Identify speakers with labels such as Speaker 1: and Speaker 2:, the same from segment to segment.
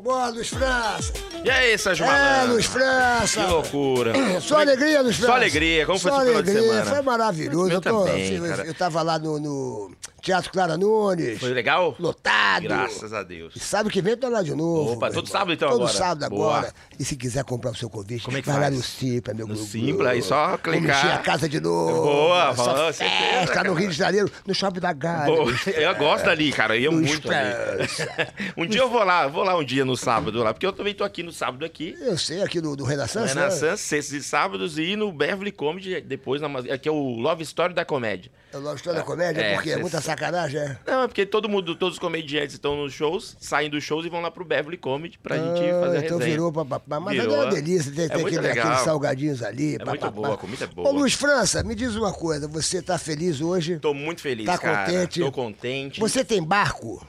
Speaker 1: boa, Luiz França.
Speaker 2: E aí, Sérgio
Speaker 1: É,
Speaker 2: Malandro?
Speaker 1: Luiz França.
Speaker 2: Que loucura.
Speaker 1: Só alegria, Luiz França.
Speaker 2: Só alegria. Como foi
Speaker 1: Só
Speaker 2: seu final de
Speaker 1: alegria,
Speaker 2: semana?
Speaker 1: Foi maravilhoso.
Speaker 2: Eu
Speaker 1: Eu, tô-
Speaker 2: também,
Speaker 1: eu-
Speaker 2: cara.
Speaker 1: eu tava lá no, no Teatro Clara Nunes.
Speaker 2: Foi legal?
Speaker 1: Lotado.
Speaker 2: Graças a Deus.
Speaker 1: E sábado que vem tá lá de novo.
Speaker 2: Opa,
Speaker 1: meu
Speaker 2: todo
Speaker 1: irmão.
Speaker 2: sábado, então,
Speaker 1: todo
Speaker 2: agora?
Speaker 1: sábado
Speaker 2: Boa.
Speaker 1: agora. E se quiser comprar o seu convite,
Speaker 2: Como é que
Speaker 1: vai lá
Speaker 2: faz?
Speaker 1: no Simpla, meu
Speaker 2: No
Speaker 1: grupo.
Speaker 2: Simpla, aí só clicar.
Speaker 1: Encher a casa de novo.
Speaker 2: Boa,
Speaker 1: só
Speaker 2: falou,
Speaker 1: festa
Speaker 2: certeza, cara.
Speaker 1: no Rio de Janeiro, no Shopping da Gávea.
Speaker 2: Pô, eu gosto ali, cara. Eu ia
Speaker 1: Luiz
Speaker 2: muito ali. um dia eu vou lá, vou lá um dia no sábado lá, porque eu também tô aqui no sábado aqui. né,
Speaker 1: Eu sei, aqui do, do
Speaker 2: Na
Speaker 1: Renaissance. né?
Speaker 2: Renaissance, sextas e sábados, e no Beverly Comedy, depois, na, Ama- que é o Love Story da Comédia.
Speaker 1: Eu gosto de toda a comédia,
Speaker 2: É,
Speaker 1: porque é
Speaker 2: cê-
Speaker 1: muita sacanagem, é?
Speaker 2: Não, é porque todo mundo, todos os comediantes estão nos shows, saem dos shows e vão lá pro Beverly Comedy pra gente
Speaker 1: Ah,
Speaker 2: fazer a
Speaker 1: então
Speaker 2: resenha.
Speaker 1: virou papapá. Mas
Speaker 2: Virou.
Speaker 1: é uma delícia, tem,
Speaker 2: É
Speaker 1: tem
Speaker 2: muito
Speaker 1: aquele-
Speaker 2: legal.
Speaker 1: aqueles salgadinhos ali.
Speaker 2: É muito boa, a comida é boa.
Speaker 1: Ô, Luiz França, me diz uma coisa, você tá feliz hoje?
Speaker 2: Tô muito feliz,
Speaker 1: Tá
Speaker 2: cara.
Speaker 1: contente?
Speaker 2: Tô contente.
Speaker 1: Você tem barco?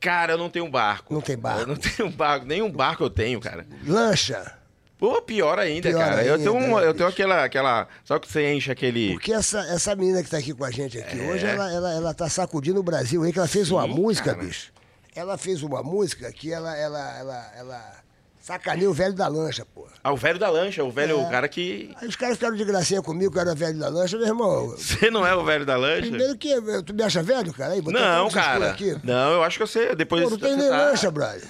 Speaker 2: Cara, eu não tenho barco.
Speaker 1: Não tem barco.
Speaker 2: Eu não tenho barco, nenhum barco eu tenho, cara.
Speaker 1: Lancha?
Speaker 2: Pô, pior ainda,
Speaker 1: Pior
Speaker 2: cara. eu
Speaker 1: ainda,
Speaker 2: tenho, um-
Speaker 1: né,
Speaker 2: eu tenho aquela, aquela. Só que você enche aquele.
Speaker 1: Porque essa, essa menina que tá aqui com a gente aqui hoje, ela, ela, ela tá sacudindo o Brasil aí, que ela fez uma
Speaker 2: É. Sim,
Speaker 1: música,
Speaker 2: cara.
Speaker 1: bicho. Ela fez uma música que ela, ela, ela, ela sacaneou o velho da lancha, pô.
Speaker 2: Ah, o velho da lancha, o velho
Speaker 1: É.
Speaker 2: o cara que.
Speaker 1: Aí os caras ficaram de gracinha comigo, que eu era velho da lancha, meu irmão.
Speaker 2: Você não é o velho da lancha?
Speaker 1: Primeiro que eu- tu me acha velho, cara? Aí, botar
Speaker 2: Não,
Speaker 1: todas essas
Speaker 2: cara.
Speaker 1: coisas Aqui.
Speaker 2: Não, eu acho que você. Depois
Speaker 1: Pô, não tem
Speaker 2: você
Speaker 1: nem
Speaker 2: tá-
Speaker 1: lancha, brother.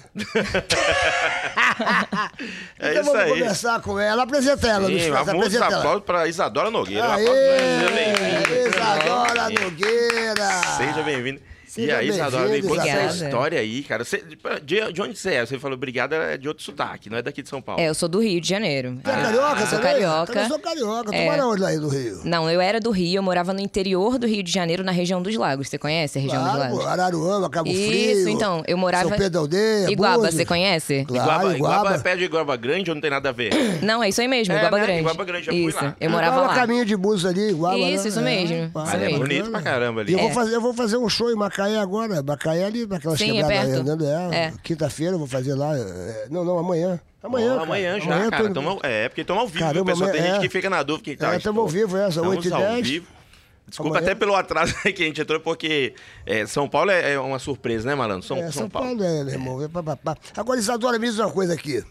Speaker 2: É
Speaker 1: então
Speaker 2: isso
Speaker 1: vamos
Speaker 2: aí.
Speaker 1: conversar com ela. Apresenta ela, Luiz
Speaker 2: Sim,
Speaker 1: França,
Speaker 2: vamos
Speaker 1: apresenta ela.
Speaker 2: aplausos pra Isadora Nogueira.
Speaker 1: Aê,
Speaker 2: Aplausos, bem-vinda.
Speaker 1: Isadora Nogueira.
Speaker 2: Seja bem-vindo. E
Speaker 1: Seja
Speaker 2: aí, Isadora,
Speaker 1: bem-vinda,
Speaker 2: me conta essa
Speaker 3: Isadora.
Speaker 2: história aí, cara. Você- de, de onde você é? Você falou obrigada, é de outro sotaque, não é daqui de São Paulo.
Speaker 3: É, eu sou do Rio de Janeiro.
Speaker 1: Tu é carioca,
Speaker 3: eu sou
Speaker 1: também?
Speaker 3: carioca.
Speaker 1: Também sou carioca. Tu
Speaker 3: É.
Speaker 1: mora onde lá do Rio?
Speaker 3: Não, eu era do Rio, eu morava no interior do Rio de Janeiro, na região dos lagos. Você conhece a região dos
Speaker 1: Claro,
Speaker 3: lagos?
Speaker 1: pô, Araruama, Cabo Frio.
Speaker 3: Isso, então, eu morava.
Speaker 1: São Pedro da Aldeia,
Speaker 3: Iguaba,
Speaker 1: Búzios.
Speaker 3: você conhece?
Speaker 1: Claro,
Speaker 2: Iguaba é
Speaker 1: Iguaba.
Speaker 2: perto de Iguaba Grande ou não tem nada a ver?
Speaker 3: Não, é isso aí mesmo,
Speaker 2: É,
Speaker 3: Iguaba
Speaker 2: né?
Speaker 3: Grande.
Speaker 2: Iguaba Grande, já fui
Speaker 3: isso,
Speaker 2: lá.
Speaker 3: eu morava
Speaker 1: Iguaba, é
Speaker 3: lá.
Speaker 1: caminho de Búzios ali, Iguaba.
Speaker 3: Isso,
Speaker 1: né?
Speaker 3: isso
Speaker 1: É,
Speaker 3: mesmo,
Speaker 1: pá,
Speaker 3: isso
Speaker 2: Mas é
Speaker 3: mesmo. É.
Speaker 2: bonito pra caramba
Speaker 1: E
Speaker 2: ali.
Speaker 1: eu, vou fazer, eu vou fazer um show em Macaé agora. Macaé ali, naquela
Speaker 3: Sim, é
Speaker 1: quebrada
Speaker 3: perto.
Speaker 1: andando. É,
Speaker 3: É.
Speaker 1: Quinta-feira eu vou fazer lá. é, Não, não, amanhã. Amanhã.
Speaker 2: Ó,
Speaker 1: cara.
Speaker 2: amanhã já,
Speaker 1: Amanhã eu tô
Speaker 2: cara.
Speaker 1: indo-
Speaker 2: Tamo- é, porque estamos ao vivo,
Speaker 1: Caramba,
Speaker 2: viu, pessoal? Tem
Speaker 1: amanhã-
Speaker 2: gente
Speaker 1: é.
Speaker 2: que fica na dúvida. Que tá,
Speaker 1: É, tamo
Speaker 2: tipo,
Speaker 1: ao vivo, é, são
Speaker 2: tamo
Speaker 1: 8 e
Speaker 2: ao
Speaker 1: 10.
Speaker 2: vivo. Desculpa
Speaker 1: Amanhã-
Speaker 2: até pelo atraso que a gente entrou, porque é, São Paulo é, é uma surpresa, né, malandro? São,
Speaker 1: É, São, Paulo, é, meu irmão. É, pá, pá, pá. Agora, Isadora, me diz uma coisa aqui.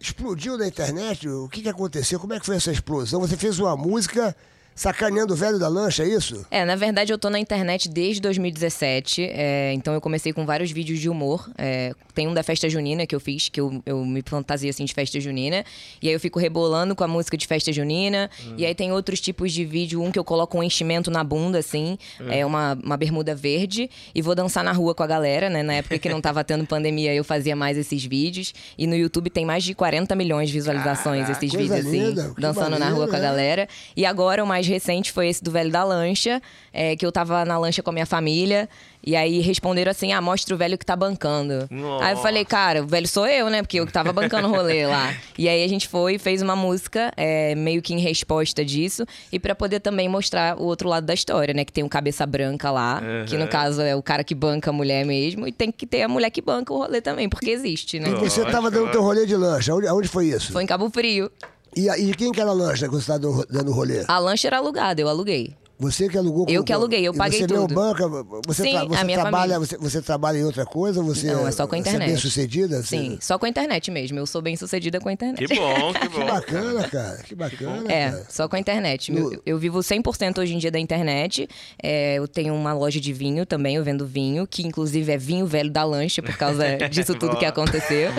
Speaker 1: Explodiu na internet? O que, que aconteceu? Como é que foi essa explosão? Você fez uma música sacaneando o velho da lancha, é isso?
Speaker 3: É, na verdade eu tô na internet desde 2017, é, então eu comecei com vários vídeos de humor. é, tem um da festa junina que eu fiz, que eu, eu me fantasia assim de festa junina, e aí eu fico rebolando com a música de festa junina,
Speaker 1: Hum.
Speaker 3: e aí tem outros tipos de vídeo, um que eu coloco um enchimento na bunda, assim,
Speaker 1: Hum.
Speaker 3: é uma, uma bermuda verde, e vou dançar na rua com a galera, né? Na época que não tava tendo pandemia eu fazia mais esses vídeos, e no YouTube tem mais de 40 milhões de visualizações
Speaker 2: Caraca,
Speaker 3: esses
Speaker 1: coisa
Speaker 3: vídeos, assim,
Speaker 1: linda, que
Speaker 3: dançando na rua
Speaker 1: maneiro,
Speaker 3: com a
Speaker 1: né?
Speaker 3: galera galera. E agora o mais recente foi esse do velho da lancha, é, que eu tava na lancha com a minha família. E aí responderam assim: ah, mostra o velho que tá bancando.
Speaker 2: Nossa.
Speaker 3: Aí eu falei, cara, o velho sou eu, né? Porque eu que tava bancando o rolê lá. E aí a gente foi e fez uma música, é, meio que em resposta disso, e pra poder também mostrar o outro lado da história, né? Que tem o cabeça branca lá, que no caso é o cara que banca a mulher mesmo, e tem que ter a mulher que banca o rolê também, porque existe, né?
Speaker 1: E você
Speaker 2: Lógico,
Speaker 1: tava dando teu rolê de lancha. Onde, aonde foi isso?
Speaker 3: Foi em Cabo Frio.
Speaker 1: E, a- e quem que era a lancha que você estava dando, dando rolê?
Speaker 3: A lancha era alugada, eu aluguei.
Speaker 1: Você que alugou
Speaker 3: Eu
Speaker 1: com-
Speaker 3: que aluguei, eu
Speaker 1: e
Speaker 3: paguei
Speaker 1: você Você
Speaker 3: tudo.
Speaker 1: banca, você,
Speaker 3: Sim,
Speaker 1: tra- você
Speaker 3: a minha
Speaker 1: trabalha,
Speaker 3: família.
Speaker 1: você, você trabalha em outra coisa, você
Speaker 3: Não, é só com
Speaker 1: Você
Speaker 3: a
Speaker 1: é
Speaker 3: internet.
Speaker 1: bem sucedida?
Speaker 3: Sim, só com a internet mesmo. Eu sou bem sucedida com a
Speaker 2: Que
Speaker 3: internet.
Speaker 2: bom, que
Speaker 1: é. Que
Speaker 2: bom.
Speaker 1: bacana, cara. Que bacana.
Speaker 3: É,
Speaker 1: cara.
Speaker 3: só com a internet. Meu- Eu, vivo 100% hoje em dia da internet. É, eu tenho uma loja de vinho também, eu vendo vinho, que inclusive é vinho velho da lancha, por causa disso tudo que aconteceu.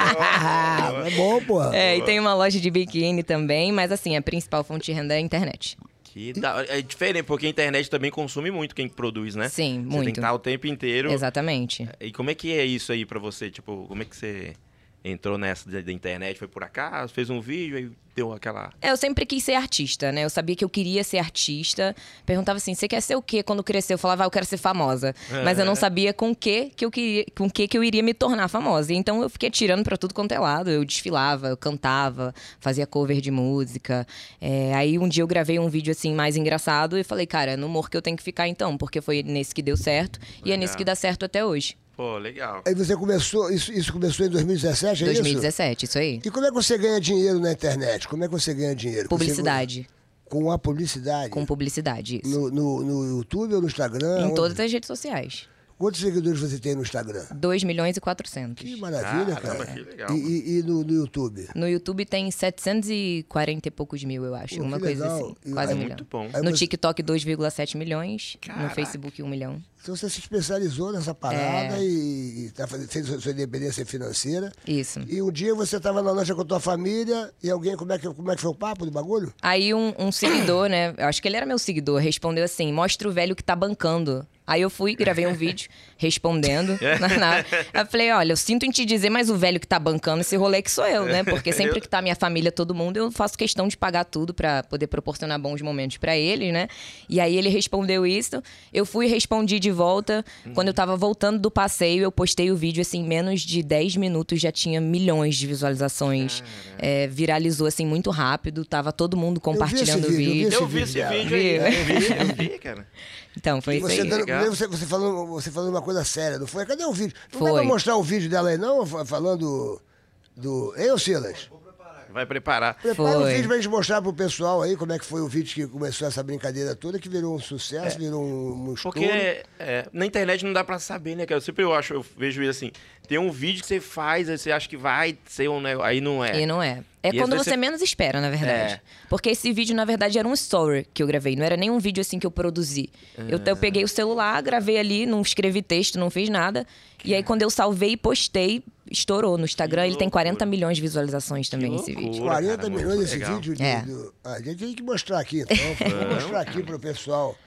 Speaker 2: Boa, boa.
Speaker 1: Ah, é bom, pô.
Speaker 3: É, e tem uma loja de biquíni também, mas assim, a principal fonte de renda é a internet.
Speaker 2: Que da- É diferente, porque a internet também consome muito quem produz, né?
Speaker 3: Sim,
Speaker 2: Você tem
Speaker 3: muito.
Speaker 2: que estar o tempo inteiro.
Speaker 3: Exatamente.
Speaker 2: E como é que é isso aí pra você? Tipo, como é que você entrou nessa da da internet? Foi por acaso? Fez um vídeo aí deu aquela.
Speaker 3: É, eu sempre quis ser artista, né? Eu sabia que eu queria ser artista. Perguntava assim, você quer ser o quê quando crescer? Eu falava, ah, eu quero ser famosa. Mas eu não sabia com o que que eu queria, com o que que eu iria me tornar famosa. E Então eu fiquei tirando pra tudo quanto é lado. Eu desfilava, eu cantava, fazia cover de música. É, aí um dia eu gravei um vídeo assim mais engraçado e falei, cara, é no humor que eu tenho que ficar então, porque foi nesse que deu certo e é
Speaker 2: Legal.
Speaker 3: nesse que dá certo até hoje.
Speaker 2: Pô, legal.
Speaker 1: Aí você começou, isso, isso começou em 2017, é
Speaker 3: 2017, isso aí.
Speaker 1: isso? E como é que você ganha dinheiro na internet? Como é que você ganha dinheiro?
Speaker 3: Publicidade.
Speaker 1: Você- com a publicidade?
Speaker 3: Com publicidade, isso.
Speaker 1: No, no, no YouTube ou no Instagram?
Speaker 3: Em
Speaker 1: é Onde?
Speaker 3: todas as redes sociais.
Speaker 1: Quantos seguidores você tem no Instagram?
Speaker 3: 2 milhões e 400.
Speaker 1: Que maravilha,
Speaker 2: Caramba,
Speaker 1: cara.
Speaker 2: que legal,
Speaker 1: E,
Speaker 2: mano.
Speaker 1: e- e no, no YouTube?
Speaker 3: No YouTube tem 740 e poucos mil, eu acho.
Speaker 1: Pô,
Speaker 3: uma
Speaker 1: que
Speaker 3: coisa
Speaker 1: legal. E
Speaker 3: assim. Quase
Speaker 1: aí-
Speaker 3: um
Speaker 2: Muito
Speaker 3: milhão.
Speaker 2: bom.
Speaker 1: Aí
Speaker 3: No
Speaker 1: você-
Speaker 3: TikTok, 2,7 milhões. No
Speaker 2: Caraca.
Speaker 3: Facebook, 1 milhão.
Speaker 1: Então você se especializou nessa parada
Speaker 3: É.
Speaker 1: e, e tá fazendo, fez sua- sua independência financeira.
Speaker 3: Isso.
Speaker 1: E um dia você estava na lancha com a tua família e alguém, como é que, como é que foi o papo do bagulho?
Speaker 3: Aí um, um seguidor, né? Eu acho que ele era meu seguidor, respondeu assim: mostra o velho que tá bancando. Aí eu fui, gravei um vídeo respondendo.
Speaker 1: É.
Speaker 3: na, na, eu falei, olha, eu sinto em te dizer, mas o velho que tá bancando esse rolê que sou eu, né? Porque sempre que tá minha família, todo mundo, eu faço questão de pagar tudo pra poder proporcionar bons momentos pra ele, né? E aí ele respondeu isso. Eu fui e respondi de volta. Quando eu tava voltando do passeio, eu postei o vídeo, assim, em menos de 10 minutos já tinha milhões de visualizações. É, viralizou, assim, muito rápido. Tava todo mundo
Speaker 1: vídeo,
Speaker 3: compartilhando
Speaker 1: eu vi
Speaker 3: o vídeo.
Speaker 1: esse
Speaker 2: Eu vi esse
Speaker 1: vídeo, cara.
Speaker 2: vídeo
Speaker 3: né?
Speaker 2: aí. né? Eu vi, eu vi, cara.
Speaker 3: Então, foi
Speaker 1: E
Speaker 3: isso
Speaker 1: você,
Speaker 3: aí.
Speaker 1: dando,
Speaker 2: legal.
Speaker 1: primeiro você, você, falou, você falou uma coisa séria, não foi? Cadê o vídeo? Não
Speaker 3: Foi.
Speaker 1: dá pra mostrar o vídeo dela aí, não? Fa- Falando do. Hein, ô Silas?
Speaker 2: Vai preparar.
Speaker 1: Prepara o
Speaker 3: Foi.
Speaker 1: vídeo pra gente mostrar pro pessoal aí como é que foi o vídeo que começou essa brincadeira toda, que virou um sucesso, virou um, um estouro.
Speaker 2: É. Porque é, na internet não dá pra saber, né, cara? Eu sempre eu acho, eu vejo isso assim. Tem um vídeo que você faz, aí você acha que vai ser um negócio. Aí não é.
Speaker 3: E não é.
Speaker 2: E
Speaker 3: É
Speaker 2: às
Speaker 3: quando
Speaker 2: vezes
Speaker 3: você
Speaker 2: você-
Speaker 3: menos espera, na verdade.
Speaker 2: É.
Speaker 3: Porque esse vídeo, na verdade, era um story que eu gravei. Não era nem um vídeo assim que eu produzi. Eu,
Speaker 2: Ah.
Speaker 3: eu peguei o celular, gravei ali, não escrevi texto, não fiz nada. E aí, quando eu salvei e postei, estourou no Instagram.
Speaker 2: Que
Speaker 3: ele tem 40
Speaker 2: loucura.
Speaker 3: milhões de visualizações também, esse
Speaker 2: loucura.
Speaker 3: vídeo.
Speaker 1: 40
Speaker 2: cara, muito
Speaker 1: milhões desse
Speaker 2: legal.
Speaker 1: vídeo.
Speaker 3: É.
Speaker 1: Do, do- Ah, a gente tem que mostrar aqui, então. Vou mostrar aqui pro pessoal.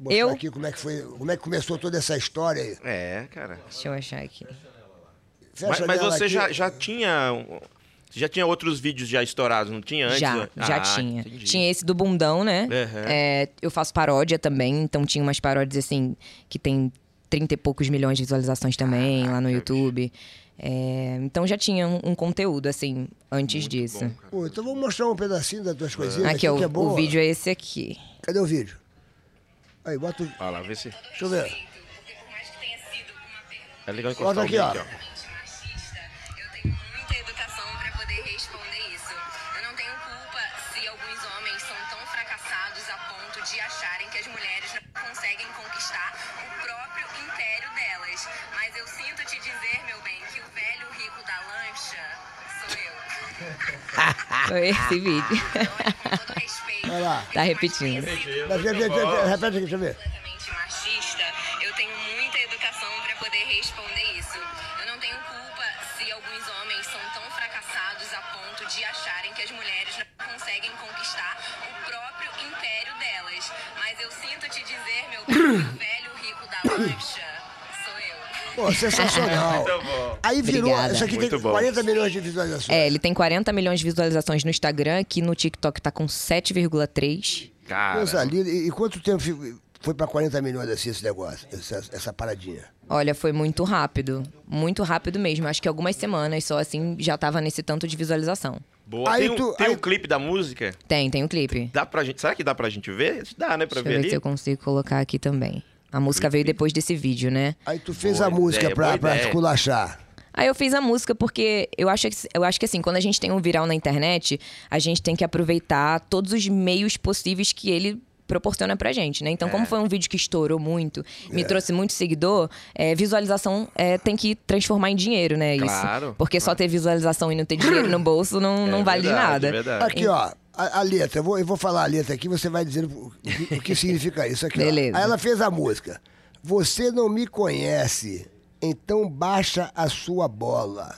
Speaker 1: Mostrar
Speaker 3: Eu-
Speaker 1: aqui como é, que foi, como é que começou toda essa história aí.
Speaker 2: É, cara.
Speaker 3: Deixa eu achar aqui.
Speaker 2: Mas,
Speaker 1: Fecha
Speaker 2: mas
Speaker 1: nela
Speaker 2: você
Speaker 1: aqui.
Speaker 2: já, já tinha. um- Você já tinha outros vídeos já estourados, não tinha antes?
Speaker 3: Já, já
Speaker 2: Ah,
Speaker 3: tinha.
Speaker 2: entendi.
Speaker 3: Tinha esse do bundão, né?
Speaker 2: Aham.
Speaker 3: É, eu faço paródia também, então tinha umas paródias assim que tem 30 e poucos milhões de visualizações também
Speaker 2: Ah,
Speaker 3: lá no YouTube. É, então já tinha um, um conteúdo, assim, antes disso.
Speaker 2: Bom, cara.
Speaker 1: Pô, então vamos mostrar um pedacinho das tuas coisinhas
Speaker 3: Aqui,
Speaker 1: aqui,
Speaker 3: ó,
Speaker 1: que é
Speaker 3: o,
Speaker 1: bom.
Speaker 3: o vídeo é esse aqui.
Speaker 1: Cadê o vídeo? Aí, bota o...
Speaker 2: Olha lá, vê se. tá
Speaker 1: Deixa eu ver.
Speaker 4: Porque por mais que tenha sido uma pergunta
Speaker 2: É legal
Speaker 1: Bota
Speaker 2: encostar
Speaker 1: aqui,
Speaker 2: aqui,
Speaker 1: ó.
Speaker 2: aqui, ó.
Speaker 4: extremamente machista, eu tenho muita educação para poder responder isso. Eu não tenho culpa se alguns homens são tão fracassados a ponto de acharem que as mulheres não conseguem conquistar o próprio império delas. Mas eu sinto te dizer, meu bem, que o velho rico da lancha sou eu.
Speaker 1: Ah.
Speaker 4: Então,
Speaker 3: Foi É esse vídeo.
Speaker 4: Olha, com todo respeito.
Speaker 1: Vai lá.
Speaker 4: esse
Speaker 3: Tá
Speaker 4: mais
Speaker 3: repetindo.
Speaker 4: conhecido
Speaker 1: Mas, gente, gente, gente, repete aqui, deixa eu ver.
Speaker 4: completamente machista, eu tenho muita educação para poder responder isso. Eu não tenho culpa se alguns homens são tão fracassados a ponto de acharem que as mulheres não conseguem conquistar o próprio império delas. Mas eu sinto te dizer, meu bem, que o velho rico da lancha sou eu.
Speaker 1: Pô, sensacional. Aí virou...
Speaker 3: Obrigada.
Speaker 1: Isso aqui tem
Speaker 2: Muito bom.
Speaker 1: 40 milhões de visualizações.
Speaker 3: É, ele tem 40 milhões de visualizações no Instagram, aqui no TikTok tá com 7,3.
Speaker 2: Cara.
Speaker 1: Coisa linda. E, e quanto tempo fi- foi pra 40 milhões assim esse negócio, essa, essa paradinha?
Speaker 3: Olha, foi muito rápido. Muito rápido mesmo. Acho que algumas semanas só, assim, já tava nesse tanto de visualização.
Speaker 2: Boa.
Speaker 1: Aí
Speaker 2: tem um,
Speaker 1: tu-
Speaker 2: tem
Speaker 1: aí-
Speaker 2: um clipe da música?
Speaker 3: Tem, tem o clipe.
Speaker 2: Dá pra gente. Será que dá pra gente ver? Dá, né? Pra
Speaker 3: Deixa eu ver
Speaker 2: ver
Speaker 3: se eu
Speaker 2: ali?
Speaker 3: consigo colocar aqui também. A música veio depois desse vídeo, né?
Speaker 1: Aí tu fez
Speaker 2: Boa
Speaker 1: a música
Speaker 2: ideia,
Speaker 1: pra,
Speaker 2: boa
Speaker 1: pra
Speaker 2: ideia.
Speaker 1: esculachar.
Speaker 3: Aí eu fiz a música porque eu acho, que, eu acho que assim, quando a gente tem um viral na internet, a gente tem que aproveitar todos os meios possíveis que ele proporciona pra gente, né? Então,
Speaker 2: É.
Speaker 3: como foi um vídeo que estourou muito, me trouxe muito seguidor, é, visualização é, tem que transformar em dinheiro, né? Isso.
Speaker 2: Claro, É
Speaker 3: Porque só ter visualização e não ter dinheiro no bolso não, não vale
Speaker 2: verdade,
Speaker 3: de nada.
Speaker 2: verdade.
Speaker 1: Aqui, ó. A, a letra, eu vou, eu vou falar a letra aqui, você vai dizendo o que, o que significa isso aqui. ó.
Speaker 3: Beleza.
Speaker 1: Aí ela fez a música. Você não me conhece, então baixa a sua bola.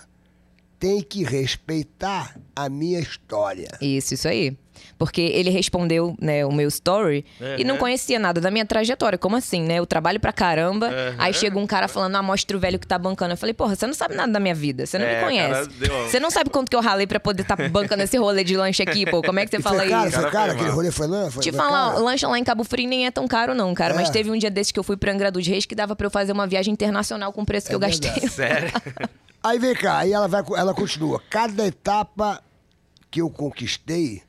Speaker 1: Tem que respeitar a minha história.
Speaker 3: Isso, isso aí. Porque ele respondeu né, o meu story e não
Speaker 2: Uhum.
Speaker 3: conhecia nada da minha trajetória. Como assim, né? Eu trabalho pra caramba.
Speaker 2: Uhum.
Speaker 3: Aí chega um cara falando, ah, mostra o velho que tá bancando. Eu falei, porra, você não sabe nada da minha vida. Você não
Speaker 2: É,
Speaker 3: me conhece.
Speaker 2: cara, deu-
Speaker 3: Você não sabe quanto que eu ralei pra poder tá bancando esse rolê de lanche aqui, pô. Como é que você
Speaker 1: E
Speaker 3: fala
Speaker 1: foi cara,
Speaker 3: isso?
Speaker 1: foi
Speaker 2: Cara,
Speaker 1: cara,
Speaker 2: foi
Speaker 1: aquele
Speaker 2: mal.
Speaker 1: rolê foi lá? Foi,
Speaker 3: Te
Speaker 1: foi
Speaker 3: falar,
Speaker 1: cara?
Speaker 3: o lanche lá em Cabo Frio nem é tão caro, não, cara.
Speaker 1: É.
Speaker 3: Mas teve um dia desse que eu fui pra Angra dos Reis que dava pra eu fazer uma viagem internacional com o preço que eu gastei.
Speaker 1: verdade.
Speaker 2: Sério.
Speaker 1: Aí vem cá, aí ela, vai, ela continua. Cada etapa que eu conquistei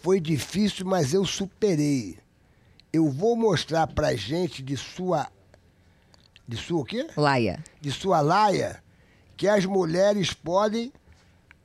Speaker 1: foi difícil, mas eu superei. Eu vou mostrar pra gente de sua. De sua o quê?
Speaker 3: Laia.
Speaker 1: de sua laia que as mulheres podem,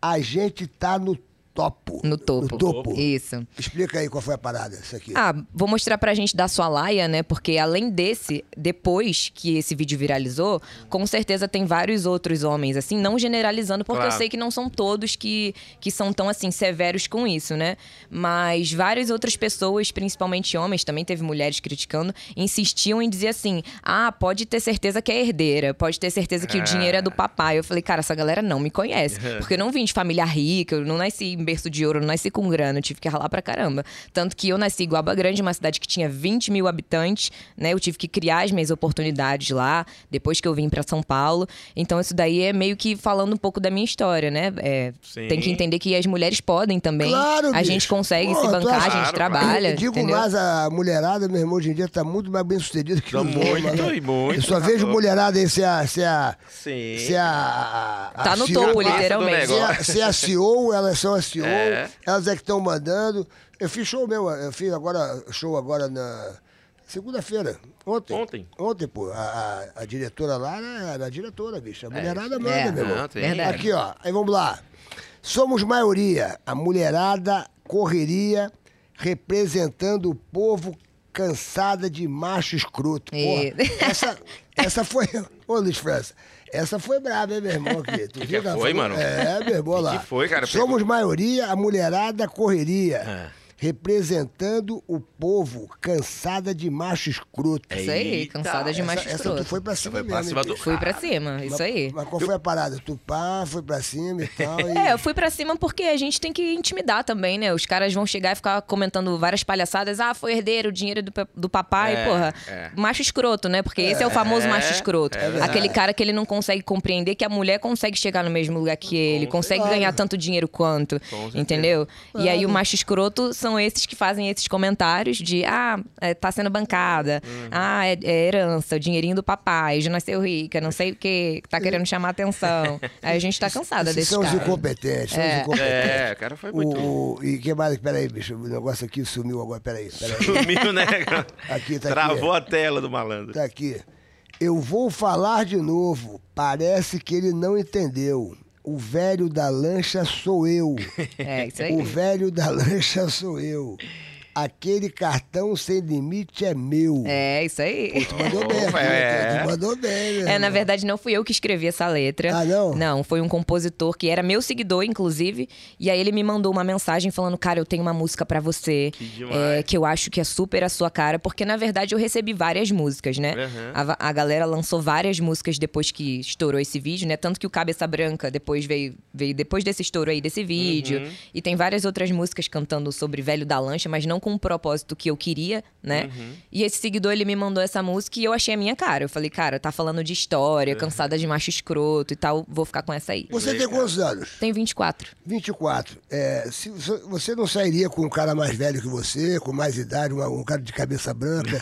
Speaker 1: a gente tá no topo.
Speaker 3: No topo.
Speaker 1: No topo.
Speaker 3: Isso.
Speaker 1: Explica aí qual foi a parada, isso aqui.
Speaker 3: Ah, vou mostrar pra gente da sua laia, né? Porque além desse, depois que esse vídeo viralizou, com certeza tem vários outros homens, assim, não generalizando, porque
Speaker 2: Claro.
Speaker 3: eu sei que não são todos que, que são tão, assim, severos com isso, né? Mas várias outras pessoas, principalmente homens, também teve mulheres criticando, insistiam em dizer assim: ah, pode ter certeza que é herdeira, pode ter certeza que o dinheiro é do papai. Eu falei, cara, essa galera não me conhece. Porque eu não vim de família rica, eu não nasci em berço de ouro, eu não nasci com grana, eu tive que ralar pra caramba. Tanto que eu nasci em Guaba Grande, uma cidade que tinha 20 mil habitantes, né? Eu tive que criar as minhas oportunidades lá, depois que eu vim pra São Paulo. Então isso daí é meio que falando um pouco da minha história, né? É,
Speaker 2: Sim.
Speaker 3: tem que entender que as mulheres podem também.
Speaker 1: Claro,
Speaker 3: a
Speaker 1: bicho.
Speaker 3: gente consegue
Speaker 1: Pô,
Speaker 3: se
Speaker 1: tu
Speaker 3: bancar,
Speaker 1: acha-
Speaker 3: a gente
Speaker 2: Claro, claro.
Speaker 3: trabalha.
Speaker 1: Eu digo
Speaker 3: entendeu?
Speaker 1: mais, a mulherada, meu irmão, hoje em dia tá muito mais bem sucedida que
Speaker 2: Tá
Speaker 1: os
Speaker 2: muito,
Speaker 1: homens, né?
Speaker 2: e muito,
Speaker 1: Eu só
Speaker 2: tá
Speaker 1: vejo
Speaker 2: louco.
Speaker 1: mulherada aí ser a. Ser a
Speaker 2: Sim.
Speaker 1: ser a, a-
Speaker 3: Tá no
Speaker 1: assim, a-
Speaker 3: topo,
Speaker 2: do
Speaker 3: literalmente.
Speaker 1: Se
Speaker 2: negócio.
Speaker 1: a, se a CEO, elas são a CEO,
Speaker 2: É.
Speaker 1: elas é que estão mandando. Eu fiz show meu, eu fiz agora show agora na segunda-feira. Ontem.
Speaker 2: Ontem?
Speaker 1: Ontem, pô. A, a- a diretora lá era, era a diretora, bicho. A mulherada manda,
Speaker 3: É,
Speaker 1: meu irmão.
Speaker 2: não, tem-
Speaker 3: Verdade.
Speaker 1: Aqui, ó. Aí vamos lá. Somos maioria. A mulherada correria representando o povo cansada de macho escroto.
Speaker 2: É.
Speaker 3: E-
Speaker 1: Porra, essa, essa foi... Ô, Luiz França, essa foi brava, hein, meu irmão? Aqui. Tu
Speaker 2: Que que
Speaker 1: viu ela
Speaker 2: foi,
Speaker 1: falou?
Speaker 2: mano?
Speaker 1: É, meu irmão,
Speaker 2: Que
Speaker 1: lá.
Speaker 2: que foi, cara?
Speaker 1: Somos maioria, a mulherada correria.
Speaker 2: Ah.
Speaker 1: Representando o povo cansada de macho escroto.
Speaker 2: É.
Speaker 3: É Isso aí,
Speaker 2: Eita,
Speaker 3: cansada de
Speaker 2: essa-
Speaker 3: macho
Speaker 1: essa, essa tu
Speaker 3: escroto.
Speaker 1: foi pra cima
Speaker 2: Foi pra
Speaker 1: mesmo.
Speaker 2: cima
Speaker 1: hein,
Speaker 2: do-
Speaker 1: bicho?
Speaker 3: Fui pra cima, isso aí.
Speaker 1: Mas qual foi a parada? Tu pá, foi pra cima e tal. e-
Speaker 3: É, eu fui pra cima porque a gente tem que intimidar também, né? Os caras vão chegar e ficar comentando várias palhaçadas. Ah, foi herdeiro, o dinheiro é do, pa- do papai,
Speaker 2: É,
Speaker 3: porra.
Speaker 2: é.
Speaker 3: Macho escroto, né? Porque esse é o famoso macho escroto. Aquele cara que ele não consegue compreender que a mulher consegue chegar no mesmo lugar que ele, consegue ganhar tanto dinheiro quanto,
Speaker 2: certeza.
Speaker 3: entendeu? E aí o macho escroto são esses que fazem esses comentários de ah, é, tá sendo bancada,
Speaker 2: Uhum.
Speaker 3: ah, é, é herança, o dinheirinho do papai, já nasceu rica, não sei o quê, tá querendo chamar atenção. Aí a gente tá cansada
Speaker 1: Esses
Speaker 3: desse
Speaker 1: são os
Speaker 3: cara.
Speaker 1: incompetentes, são os incompetentes.
Speaker 2: É, o cara foi muito.
Speaker 1: O, o- e que mais? Peraí, bicho, o negócio aqui sumiu agora. Peraí, peraí.
Speaker 2: Sumiu, né? cara?
Speaker 1: Aqui, tá aqui.
Speaker 2: Travou a tela do malandro.
Speaker 1: Tá aqui. Eu vou falar de novo. Parece que ele não entendeu. O velho da lancha sou eu.
Speaker 3: É, isso aí.
Speaker 1: O velho da lancha sou eu. Aquele cartão sem limite é meu.
Speaker 3: É, isso aí.
Speaker 1: Tu mandou bem,
Speaker 2: Opa,
Speaker 1: aqui,
Speaker 2: é.
Speaker 1: tu mandou bem, meu
Speaker 3: É, na
Speaker 1: irmão.
Speaker 3: verdade, não fui eu que escrevi essa letra.
Speaker 1: Ah, não?
Speaker 3: Não, foi um compositor que era meu seguidor, inclusive. E aí ele me mandou uma mensagem falando: Cara, eu tenho uma música pra você.
Speaker 2: Que demais.
Speaker 3: é, que eu acho que é super a sua cara. Porque, na verdade, eu recebi várias músicas, né?
Speaker 2: Uhum.
Speaker 3: A, va- a galera lançou várias músicas depois que estourou esse vídeo, né? Tanto que o Cabeça Branca depois veio, veio depois desse estouro aí desse vídeo. E tem várias outras músicas cantando sobre Velho da Lancha, mas não com o propósito que eu queria, né? E esse seguidor, ele me mandou essa música e eu achei a minha cara. Eu falei, cara, tá falando de história, cansada de macho escroto e tal, vou ficar com essa aí.
Speaker 1: Você tem quantos anos?
Speaker 3: Tenho 24.
Speaker 1: 24. É, se, se- você não sairia com um cara mais velho que você, com mais idade, uma- um cara de cabeça branca?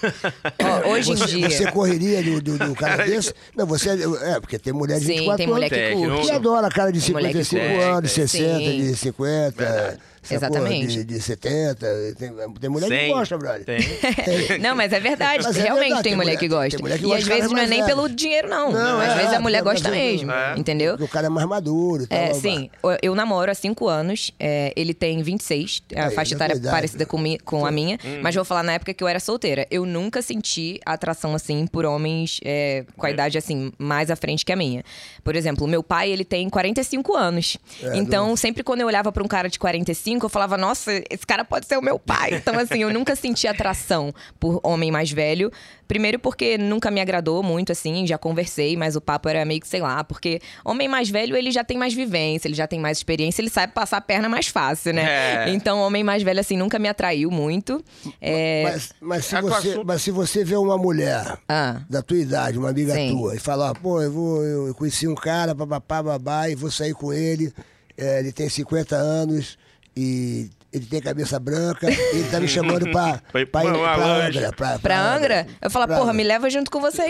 Speaker 3: Ó, hoje em
Speaker 1: você,
Speaker 3: dia.
Speaker 1: Você correria do, do, do cara desse? Não, você. É, porque tem mulher de
Speaker 3: Sim,
Speaker 1: 24
Speaker 3: tem mulher
Speaker 1: anos.
Speaker 3: que
Speaker 2: Tec,
Speaker 3: curte.
Speaker 1: Que adora cara de
Speaker 3: Tem moleque
Speaker 1: 55
Speaker 2: curte.
Speaker 1: anos, de
Speaker 2: Sim.
Speaker 1: 60, de 50, essa
Speaker 3: Exatamente.
Speaker 1: porra de, de 70. Tem, tem mulher
Speaker 2: Sem.
Speaker 1: que gosta, brother.
Speaker 2: Tem.
Speaker 3: Não, mas é verdade.
Speaker 1: Mas é
Speaker 3: realmente
Speaker 1: verdade,
Speaker 3: tem, mulher que gosta.
Speaker 1: tem mulher que
Speaker 3: e
Speaker 1: gosta
Speaker 3: às
Speaker 1: de
Speaker 3: vezes
Speaker 1: caras
Speaker 3: não é
Speaker 1: mais
Speaker 3: nem
Speaker 1: velhos.
Speaker 3: pelo dinheiro, não.
Speaker 1: Não,
Speaker 3: às
Speaker 1: é,
Speaker 3: vezes a mulher
Speaker 1: é,
Speaker 3: gosta
Speaker 1: mas é-
Speaker 3: mesmo,
Speaker 2: é.
Speaker 3: entendeu?
Speaker 1: Porque o cara é mais maduro e tal.
Speaker 3: É,
Speaker 1: blá, blá.
Speaker 3: sim. Eu namoro há cinco anos. é, ele tem 26. A
Speaker 1: Aí,
Speaker 3: faixa
Speaker 1: da
Speaker 3: etária
Speaker 1: tua idade.
Speaker 3: parecida com, mi- com a minha. Mas vou falar na época que eu era solteira. Eu nunca senti atração, assim, por homens é, com a idade, assim, mais à frente que a minha. Por exemplo, meu pai, ele tem 45 anos. então, sempre quando eu olhava pra um cara de 45, eu falava, nossa, esse cara pode ser o meu pai. Então, assim, eu nunca senti atração por homem mais velho. Primeiro porque nunca me agradou muito, assim, já conversei, mas o papo era meio que, sei lá, porque homem mais velho, ele já tem mais vivência, ele já tem mais experiência, ele sabe passar a perna mais fácil, né?
Speaker 2: É.
Speaker 3: Então, homem mais velho, assim, nunca me atraiu muito. É,
Speaker 1: Mas, mas se
Speaker 2: Ah, com
Speaker 1: você,
Speaker 2: assunto-
Speaker 1: mas se você vê uma mulher
Speaker 3: Ah.
Speaker 1: da tua idade, uma amiga
Speaker 3: Sim.
Speaker 1: tua, e falar, pô, eu, vou, eu conheci um cara, papapá, babá, e vou sair com ele, é, ele tem 50 anos e ele tem cabeça branca, e ele tá me chamando pra, pra, ir, pra
Speaker 2: Pra uma lancha.
Speaker 1: Angra. Pra,
Speaker 3: pra Angra, eu falo,
Speaker 1: pra
Speaker 3: porra,
Speaker 1: Angra.
Speaker 3: me leva junto com
Speaker 1: Pra,
Speaker 3: você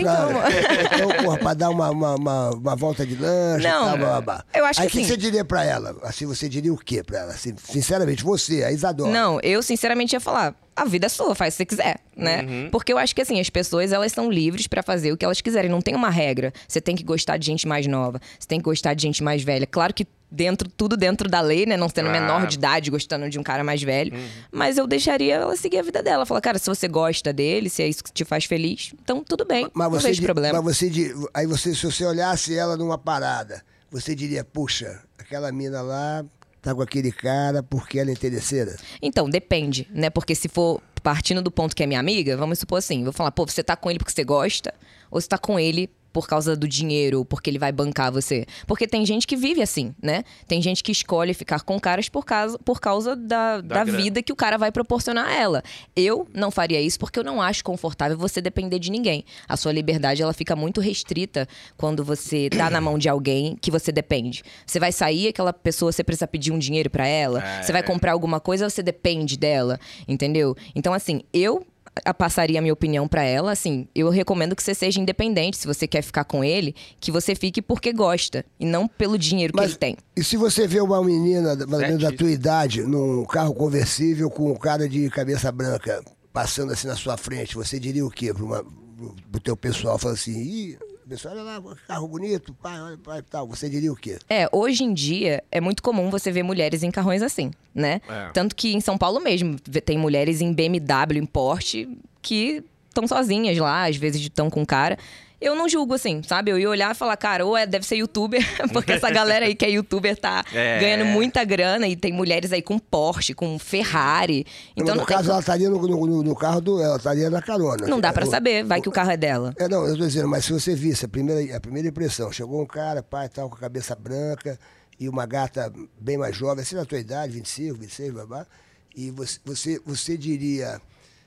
Speaker 3: então.
Speaker 1: então, porra, pra dar uma, uma, uma, uma volta de lanche tá,
Speaker 3: Não,
Speaker 1: e tal, babá.
Speaker 3: eu acho
Speaker 1: Aí
Speaker 3: que
Speaker 1: o que
Speaker 3: sim.
Speaker 1: você diria pra ela? Assim, você diria o quê pra ela? Assim, sinceramente, você, a Isadora.
Speaker 3: Não, eu sinceramente ia falar, a vida é sua, faz o que você quiser, né? Porque eu acho que assim, as pessoas elas são livres pra fazer o que elas quiserem, não tem uma regra. Você tem que gostar de gente mais nova, você tem que gostar de gente mais velha. Claro que dentro, tudo dentro da lei, né? Não sendo
Speaker 2: Claro.
Speaker 3: menor de idade, gostando de um cara mais velho. Mas eu deixaria ela seguir a vida dela. Falar, cara, se você gosta dele, se é isso que te faz feliz, então tudo bem.
Speaker 1: Mas
Speaker 3: não
Speaker 1: você,
Speaker 3: vejo
Speaker 1: di-
Speaker 3: problema.
Speaker 1: mas você di- aí você, se você olhasse ela numa parada, você diria, puxa, aquela mina lá tá com aquele cara porque ela é interesseira.
Speaker 3: Então, depende, né? Porque se for partindo do ponto que é minha amiga, vamos supor assim, vou falar, pô, você tá com ele porque você gosta, ou você tá com ele por causa do dinheiro, ou porque ele vai bancar você. Porque tem gente que vive assim, né? Tem gente que escolhe ficar com caras por causa, por causa da, da,
Speaker 2: grana.
Speaker 3: vida que o cara vai proporcionar a ela. Eu não faria isso porque eu não acho confortável você depender de ninguém. A sua liberdade, ela fica muito restrita quando você tá na mão de alguém que você depende. Você vai sair, aquela pessoa, você precisa pedir um dinheiro pra ela, você vai
Speaker 2: É.
Speaker 3: comprar alguma coisa, você depende dela, entendeu? Então, assim, eu a- passaria a minha opinião pra ela, assim, eu recomendo que você seja independente, se você quer ficar com ele, que você fique porque gosta e não pelo dinheiro que ele tem.
Speaker 1: E se você vê uma menina da- mais ou menos da
Speaker 2: Certíssimo.
Speaker 1: tua idade num carro conversível com um cara de cabeça branca passando assim na sua frente, você diria o quê para o teu pessoal? Fala assim, Ih, pessoal, olha lá, um carro bonito, pai, olha, pai, tal. Você diria o quê?
Speaker 3: É, hoje em dia é muito comum você ver mulheres em carrões assim, né?
Speaker 2: É.
Speaker 3: Tanto que em São Paulo mesmo vê- tem mulheres em BMW, em Porsche, que estão sozinhas lá, às vezes estão com cara. Eu não julgo assim, sabe? Eu ia olhar e falar, cara, ou é, deve ser youtuber, porque essa galera aí que é youtuber tá
Speaker 2: É.
Speaker 3: ganhando muita grana e tem mulheres aí com Porsche, com Ferrari. Então
Speaker 1: no
Speaker 3: não, tem-
Speaker 1: caso, ela estaria no, no- no- no carro do. Ela estaria na carona.
Speaker 3: não dá pra
Speaker 1: O-
Speaker 3: saber, vai que o carro é dela.
Speaker 1: É, não, eu tô dizendo, mas se você visse a primeira, a primeira impressão, chegou um cara, pai tal, com a cabeça branca e uma gata bem mais jovem, assim na tua idade, 25, 26, babá, e você, você, você diria,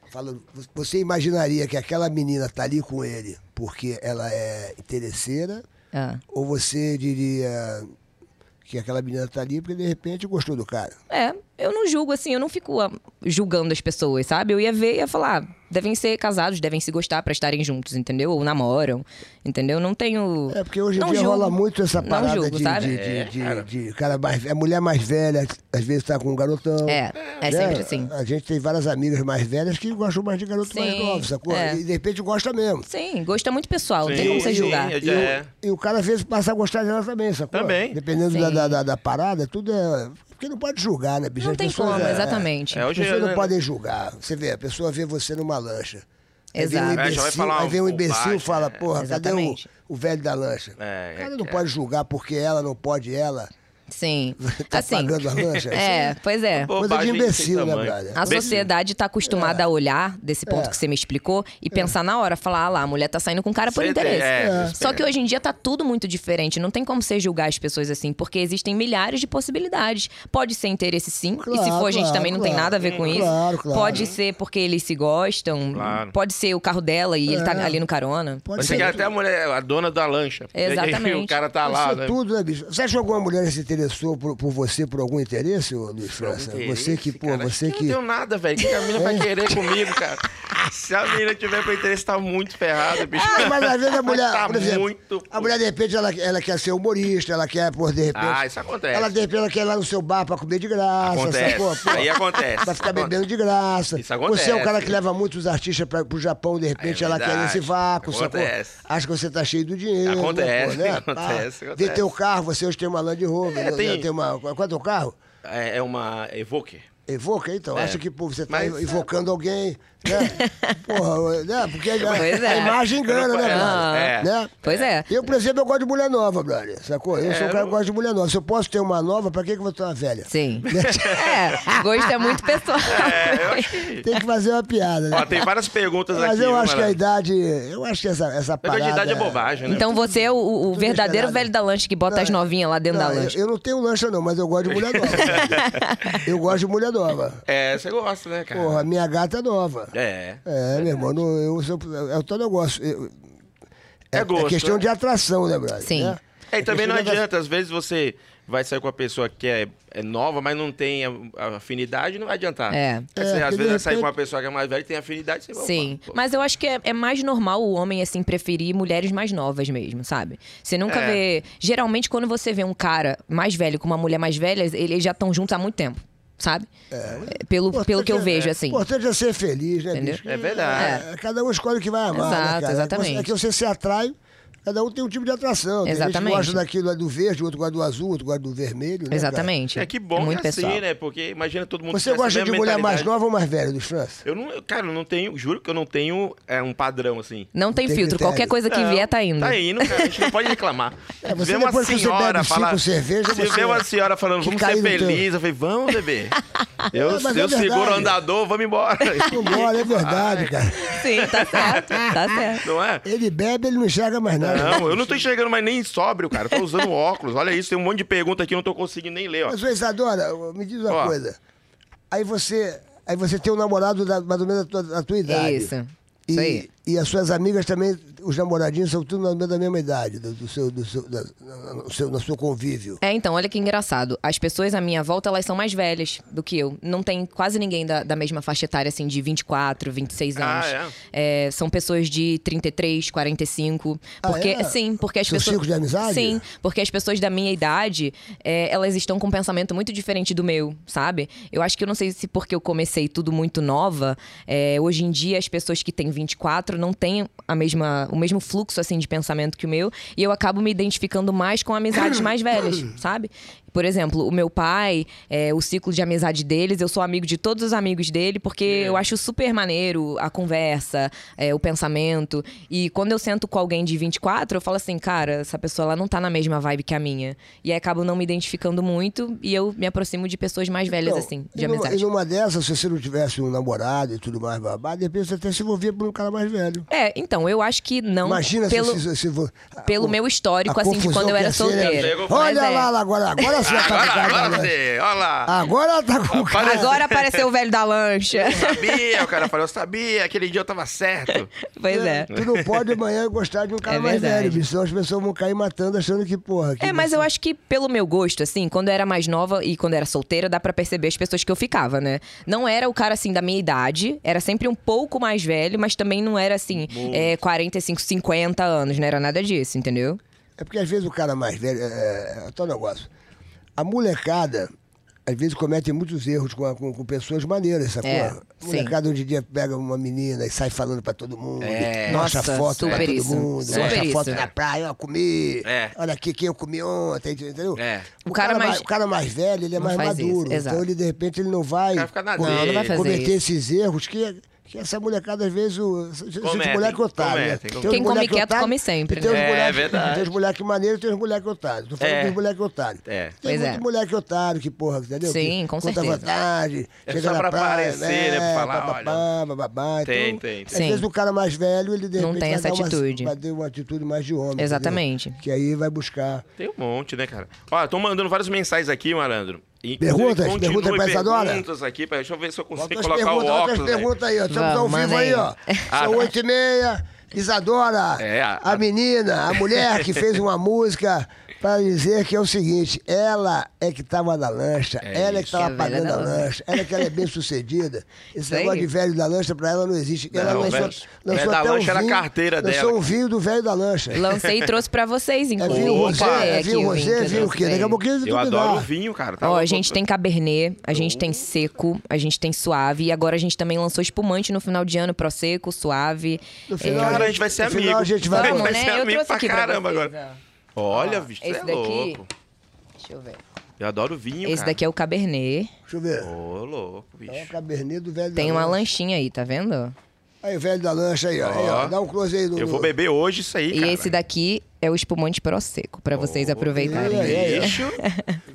Speaker 1: falando, você imaginaria que aquela menina tá ali com ele porque ela é interesseira,
Speaker 3: Ah.
Speaker 1: ou você diria que aquela menina tá ali porque de repente gostou do cara?
Speaker 3: É, eu não julgo assim, eu não fico ah, julgando as pessoas, sabe? Eu ia ver e ia falar, ah, devem ser casados, devem se gostar pra estarem juntos, entendeu? Ou namoram, entendeu? Não tenho.
Speaker 1: É, porque hoje em
Speaker 3: não
Speaker 1: dia
Speaker 3: julgo.
Speaker 1: rola muito essa
Speaker 3: Não
Speaker 1: parada
Speaker 3: julgo,
Speaker 1: de,
Speaker 3: sabe? É,
Speaker 1: de, de, de- de cara mais, é mulher mais velha, às vezes tá com um garotão.
Speaker 3: É, é sempre assim.
Speaker 1: Né? A gente tem várias amigas mais velhas que gostam mais de garoto mais
Speaker 3: Sim,
Speaker 1: novo, sacou?
Speaker 3: é.
Speaker 1: E de repente gosta mesmo.
Speaker 3: Sim, gosto é muito pessoal, não tem
Speaker 2: Sim,
Speaker 3: como você
Speaker 2: sim,
Speaker 3: julgar.
Speaker 2: eu
Speaker 1: E,
Speaker 2: já- é.
Speaker 1: o, e o cara às vezes passa a gostar dela também, sacou?
Speaker 2: Também.
Speaker 1: Dependendo
Speaker 3: Sim.
Speaker 1: da, da, da, da parada, tudo é. Porque não pode julgar, né, bicho?
Speaker 3: Não
Speaker 1: As
Speaker 3: tem
Speaker 1: pessoas,
Speaker 3: como,
Speaker 1: é,
Speaker 3: exatamente.
Speaker 2: É,
Speaker 1: As
Speaker 2: hoje
Speaker 1: pessoas não
Speaker 2: né,
Speaker 1: podem julgar. Você vê, a pessoa vê você numa lancha. Aí vem um
Speaker 3: Exato.
Speaker 2: É, já vai
Speaker 1: imbecil-
Speaker 2: falar
Speaker 1: Aí vem um
Speaker 2: um
Speaker 1: imbecil e
Speaker 2: bobagem,
Speaker 1: fala,
Speaker 2: é.
Speaker 1: porra, cadê o,
Speaker 3: Exatamente.
Speaker 1: o velho da lancha?
Speaker 2: É,
Speaker 1: o cara
Speaker 2: é
Speaker 1: não
Speaker 2: que-
Speaker 1: pode julgar porque ela não pode ela.
Speaker 3: Sim.
Speaker 1: Tá
Speaker 3: assim.
Speaker 1: pagando a lancha.
Speaker 3: É, pois é.
Speaker 1: Coisa de
Speaker 2: Bobagem sem
Speaker 1: imbecil, né,
Speaker 2: tamanho.
Speaker 1: brother?
Speaker 3: A
Speaker 2: Imbecil.
Speaker 3: sociedade tá acostumada a olhar desse ponto
Speaker 1: É.
Speaker 3: que você me explicou e pensar na hora, falar, ah lá, a mulher tá saindo com um cara por
Speaker 2: Cê tem-
Speaker 3: interesse.
Speaker 2: é,
Speaker 3: Só que hoje em dia tá tudo muito diferente, não tem como você julgar as pessoas assim, porque existem milhares de possibilidades. Pode ser interesse sim, e se
Speaker 1: Claro,
Speaker 3: for a gente
Speaker 1: claro,
Speaker 3: também não tem
Speaker 1: claro.
Speaker 3: nada a ver com
Speaker 1: Claro,
Speaker 3: isso.
Speaker 1: claro.
Speaker 3: Pode ser porque eles se gostam,
Speaker 2: Claro.
Speaker 3: pode ser o carro dela e ele tá
Speaker 1: É.
Speaker 3: ali no carona.
Speaker 1: Pode
Speaker 2: Mas
Speaker 1: ser
Speaker 2: você quer
Speaker 1: tudo.
Speaker 2: até a mulher, a dona da lancha. E aí,
Speaker 3: Exatamente.
Speaker 2: o cara tá
Speaker 1: Isso
Speaker 2: lá,
Speaker 1: é
Speaker 2: né?
Speaker 1: tudo, né, bicho? Você acha que alguma mulher se interessou por, por você por algum interesse, ô, Luiz França? Você que, pô,
Speaker 2: é um Cara,
Speaker 1: você
Speaker 2: Eu
Speaker 1: que. É.
Speaker 2: não tenho nada, velho. O que a menina vai querer comigo, cara? Se a menina tiver pra interesse, tá muito ferrado, bicho.
Speaker 1: Ah, mas às vezes a mulher.
Speaker 2: tá
Speaker 1: por exemplo,
Speaker 2: muito.
Speaker 1: A mulher, de repente, ela, ela quer ser humorista, ela quer, pô, de repente.
Speaker 2: Ah, isso acontece.
Speaker 1: Ela, de repente, ela quer ir lá no seu bar pra comer de graça,
Speaker 2: Acontece.
Speaker 1: sacou? Pô,
Speaker 2: Aí acontece.
Speaker 1: Pra ficar
Speaker 2: Aconte-
Speaker 1: bebendo de graça.
Speaker 2: Isso acontece.
Speaker 1: Você é um cara que leva muitos artistas pra, pro Japão, de repente,
Speaker 2: É
Speaker 1: ela quer
Speaker 2: verdade.
Speaker 1: esse vácuo,
Speaker 2: Acontece.
Speaker 1: sacou? Acha que você tá cheio do dinheiro.
Speaker 2: Acontece,
Speaker 1: pô, né?
Speaker 2: acontece,
Speaker 1: Pá, Vê
Speaker 2: acontece.
Speaker 1: teu carro, você hoje tem uma Land Rover,
Speaker 2: É,
Speaker 1: né?
Speaker 2: tem-
Speaker 1: tem uma. Qual é teu carro?
Speaker 2: É, é uma Evoker.
Speaker 1: Evoca, então.
Speaker 2: É.
Speaker 1: Acha que pô, você tá
Speaker 2: Mas-
Speaker 1: evocando alguém, né? Porra, né? Porque a,
Speaker 3: Pois
Speaker 1: a
Speaker 3: é.
Speaker 1: imagem engana, né,
Speaker 2: Ah,
Speaker 1: brother?
Speaker 2: é.
Speaker 1: Né?
Speaker 3: Pois é.
Speaker 1: Eu, por exemplo, eu gosto de mulher nova, brother. Sacou? Eu sou um
Speaker 2: É,
Speaker 1: cara que
Speaker 2: eu-
Speaker 1: gosta de mulher nova. Se eu posso ter uma nova, pra que que eu vou ter uma velha?
Speaker 3: Sim. é, gosto é muito pessoal.
Speaker 2: É, eu acho que.
Speaker 1: Tem que fazer uma piada, né?
Speaker 2: Ó, tem várias perguntas
Speaker 1: Mas
Speaker 2: aqui.
Speaker 1: eu
Speaker 2: viu,
Speaker 1: acho que a
Speaker 2: Mara?
Speaker 1: idade. Eu acho que essa, essa
Speaker 2: Mas
Speaker 1: parada.
Speaker 2: a idade é bobagem, né?
Speaker 3: Então você é o, o verdadeiro
Speaker 1: misturado.
Speaker 3: velho da lanche que bota
Speaker 1: Não, é.
Speaker 3: as novinhas lá dentro
Speaker 1: Não,
Speaker 3: da
Speaker 1: eu-
Speaker 3: lanche.
Speaker 1: Eu, não tenho lancha, não, mas eu gosto de mulher nova. brother. eu gosto de mulher nova.
Speaker 2: É, você gosta, né, cara?
Speaker 1: Porra, minha gata é nova.
Speaker 2: É.
Speaker 1: É, meu irmão, não- eu, sou- é o teu negócio. Eu-
Speaker 2: É gosto,
Speaker 1: questão
Speaker 2: né?
Speaker 1: de atração, né, brother?
Speaker 3: Sim.
Speaker 1: Né?
Speaker 2: É, e também
Speaker 1: questão
Speaker 2: não
Speaker 1: de atração.
Speaker 2: adianta, às vezes você vai sair com a pessoa que é, é nova, mas não tem a, a afinidade, não vai adiantar.
Speaker 3: É.
Speaker 2: Aí você,
Speaker 1: É,
Speaker 2: às
Speaker 1: porque de
Speaker 2: vezes vai sair
Speaker 1: repente-
Speaker 2: com uma pessoa que é mais velha e tem afinidade, você vai.
Speaker 3: Sim,
Speaker 2: opa, pô.
Speaker 3: mas eu acho que é, é mais normal o homem, assim, preferir mulheres mais novas mesmo, sabe? Você nunca
Speaker 2: É.
Speaker 3: vê... Geralmente, quando você vê um cara mais velho com uma mulher mais velha, eles já estão juntos há muito tempo, sabe? É, pelo, pelo que eu
Speaker 1: Importante é-
Speaker 3: vejo, assim.
Speaker 1: O importante é ser feliz, né,
Speaker 3: Entendeu?
Speaker 1: bicho?
Speaker 2: É verdade.
Speaker 1: É, Cada um escolhe o que vai amar, né,
Speaker 3: Exato,
Speaker 1: cara?
Speaker 3: exatamente.
Speaker 1: É que você se atrai. Cada um tem um tipo de atração. Tem gente
Speaker 3: Exatamente.
Speaker 1: que gosta daquilo lá do verde, outro gosta do azul, outro gosta do vermelho. né, cara?
Speaker 3: Exatamente.
Speaker 2: É que bom
Speaker 3: muito
Speaker 2: que é assim,
Speaker 3: pessoal.
Speaker 2: né? Porque imagina todo mundo
Speaker 1: Você
Speaker 2: tivesse a
Speaker 1: gosta de
Speaker 2: mesma
Speaker 1: mulher mais
Speaker 2: mentalidade.
Speaker 1: nova ou mais velha, dos França?
Speaker 2: Eu não, eu- cara, eu não tenho, juro que eu não tenho é, um padrão assim.
Speaker 3: Não tem,
Speaker 1: Tem
Speaker 3: filtro.
Speaker 1: critério.
Speaker 3: Qualquer coisa que
Speaker 2: Não,
Speaker 3: vier tá indo.
Speaker 2: Tá indo, cara. A gente não pode reclamar.
Speaker 1: É, você
Speaker 2: Vê uma
Speaker 1: depois que você
Speaker 2: senhora
Speaker 1: bebe cinco
Speaker 2: falar-
Speaker 1: cervejas,
Speaker 2: Você
Speaker 1: você-
Speaker 2: vê uma senhora falando,
Speaker 1: que
Speaker 2: vamos
Speaker 1: cai
Speaker 2: ser
Speaker 1: no teu-
Speaker 2: feliz. Eu falei, vamos, bebê. Eu,
Speaker 1: É, mas é
Speaker 2: eu seguro o
Speaker 1: verdade.
Speaker 2: andador, vamos embora.
Speaker 1: Vambora, é verdade,
Speaker 2: Ai,
Speaker 1: cara.
Speaker 3: Sim, tá certo. Tá certo.
Speaker 2: Não é?
Speaker 1: Ele bebe, ele não enxerga mais nada.
Speaker 2: Não, eu não tô enxergando mais nem sóbrio, cara. Eu tô usando óculos. Olha isso, tem um monte de pergunta aqui, eu não tô conseguindo nem ler, ó.
Speaker 1: Mas, ô Isadora, me diz uma
Speaker 2: Ó.
Speaker 1: coisa. Aí você, aí você tem um namorado da, mais ou menos da tua, da tua idade.
Speaker 3: Isso.
Speaker 1: E,
Speaker 3: Isso aí.
Speaker 1: e as suas amigas também, os namoradinhos são tudo na- da mesma idade, do, do seu, do seu, da, na- no seu, no seu convívio.
Speaker 3: É, então, olha que engraçado. As pessoas à minha volta, elas são mais velhas do que eu. Não tem quase ninguém da, da mesma faixa etária, assim, de 24, 26
Speaker 2: Ah,
Speaker 3: anos. É, são pessoas de 33, 45.
Speaker 1: Ah,
Speaker 3: Porque,
Speaker 1: é?
Speaker 3: Sim, porque as
Speaker 1: Seu
Speaker 3: pessoas...
Speaker 1: círculo de amizade?
Speaker 3: Sim, porque as pessoas da minha idade, é, elas estão com um pensamento muito diferente do meu, sabe? Eu acho que eu não sei se porque eu comecei tudo muito nova, é, hoje em dia as pessoas que têm 24 não têm a mesma, o mesmo fluxo assim de pensamento que o meu, e eu acabo me identificando mais com amizades mais velhas, sabe? Por exemplo, o meu pai, é, o ciclo de amizade deles, eu sou amigo de todos os amigos dele, porque
Speaker 1: É.
Speaker 3: eu acho super maneiro a conversa, é, o pensamento. E quando eu sento com alguém de 24, eu falo assim, cara, essa pessoa ela não tá na mesma vibe que a minha. E aí acabo não me identificando muito e eu me aproximo de pessoas mais velhas,
Speaker 1: Então,
Speaker 3: assim, de
Speaker 1: e numa-
Speaker 3: amizade.
Speaker 1: E numa dessas, se você não tivesse um namorado e tudo mais, babado, de repente você até se envolvia por um cara mais velho.
Speaker 3: É, então, eu acho que não.
Speaker 1: Imagina
Speaker 3: pelo,
Speaker 1: se, se, se vo-
Speaker 3: pelo
Speaker 1: a-
Speaker 3: meu histórico,
Speaker 1: a
Speaker 3: assim, de
Speaker 1: confusão
Speaker 3: quando eu
Speaker 1: que
Speaker 3: era
Speaker 1: ia ser, né?
Speaker 3: solteira.
Speaker 2: Chegou-
Speaker 3: Mas
Speaker 1: Olha
Speaker 3: é.
Speaker 1: lá, lá, agora, agora você já tá com o
Speaker 2: Ah, Agora,
Speaker 1: cara. da
Speaker 2: agora
Speaker 1: lancha.
Speaker 2: você, olha lá.
Speaker 1: Agora tá com o cara.
Speaker 2: Parece-
Speaker 3: Agora apareceu o velho da lancha.
Speaker 2: Sabia, o cara falou, eu sabia, aquele dia eu tava certo.
Speaker 3: pois é.
Speaker 1: Tu não pode amanhã gostar de um cara
Speaker 3: É
Speaker 1: mais
Speaker 3: verdade.
Speaker 1: velho, bicho. Senão as pessoas vão cair matando achando que, porra. que
Speaker 3: É, mas
Speaker 1: você-
Speaker 3: eu acho que pelo meu gosto, assim, quando eu era mais nova e quando eu era solteira, dá pra perceber as pessoas que eu ficava, né? Não era o cara, assim, da minha idade, era sempre um pouco mais velho, mas também não era, assim, é, 45, 50 anos, não era nada disso, entendeu?
Speaker 1: É porque às vezes o cara mais velho. É, é, é tal negócio. A molecada, às vezes, comete muitos erros com, a- com, com pessoas maneiras, sacou?
Speaker 3: É,
Speaker 1: a
Speaker 3: sim.
Speaker 1: molecada hoje em dia pega uma menina e sai falando pra todo mundo.
Speaker 2: É.
Speaker 1: Mostra
Speaker 3: Nossa,
Speaker 1: foto pra
Speaker 3: super
Speaker 1: todo
Speaker 3: isso,
Speaker 1: mundo.
Speaker 3: super
Speaker 1: mostra
Speaker 3: isso.
Speaker 1: foto na praia, ó, comi.
Speaker 2: É.
Speaker 1: Olha aqui quem eu comi ontem, entendeu?
Speaker 2: É.
Speaker 1: O,
Speaker 3: O
Speaker 1: cara,
Speaker 3: cara mais-
Speaker 1: mais, o cara mais velho, ele é
Speaker 3: Não
Speaker 1: mais
Speaker 3: faz isso,
Speaker 1: maduro.
Speaker 3: exato.
Speaker 1: então ele, de repente, ele não vai.
Speaker 2: O cara fica na
Speaker 1: com-
Speaker 2: dele. Não, não vai
Speaker 3: fazer
Speaker 1: cometer
Speaker 3: isso.
Speaker 1: esses erros que. que essa molecada, às vezes, o. Gente,
Speaker 2: Cometem,
Speaker 1: moleque otário. né? Tem
Speaker 2: cometem,
Speaker 1: uns
Speaker 2: cometem.
Speaker 3: Quem come
Speaker 1: moleque
Speaker 3: quieto,
Speaker 1: otário
Speaker 3: come sempre,
Speaker 1: e tem uns
Speaker 2: né? É,
Speaker 1: moleque-
Speaker 2: verdade.
Speaker 1: Tem os moleque maneiro e tem os moleque otário. Tô falando
Speaker 2: É.
Speaker 1: dos moleque otário.
Speaker 2: É.
Speaker 1: Tem
Speaker 3: Pois
Speaker 1: muito
Speaker 3: é.
Speaker 1: moleque otário que, porra, entendeu?
Speaker 3: Sim,
Speaker 1: que
Speaker 3: com
Speaker 1: conta
Speaker 3: certeza.
Speaker 1: vantagem.
Speaker 2: É
Speaker 1: chega
Speaker 2: só
Speaker 1: na
Speaker 2: pra
Speaker 1: praia,
Speaker 2: aparecer, né, pra falar,
Speaker 1: bababá, bababá.
Speaker 2: Tem,
Speaker 1: então,
Speaker 2: tem, tem.
Speaker 1: Às
Speaker 3: Sim.
Speaker 1: vezes o cara mais velho, ele de
Speaker 3: Não
Speaker 1: repente
Speaker 3: tem
Speaker 1: vai
Speaker 3: essa
Speaker 1: dar uma-
Speaker 3: atitude.
Speaker 1: Vai ter uma atitude mais de homem. entendeu?
Speaker 3: Exatamente.
Speaker 1: Que aí vai buscar.
Speaker 2: Tem um monte, né, cara? Ó, eu tô mandando várias mensagens aqui, malandro. E
Speaker 1: Perguntas?
Speaker 2: continue
Speaker 1: Perguntas pra Isadora?
Speaker 2: perguntas aqui, pera, deixa eu ver se eu consigo
Speaker 1: Bota as
Speaker 2: colocar o
Speaker 1: perguntas, bota as
Speaker 2: óculos. né? velho.
Speaker 1: perguntas aí, ó. Estamos
Speaker 3: Vamos,
Speaker 1: ao
Speaker 3: manda
Speaker 1: vivo aí,
Speaker 3: aí.
Speaker 1: ó.
Speaker 2: Ah,
Speaker 1: São
Speaker 2: tá.
Speaker 1: oito e meia. Isadora,
Speaker 2: É,
Speaker 1: a,
Speaker 2: a-
Speaker 1: menina, a mulher que fez uma música para dizer que é o seguinte, ela é que estava na lancha,
Speaker 2: É
Speaker 1: ela é que
Speaker 2: isso.
Speaker 1: estava
Speaker 3: É a velha
Speaker 1: pagando a
Speaker 3: da lancha.
Speaker 1: lancha, ela é que ela é bem sucedida. Esse
Speaker 3: Isso aí.
Speaker 1: negócio de velho da lancha para ela não existe. Ela
Speaker 2: Não,
Speaker 1: lançou,
Speaker 2: velho-
Speaker 1: lançou
Speaker 2: velho da
Speaker 1: até um
Speaker 2: lancha era a
Speaker 1: vinho-
Speaker 2: carteira
Speaker 1: lançou
Speaker 2: dela.
Speaker 1: um vinho do velho da lancha.
Speaker 3: Lancei e trouxe pra vocês,
Speaker 1: É
Speaker 3: inclusive.
Speaker 1: vinho rosé,
Speaker 3: Opa,
Speaker 1: é
Speaker 3: aqui
Speaker 1: vinho
Speaker 3: o vinho
Speaker 1: rosé,
Speaker 3: que
Speaker 1: é vinho
Speaker 3: eu
Speaker 1: o quê?
Speaker 3: trouxe.
Speaker 1: Daqui a pouquinho
Speaker 2: Eu
Speaker 1: tu me dá.
Speaker 2: adoro o vinho, cara. tá
Speaker 3: Ó, a
Speaker 2: louco?
Speaker 3: gente tem Cabernet, a gente tem Seco, a gente tem Suave e agora a gente também lançou espumante no final de ano, Prosecco, Suave. É,
Speaker 1: No final,
Speaker 2: Cara, a gente vai ser
Speaker 1: No final
Speaker 2: amigo.
Speaker 1: a gente vai-
Speaker 3: Vamos,
Speaker 2: vai
Speaker 3: né?
Speaker 2: ser
Speaker 3: Eu
Speaker 2: amigo
Speaker 3: trouxe
Speaker 2: pra
Speaker 3: aqui pra
Speaker 2: caramba
Speaker 3: vocês, né?
Speaker 2: agora. Olha,
Speaker 3: Ó,
Speaker 2: bicho,
Speaker 3: esse
Speaker 2: você é
Speaker 3: daqui-
Speaker 2: louco.
Speaker 3: Deixa eu ver.
Speaker 2: Eu adoro vinho,
Speaker 3: Esse Então,
Speaker 2: cara.
Speaker 3: daqui é o Cabernet.
Speaker 1: Deixa eu ver.
Speaker 2: Ô, louco,
Speaker 1: É o
Speaker 2: bicho.
Speaker 1: cabernet do velho
Speaker 3: Tem
Speaker 1: da
Speaker 3: uma
Speaker 1: lancha.
Speaker 3: lanchinha aí, tá vendo?
Speaker 1: Aí, velho da lancha aí, ó. Aí, ó.
Speaker 2: Ó.
Speaker 1: Dá um close aí no.
Speaker 2: Eu
Speaker 1: no-
Speaker 2: vou beber hoje isso aí,
Speaker 3: E
Speaker 2: cara. Oh,
Speaker 3: esse daqui é o espumante prosecco, pra vocês aproveitarem.
Speaker 1: Ei, ei, ei.
Speaker 2: Bicho,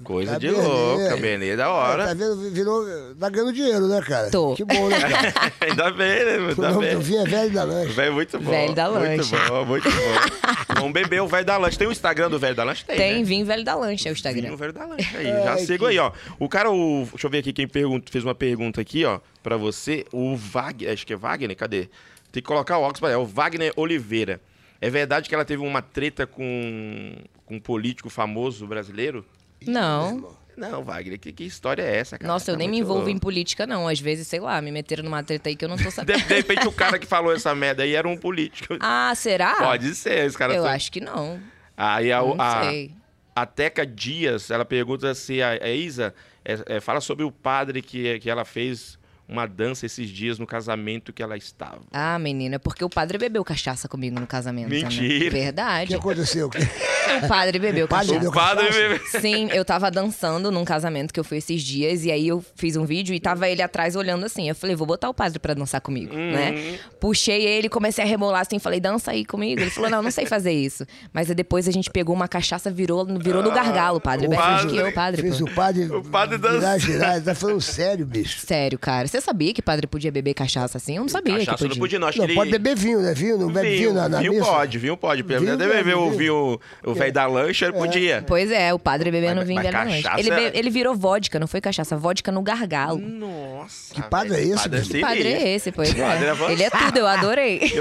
Speaker 2: coisa de
Speaker 1: Cabernet.
Speaker 2: louco, Cabernet, da
Speaker 1: Tá
Speaker 2: hora.
Speaker 1: vendo? Virou. Tá ganhando dinheiro, né, cara?
Speaker 3: Tô.
Speaker 1: Que bom, né, cara?
Speaker 2: Ainda bem, né?
Speaker 1: o
Speaker 2: Ainda
Speaker 1: nome do
Speaker 2: bem.
Speaker 1: vinho é velho da lancha.
Speaker 2: Velho, muito bom.
Speaker 3: Velho da lancha.
Speaker 2: Muito bom, muito bom. Vamos beber o velho da lancha. Tem o Instagram do velho da lancha? Tem.
Speaker 3: Tem
Speaker 2: né?
Speaker 3: vinho velho da lancha, é o
Speaker 2: Vinho
Speaker 3: Instagram.
Speaker 2: velho da lancha aí.
Speaker 1: Ai,
Speaker 2: Já sigo
Speaker 1: que-
Speaker 2: aí, ó. O cara, o... deixa eu ver aqui quem pergunta, fez uma pergunta aqui, ó, pra você. O Wagner, acho que é Wagner, cadê? Tem que colocar o óculos pra É o Wagner Oliveira. É verdade que ela teve uma treta com, com um político famoso brasileiro?
Speaker 3: Não.
Speaker 2: Não, Wagner, que, que história é essa, cara?
Speaker 3: Nossa, eu
Speaker 2: Tá
Speaker 3: nem me
Speaker 2: muito
Speaker 3: envolvo em
Speaker 2: louco.
Speaker 3: política, não. Às vezes, sei lá, me meteram numa treta aí que eu não tô
Speaker 2: de,
Speaker 3: sabendo.
Speaker 2: de repente o cara que falou essa merda aí era um político.
Speaker 3: Ah, será?
Speaker 2: Pode ser, esse cara.
Speaker 3: Eu
Speaker 2: tão-
Speaker 3: acho que não.
Speaker 2: Aí a,
Speaker 3: Não
Speaker 2: a-
Speaker 3: sei.
Speaker 2: a Teca assim, Dias, ela pergunta se a, a Isa é- é, fala sobre o padre que, que ela fez uma dança esses dias no casamento que ela estava.
Speaker 3: Ah, menina, porque o padre bebeu cachaça comigo no casamento. né?
Speaker 2: Mentira.
Speaker 1: O que
Speaker 3: Verdade.
Speaker 1: aconteceu?
Speaker 3: O padre bebeu
Speaker 1: padre
Speaker 3: cachaça.
Speaker 1: bebeu
Speaker 2: O padre
Speaker 1: cachaça?
Speaker 2: bebeu-
Speaker 3: Sim, eu tava dançando num casamento que eu fui esses dias, e aí eu fiz um vídeo e tava ele atrás olhando assim. Eu falei, vou botar o padre pra dançar comigo,
Speaker 2: Uhum.
Speaker 3: né? Puxei ele, comecei a rebolar assim, falei, dança aí comigo. Ele falou, não, não sei fazer isso. Mas aí depois a gente pegou uma cachaça, virou, virou no gargalo, padre.
Speaker 2: Ah, o
Speaker 3: Bem mais que
Speaker 2: padre-
Speaker 3: eu, padre.
Speaker 1: Fez
Speaker 3: Pô.
Speaker 1: o padre.
Speaker 2: O padre
Speaker 1: virar,
Speaker 2: dançando.
Speaker 1: girar. Ele tá falando sério, bicho.
Speaker 3: Sério, cara. Você sabia que padre podia beber cachaça assim? Eu não sabia que
Speaker 2: Cachaça
Speaker 3: podia.
Speaker 2: não podia, não. Acho
Speaker 1: Não,
Speaker 2: que ele...
Speaker 1: pode beber vinho, né? Vinho, não bebe vinho, na, na
Speaker 2: vinho
Speaker 1: missa?
Speaker 2: pode, vinho pode. Vinho,
Speaker 1: Vinho
Speaker 2: Até beber o
Speaker 1: bebe,
Speaker 2: vinho, o velho da lancha, ele podia.
Speaker 3: Pois é, o padre bebendo
Speaker 2: Mas-
Speaker 3: vinho
Speaker 2: mas
Speaker 3: dela noite.
Speaker 2: cachaça- é-
Speaker 3: Ele, be- ele virou vodka, não foi cachaça, vodka no gargalo.
Speaker 2: Nossa.
Speaker 1: Que padre
Speaker 2: velho,
Speaker 1: é esse, bicho?
Speaker 3: Que padre é esse, pois
Speaker 2: O padre é
Speaker 3: é.
Speaker 2: avançado.
Speaker 3: Ele é tudo, eu adorei.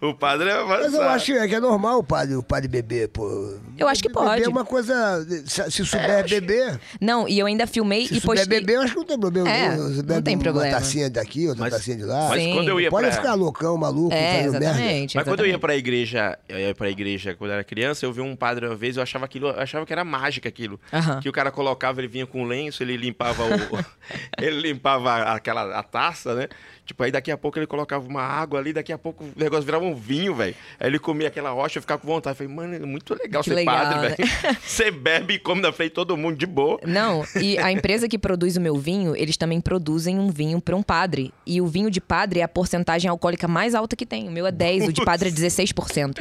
Speaker 2: o padre é avançado.
Speaker 1: Mas eu acho que é normal o padre, o padre beber, pô.
Speaker 3: Eu acho que pode.
Speaker 1: Beber é uma coisa. Se, se souber beber.
Speaker 3: Não, e eu ainda filmei
Speaker 1: Se
Speaker 3: e
Speaker 1: souber
Speaker 3: postei.
Speaker 1: beber, eu acho que não tem problema.
Speaker 3: É,
Speaker 1: nenhum. Se
Speaker 3: não
Speaker 1: bebe
Speaker 3: tem problema.
Speaker 1: Uma tacinha daqui, outra
Speaker 2: Mas-
Speaker 1: tacinha de lá.
Speaker 2: Mas
Speaker 3: Sim.
Speaker 2: quando eu ia
Speaker 1: Pode
Speaker 2: pra...
Speaker 1: ficar loucão, maluco,
Speaker 3: É,
Speaker 1: fazendo merda.
Speaker 3: exatamente.
Speaker 2: Mas quando eu ia
Speaker 3: exatamente.
Speaker 2: pra igreja, eu ia pra igreja quando eu era criança, eu vi um padre uma vez, eu achava aquilo, eu achava que era mágica aquilo.
Speaker 3: Aham.
Speaker 2: Que o cara colocava, ele vinha com um lenço, ele limpava o. ele limpava aquela a taça, né? Tipo, aí daqui a pouco ele colocava uma água ali, daqui a pouco o negócio virava um vinho, velho. Aí ele comia aquela rocha, eu ficava com vontade. Eu falei, mano, é muito legal
Speaker 3: Que
Speaker 2: ser
Speaker 3: legal,
Speaker 2: padre,
Speaker 3: né?
Speaker 2: velho. Você bebe e come na frente de todo mundo de boa.
Speaker 3: Não, e a empresa que produz o meu vinho, eles também produzem um vinho pra um padre. E o vinho de padre é a porcentagem alcoólica mais alta que tem. O meu é 10, o de padre é 16%.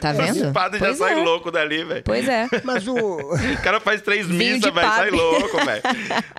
Speaker 3: Tá vendo?
Speaker 2: O padre
Speaker 3: pois
Speaker 2: já sai
Speaker 3: é.
Speaker 2: louco dali, velho.
Speaker 3: Pois é.
Speaker 1: Mas o.
Speaker 2: O cara faz três
Speaker 3: Vinho de
Speaker 2: missas, velho. Sai
Speaker 3: padre.
Speaker 2: louco, velho.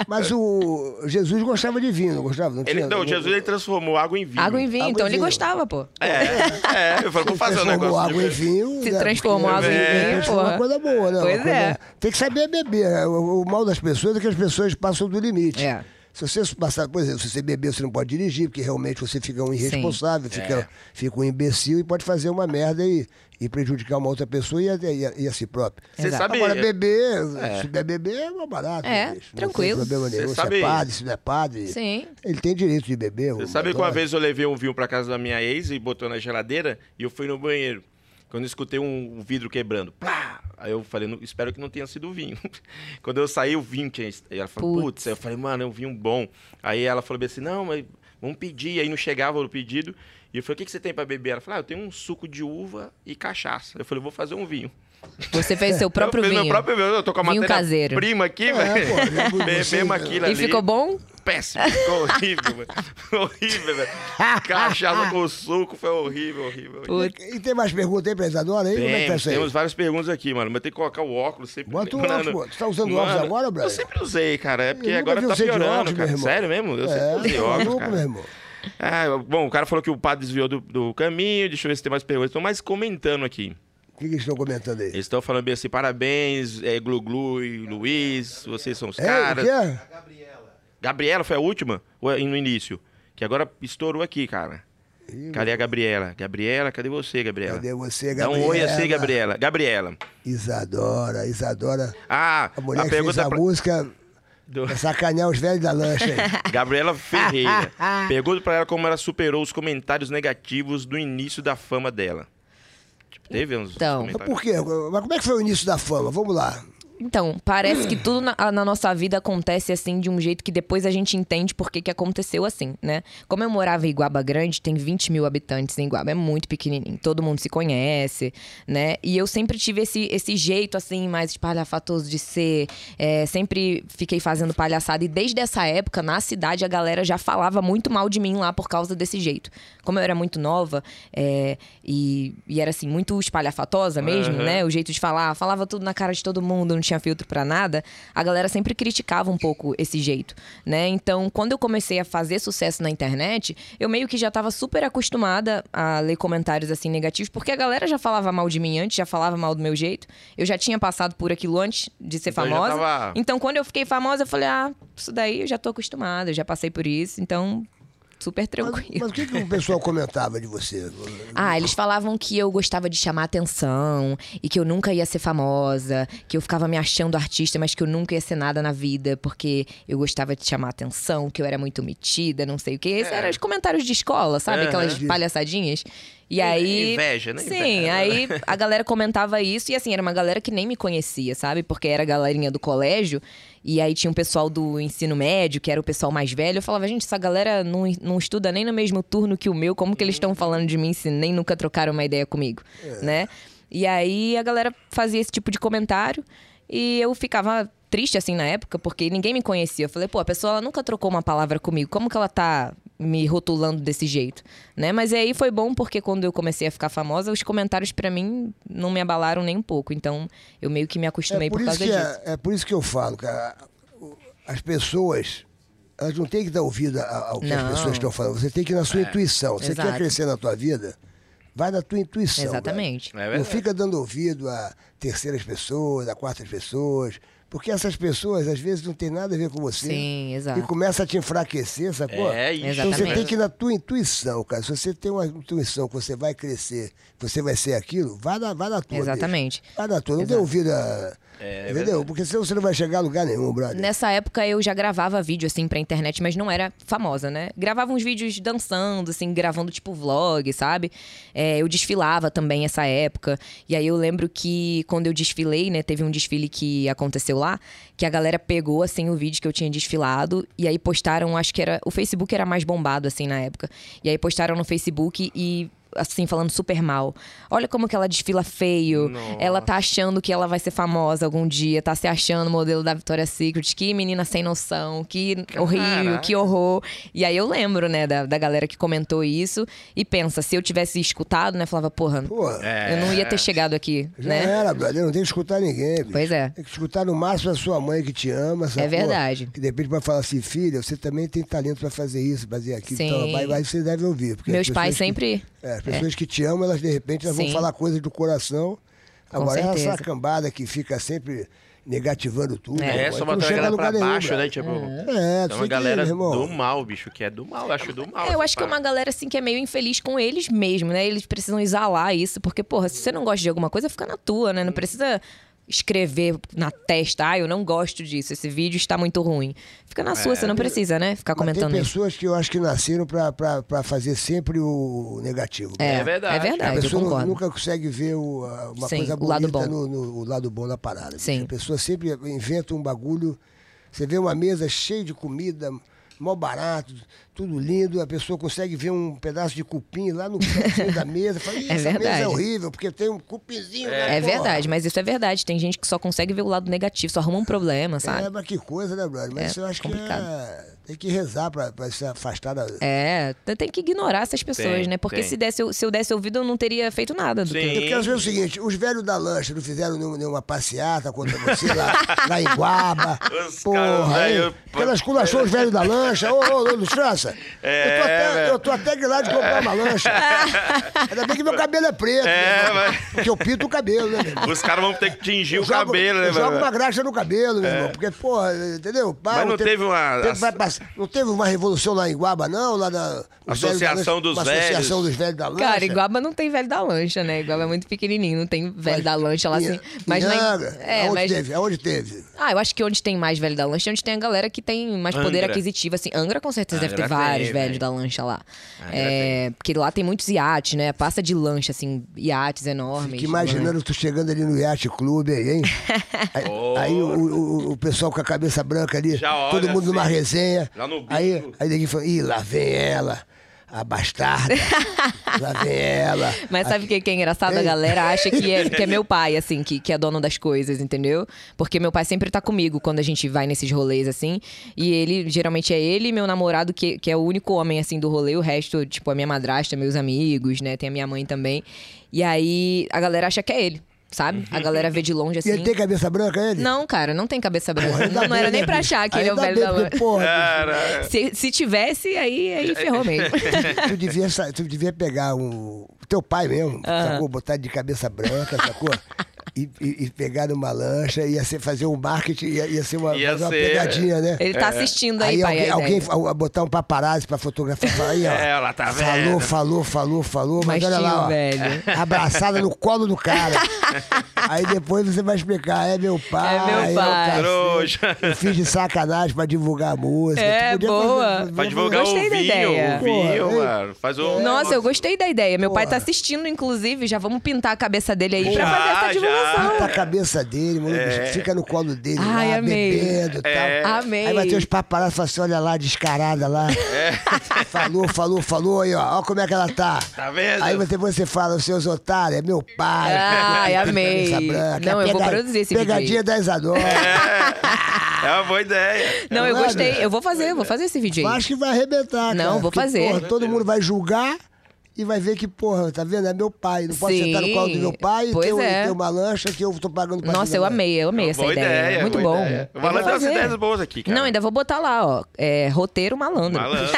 Speaker 1: Mas o. Jesus gostava de vinho, não gostava? Não,
Speaker 2: Ele,
Speaker 1: tinha,
Speaker 2: não, Jesus ele transformou água em vinho.
Speaker 3: Água em vinho,
Speaker 1: Água em
Speaker 3: então ele
Speaker 1: vinho.
Speaker 3: gostava, pô.
Speaker 2: É, é. Eu falo, vamos fazer um
Speaker 1: transformou
Speaker 2: negócio.
Speaker 1: água em
Speaker 2: de-
Speaker 1: vinho.
Speaker 3: Se
Speaker 1: né?
Speaker 3: transformou
Speaker 1: Porque,
Speaker 2: água em
Speaker 1: de
Speaker 2: vinho,
Speaker 1: repente, foi uma
Speaker 3: porra.
Speaker 1: coisa boa, né? Uma
Speaker 3: Pois
Speaker 1: coisa-
Speaker 3: é.
Speaker 1: Tem que saber beber. né, O, o mal das pessoas é que as pessoas passam do limite.
Speaker 3: É.
Speaker 1: Se você passar, por exemplo, se você beber, você não pode dirigir, porque realmente você fica um irresponsável, fica,
Speaker 3: é.
Speaker 1: fica um imbecil e pode fazer uma merda e, e prejudicar uma outra pessoa e a, e a, e a si próprio.
Speaker 2: Você
Speaker 3: Exato.
Speaker 2: sabe.
Speaker 1: Agora, beber, se der beber, é mais barato.
Speaker 3: É,
Speaker 1: bicho.
Speaker 3: tranquilo.
Speaker 1: Não tem problema
Speaker 2: Você
Speaker 1: nenhum. Se
Speaker 2: sabe-
Speaker 1: é padre, se não é padre.
Speaker 3: Sim.
Speaker 1: Ele tem direito de beber.
Speaker 2: Você
Speaker 1: o-
Speaker 2: sabe que uma
Speaker 1: agora.
Speaker 2: vez eu levei um vinho pra casa da minha ex e botou na geladeira e eu fui no banheiro. Quando eu escutei um vidro quebrando, plá! Aí eu falei, "Não- espero que não tenha sido vinho. Quando eu saí, o vinho tinha. est- e Ela falou,
Speaker 3: Putz.
Speaker 2: putz, Aí eu falei, mano, é um vinho bom. Aí ela falou bem assim, não, mas vamos pedir. Aí não chegava o pedido. E eu falei, o que, que você tem pra beber? Ela falou, ah, eu tenho um suco de uva e cachaça. Eu falei, vou fazer um vinho.
Speaker 3: Você fez seu próprio
Speaker 2: eu fiz
Speaker 3: vinho.
Speaker 2: meu próprio vinho. Eu tô com a
Speaker 3: Vinho caseiro.
Speaker 2: matéria-prima aqui,
Speaker 1: pô,
Speaker 2: velho.
Speaker 1: lembro de vocês,
Speaker 2: Bebemos aquilo
Speaker 3: E
Speaker 2: ali
Speaker 3: ficou bom?
Speaker 2: péssimo, ficou horrível, velho. Horrível, velho. Cachaça com suco foi horrível, horrível. horrível.
Speaker 3: Putz.
Speaker 1: E tem mais perguntas aí pra Isadora aí? Como é que tá
Speaker 2: Temos,
Speaker 1: isso aí?
Speaker 2: temos várias perguntas aqui, mano. Mas tem que colocar o óculos sempre.
Speaker 1: Bota o
Speaker 2: lembrando.
Speaker 1: óculos, pô. Tu tá usando óculos agora, brother?
Speaker 2: Eu sempre usei, cara. É porque
Speaker 1: Eu nunca
Speaker 2: agora
Speaker 1: vi
Speaker 2: tá
Speaker 1: você de
Speaker 2: piorando,
Speaker 1: óculos, meu
Speaker 2: cara.
Speaker 1: irmão.
Speaker 2: Sério mesmo? Eu
Speaker 1: É,
Speaker 2: sempre usei
Speaker 1: tá
Speaker 2: óculos,
Speaker 1: maluco,
Speaker 2: cara.
Speaker 1: meu irmão.
Speaker 2: Ah, bom, o cara falou que o padre desviou do, do caminho. Deixa eu ver se tem mais perguntas. Estão mais comentando aqui.
Speaker 1: O que, que eles estão comentando aí?
Speaker 2: Eles estão falando bem assim, parabéns, é, Gluglu e Luiz, vocês são os
Speaker 1: É,
Speaker 2: caras.
Speaker 1: o que é?
Speaker 2: Gabriela foi a última? Ou é no início? Que agora estourou aqui, cara. Cadê a Gabriela? Gabriela, cadê você, Gabriela?
Speaker 1: Cadê você,
Speaker 2: Dá
Speaker 1: Gabriela?
Speaker 2: um oi assim, Gabriela. Gabriela.
Speaker 1: Isadora, Isadora.
Speaker 2: Ah,
Speaker 1: A mulher
Speaker 2: a
Speaker 1: que fez
Speaker 2: pergunta
Speaker 1: a
Speaker 2: pra...
Speaker 1: música
Speaker 2: do-
Speaker 1: pra sacanear os velhos da lancha. aí.
Speaker 2: Gabriela Ferreira. Pergunta pra ela como ela superou os comentários negativos do início da fama dela. Tipo, teve uns
Speaker 3: Então.
Speaker 1: Mas por
Speaker 2: comentários.
Speaker 1: quê? Mas como é que foi o início da fama? Vamos lá.
Speaker 3: Então, parece que tudo na, na nossa vida acontece assim de um jeito que depois a gente entende por que que aconteceu assim, né? Como eu morava em Iguaba Grande, tem 20 mil habitantes em Iguaba, é muito pequenininho, todo mundo se conhece, né? E eu sempre tive esse, esse jeito assim, mais espalhafatoso de ser, é, sempre fiquei fazendo palhaçada e desde essa época, na cidade, a galera já falava muito mal de mim lá por causa desse jeito. Como eu era muito nova é, e, e era assim, muito espalhafatosa mesmo,
Speaker 2: Aham.
Speaker 3: né? né, o jeito de falar, falava tudo na cara de todo mundo, não tinha filtro pra nada, a galera sempre criticava um pouco esse jeito, né? Então, quando eu comecei a fazer sucesso na internet, eu meio que já tava super acostumada a ler comentários assim negativos, porque a galera já falava mal de mim antes, já falava mal do meu jeito. Eu já tinha passado por aquilo antes de ser
Speaker 2: Então já
Speaker 3: famosa.
Speaker 2: tava-
Speaker 3: Então, quando eu fiquei famosa, eu falei: "Ah, isso daí eu já tô acostumada, eu já passei por isso". Então, super
Speaker 1: Mas,
Speaker 3: tranquilo.
Speaker 1: mas o que, que o pessoal comentava de você?
Speaker 3: Ah, eles falavam que eu gostava de chamar atenção e que eu nunca ia ser famosa, que eu ficava me achando artista, mas que eu nunca ia ser nada na vida, porque eu gostava de chamar atenção, que eu era muito metida, não sei o quê. Esses eram os comentários de escola, sabe?
Speaker 2: Aham.
Speaker 3: Aquelas palhaçadinhas. E aí.
Speaker 2: Inveja, né?
Speaker 3: Sim,
Speaker 2: Inveja.
Speaker 3: aí a galera comentava isso e assim, era uma galera que nem me conhecia, sabe? Porque era a galerinha do colégio. E aí tinha um pessoal do ensino médio, que era o pessoal mais velho. Eu falava, gente, essa galera não, não estuda nem no mesmo turno que o meu. Como que eles
Speaker 2: Uhum.
Speaker 3: estão falando de mim se nem nunca trocaram uma ideia comigo,
Speaker 2: É.
Speaker 3: né? E aí a galera fazia esse tipo de comentário. E eu ficava triste, assim, na época, porque ninguém me conhecia. Eu falei, pô, a pessoa ela nunca trocou uma palavra comigo. Como que ela tá me rotulando desse jeito, né? Mas aí foi bom porque quando eu comecei a ficar famosa, os comentários pra mim não me abalaram nem um pouco. Então, eu meio que me acostumei
Speaker 1: É
Speaker 3: por,
Speaker 1: por, isso
Speaker 3: causa
Speaker 1: que
Speaker 3: disso.
Speaker 1: é, é por isso que eu falo, cara. O- As pessoas, elas não têm que dar ouvido a- ao que as
Speaker 3: Não. É,
Speaker 1: pessoas estão falando. Você tem que ir na sua intuição. Você
Speaker 3: Exato.
Speaker 1: quer crescer na tua vida? Vai na tua intuição.
Speaker 3: Exatamente.
Speaker 1: brother.
Speaker 2: É verdade.
Speaker 1: não fica dando ouvido a terceiras pessoas, a quartas pessoas. Porque essas pessoas, às vezes, não tem nada a ver com você.
Speaker 3: Sim, exato.
Speaker 1: E começa a te enfraquecer, sacou?
Speaker 2: É isso.
Speaker 1: Então você
Speaker 3: Exatamente.
Speaker 1: tem que ir na tua intuição, cara. Se você tem uma intuição que você vai crescer, que você vai ser aquilo, vai na, vai na tua. bicho.
Speaker 3: Exatamente.
Speaker 1: Vai na tua. Ah, Não dê
Speaker 3: Exato. É,
Speaker 1: ouvido a... Entendeu? Porque senão você não vai chegar a lugar nenhum, brother.
Speaker 3: Nessa época eu já gravava vídeo assim pra internet, mas não era famosa, né? Gravava uns vídeos dançando, assim, gravando tipo vlog, sabe? É, eu desfilava também essa época. E aí eu lembro que quando eu desfilei, né? Teve um desfile que aconteceu lá, que a galera pegou assim o vídeo que eu tinha desfilado e aí postaram, acho que era. O Facebook era mais bombado, assim, na época. E aí postaram no Facebook e. Assim, falando super mal. Olha como que ela desfila feio. Ela tá achando que ela vai ser famosa algum dia, tá se achando modelo da Victoria's Secret, que menina sem noção, que horrível, que horror. E aí eu lembro, né, da, da galera que comentou isso e pensa, se eu tivesse escutado, né, falava, porra,
Speaker 1: Pô,
Speaker 2: É.
Speaker 3: eu não ia ter chegado aqui,
Speaker 1: já é.
Speaker 3: né?
Speaker 1: era, brother. Não tem que escutar ninguém, bicho.
Speaker 3: Pois é.
Speaker 1: Tem que escutar no máximo a sua mãe que te ama. sacou?
Speaker 3: verdade.
Speaker 1: Que de repente vai falar assim, filha, você também tem talento pra fazer isso, fazer aquilo.
Speaker 3: Sim.
Speaker 1: Então, vai, vai, você deve ouvir. porque as
Speaker 3: Meus pais
Speaker 1: pessoas que-
Speaker 3: sempre.
Speaker 1: É, as pessoas que te amam, elas de repente elas vão
Speaker 3: Sim.
Speaker 1: falar coisas do coração. Agora,
Speaker 3: certeza.
Speaker 1: essa cambada que fica sempre negativando tudo.
Speaker 3: É,
Speaker 2: É,
Speaker 1: agora,
Speaker 2: só
Speaker 1: tu
Speaker 2: botar a
Speaker 1: chega a
Speaker 2: galera
Speaker 1: lugar
Speaker 2: pra
Speaker 1: nenhum,
Speaker 2: baixo,
Speaker 1: brother.
Speaker 2: né? Tipo,
Speaker 1: É, tu fica aí,
Speaker 2: é uma galera
Speaker 1: irmão.
Speaker 2: do mal, bicho, que é do mal. Eu acho do mal.
Speaker 3: É, eu
Speaker 2: essa
Speaker 3: acho que é uma
Speaker 2: parada.
Speaker 3: galera assim que é meio infeliz com eles mesmo, né? Eles precisam exalar isso, porque, porra, se você não gosta de alguma coisa, fica na tua, né? Não precisa escrever na testa, ah, eu não gosto disso, esse vídeo está muito ruim. Fica na sua, você não precisa, né? Ficar
Speaker 1: Mas
Speaker 3: comentando
Speaker 1: tem
Speaker 3: isso.
Speaker 1: pessoas que eu acho que nasceram pra- pra pra fazer sempre o negativo.
Speaker 3: É,
Speaker 2: É verdade.
Speaker 3: É
Speaker 1: a
Speaker 3: verdade, eu
Speaker 1: pessoa nu-
Speaker 3: concordo.
Speaker 1: nunca consegue ver o- a- uma
Speaker 3: Sim,
Speaker 1: coisa
Speaker 3: o lado
Speaker 1: bonita
Speaker 3: bom.
Speaker 1: No, no- o lado bom da parada.
Speaker 3: Sim.
Speaker 1: bicho. A pessoa sempre inventa um bagulho. Você vê uma mesa cheia de comida, mó barato, tudo lindo. A pessoa consegue ver um pedaço de cupim lá no cantinho da mesa. Fala, "Ih, essa
Speaker 3: É
Speaker 1: mesa
Speaker 3: verdade.
Speaker 1: é horrível, porque tem um cupinzinho. né,
Speaker 3: É
Speaker 1: porra?"
Speaker 3: verdade, mas isso é verdade. Tem gente que só consegue ver o lado negativo, só arruma um problema,
Speaker 1: É,
Speaker 3: sabe?
Speaker 1: mas que coisa, né, brother? Mas
Speaker 3: É,
Speaker 1: isso eu acho
Speaker 3: complicado.
Speaker 1: que é- tem que rezar pra, pra se afastar da...
Speaker 3: É, t- tem que ignorar essas pessoas,
Speaker 2: Tem,
Speaker 3: né? Porque
Speaker 2: tem.
Speaker 3: se, desse, se eu desse ouvido, eu não teria feito nada do
Speaker 2: Sim.
Speaker 3: que-
Speaker 1: Eu quero saber é o seguinte, os velhos da lancha não fizeram nenhuma, nenhuma passeata contra você lá, lá em Guaba?
Speaker 2: Os caras,
Speaker 1: Porra,
Speaker 2: velho,
Speaker 1: hein? Aquelas esculachou os velhos da lancha. Ô, ô, ô, Luchança,
Speaker 2: É,
Speaker 1: eu, tô até, eu tô até grilado de comprar uma lancha. Ainda bem que meu cabelo é preto.
Speaker 2: É,
Speaker 1: né, irmão?
Speaker 2: mas-
Speaker 1: Porque eu pinto o cabelo, né, meu irmão?
Speaker 2: Os caras vão ter que tingir o
Speaker 1: Eu jogo-
Speaker 2: cabelo, né,
Speaker 1: eu jogo
Speaker 2: velho?
Speaker 1: uma graxa no cabelo, meu irmão. Porque, porra, entendeu? Pá,
Speaker 2: Mas
Speaker 1: o
Speaker 2: não teve uma-
Speaker 1: tempo vai passar. não teve uma revolução lá em Guaba, não? Lá na. os velhos da
Speaker 2: Associação
Speaker 1: lancha-
Speaker 2: dos
Speaker 1: uma Associação
Speaker 2: velhos.
Speaker 1: dos velhos da lancha.
Speaker 3: Cara, Iguaba não tem velho da lancha, né? Iguaba é muito pequenininho, não tem velho da lancha lá assim. Mas na-
Speaker 1: Pinhanga,
Speaker 3: é,
Speaker 1: né? aonde
Speaker 3: mas-
Speaker 1: teve? Aonde teve?
Speaker 3: Ah, eu acho que onde tem mais velho da lancha é onde tem a galera que tem mais poder
Speaker 2: Angra.
Speaker 3: aquisitivo, assim. Angra com certeza deve
Speaker 2: Angra
Speaker 3: ter vários
Speaker 2: tem,
Speaker 3: velhos
Speaker 2: velho.
Speaker 3: da lancha lá.
Speaker 2: Angra
Speaker 3: É, porque lá tem muitos iates, né? Passa de lancha, assim, iates enormes.
Speaker 1: Fica imaginando
Speaker 3: né?
Speaker 1: tu chegando ali no Yacht Clube aí, hein? Aí,
Speaker 2: Oh.
Speaker 1: aí o, o- o pessoal com a cabeça branca ali,
Speaker 2: Já olha
Speaker 1: todo mundo numa
Speaker 2: assim,
Speaker 1: resenha.
Speaker 2: lá no bico.
Speaker 1: aí, aí ninguém fala, ih, lá vem ela, a bastarda. lá vem ela.
Speaker 3: Mas sabe o que, que é engraçado? A
Speaker 1: Ei.
Speaker 3: galera acha que é, que é meu pai, assim, que, que é dono das coisas, entendeu? Porque meu pai sempre tá comigo quando a gente vai nesses rolês, assim. E ele, geralmente é ele e meu namorado, que, que é o único homem, assim, do rolê. O resto, tipo, a minha madrasta, meus amigos, né? Tem a minha mãe também. E aí, a galera acha que é ele, sabe? A galera vê de longe,
Speaker 1: Uhum. E
Speaker 3: assim...
Speaker 1: ele tem cabeça branca, ele?
Speaker 3: Não, cara, não tem cabeça branca.
Speaker 1: Ainda
Speaker 3: Não, não
Speaker 1: bem,
Speaker 3: era nem
Speaker 1: né,
Speaker 3: pra
Speaker 1: bicho?
Speaker 3: achar que ele é o
Speaker 1: Ainda
Speaker 3: velho
Speaker 1: bem,
Speaker 3: da lã.
Speaker 1: porque, porra,
Speaker 2: Cara,
Speaker 3: Se, se tivesse, aí, aí ferrou mesmo.
Speaker 1: tu, tu devia, sa- tu devia pegar o o teu pai mesmo,
Speaker 3: Ah.
Speaker 1: sacou? Botar de cabeça branca, sacou? E, e- e pegar numa lancha, ia ser, fazer um marketing, ia, ia ser uma,
Speaker 2: Ia
Speaker 1: fazer uma
Speaker 2: ser-
Speaker 1: pegadinha, né?
Speaker 3: Ele tá assistindo aí,
Speaker 1: Aí
Speaker 3: pai.
Speaker 1: alguém,
Speaker 3: a
Speaker 1: alguém
Speaker 3: ideia.
Speaker 1: fa- a- botar um paparazzi pra fotografar e falar, aí, ó.
Speaker 2: É, ela tá
Speaker 1: Falou,
Speaker 2: vendo.
Speaker 1: falou, falou, falou, mas,
Speaker 3: Mas
Speaker 1: olha
Speaker 3: tinha
Speaker 1: lá,
Speaker 3: o
Speaker 1: ó,
Speaker 3: velho.
Speaker 1: Abraçada no colo do cara. Aí depois você vai explicar, é meu pai.
Speaker 3: É meu
Speaker 1: o
Speaker 3: pai.
Speaker 1: cacete,
Speaker 2: Trouxa.
Speaker 1: Eu fiz de sacanagem pra divulgar a música.
Speaker 3: É,
Speaker 1: Tu podia
Speaker 3: boa.
Speaker 2: Pra divulgar o
Speaker 3: Gostei da
Speaker 2: vinho,
Speaker 3: ideia.
Speaker 2: o vinho,
Speaker 1: Porra,
Speaker 2: mano. Faz um...
Speaker 3: Nossa, eu gostei da ideia. Meu pai tá
Speaker 1: Porra.
Speaker 3: assistindo, inclusive. Já vamos pintar a cabeça dele aí
Speaker 2: Já,
Speaker 3: pra fazer
Speaker 2: já. Ah, tá.
Speaker 3: essa
Speaker 1: Bota
Speaker 3: divulgação.
Speaker 1: Tá a cabeça dele, maluco, fica no colo dele
Speaker 3: Ai,
Speaker 1: lá,
Speaker 3: amei.
Speaker 1: bebendo e tal.
Speaker 2: É.
Speaker 3: Amei.
Speaker 1: Aí vai ter os paparazzi e fala assim, olha lá, descarada lá.
Speaker 2: É.
Speaker 1: Falou, falou, falou aí, ó. Olha como é que ela tá.
Speaker 2: Tá vendo?
Speaker 1: Aí você, você fala, os seus otários, é meu pai.
Speaker 3: Ai, amei.
Speaker 1: Cabeça branca,
Speaker 3: Não, eu vou
Speaker 1: pega-
Speaker 3: produzir esse vídeo
Speaker 1: Pegadinha
Speaker 3: aí.
Speaker 1: da Isadora.
Speaker 2: É uma boa ideia.
Speaker 3: Não, eu
Speaker 1: Não é,
Speaker 3: gostei.
Speaker 1: Bia?
Speaker 3: Eu vou fazer, eu vou fazer esse vídeo
Speaker 1: Eu
Speaker 3: aí.
Speaker 1: Acho que vai arrebentar,
Speaker 3: Não,
Speaker 1: cara.
Speaker 3: vou
Speaker 1: Porque,
Speaker 3: fazer.
Speaker 1: Porra, todo mundo vai julgar e vai ver que, porra, tá vendo? É meu pai. Não pode
Speaker 3: Sim.
Speaker 1: sentar no colo do meu pai e
Speaker 3: Pois
Speaker 1: ter, um-
Speaker 3: é.
Speaker 1: ter uma lancha que eu tô pagando pra
Speaker 3: Nossa,
Speaker 1: filha
Speaker 3: eu
Speaker 1: dela.
Speaker 3: amei, eu amei essa
Speaker 2: boa é
Speaker 3: ideia. Muito
Speaker 2: boa
Speaker 3: bom.
Speaker 2: ideia.
Speaker 3: Eu
Speaker 2: O
Speaker 3: vou
Speaker 2: Malandro tem umas
Speaker 3: fazer.
Speaker 2: ideias boas aqui, cara.
Speaker 3: Não, ainda vou botar lá, ó. É, roteiro malandro.
Speaker 2: Malandro.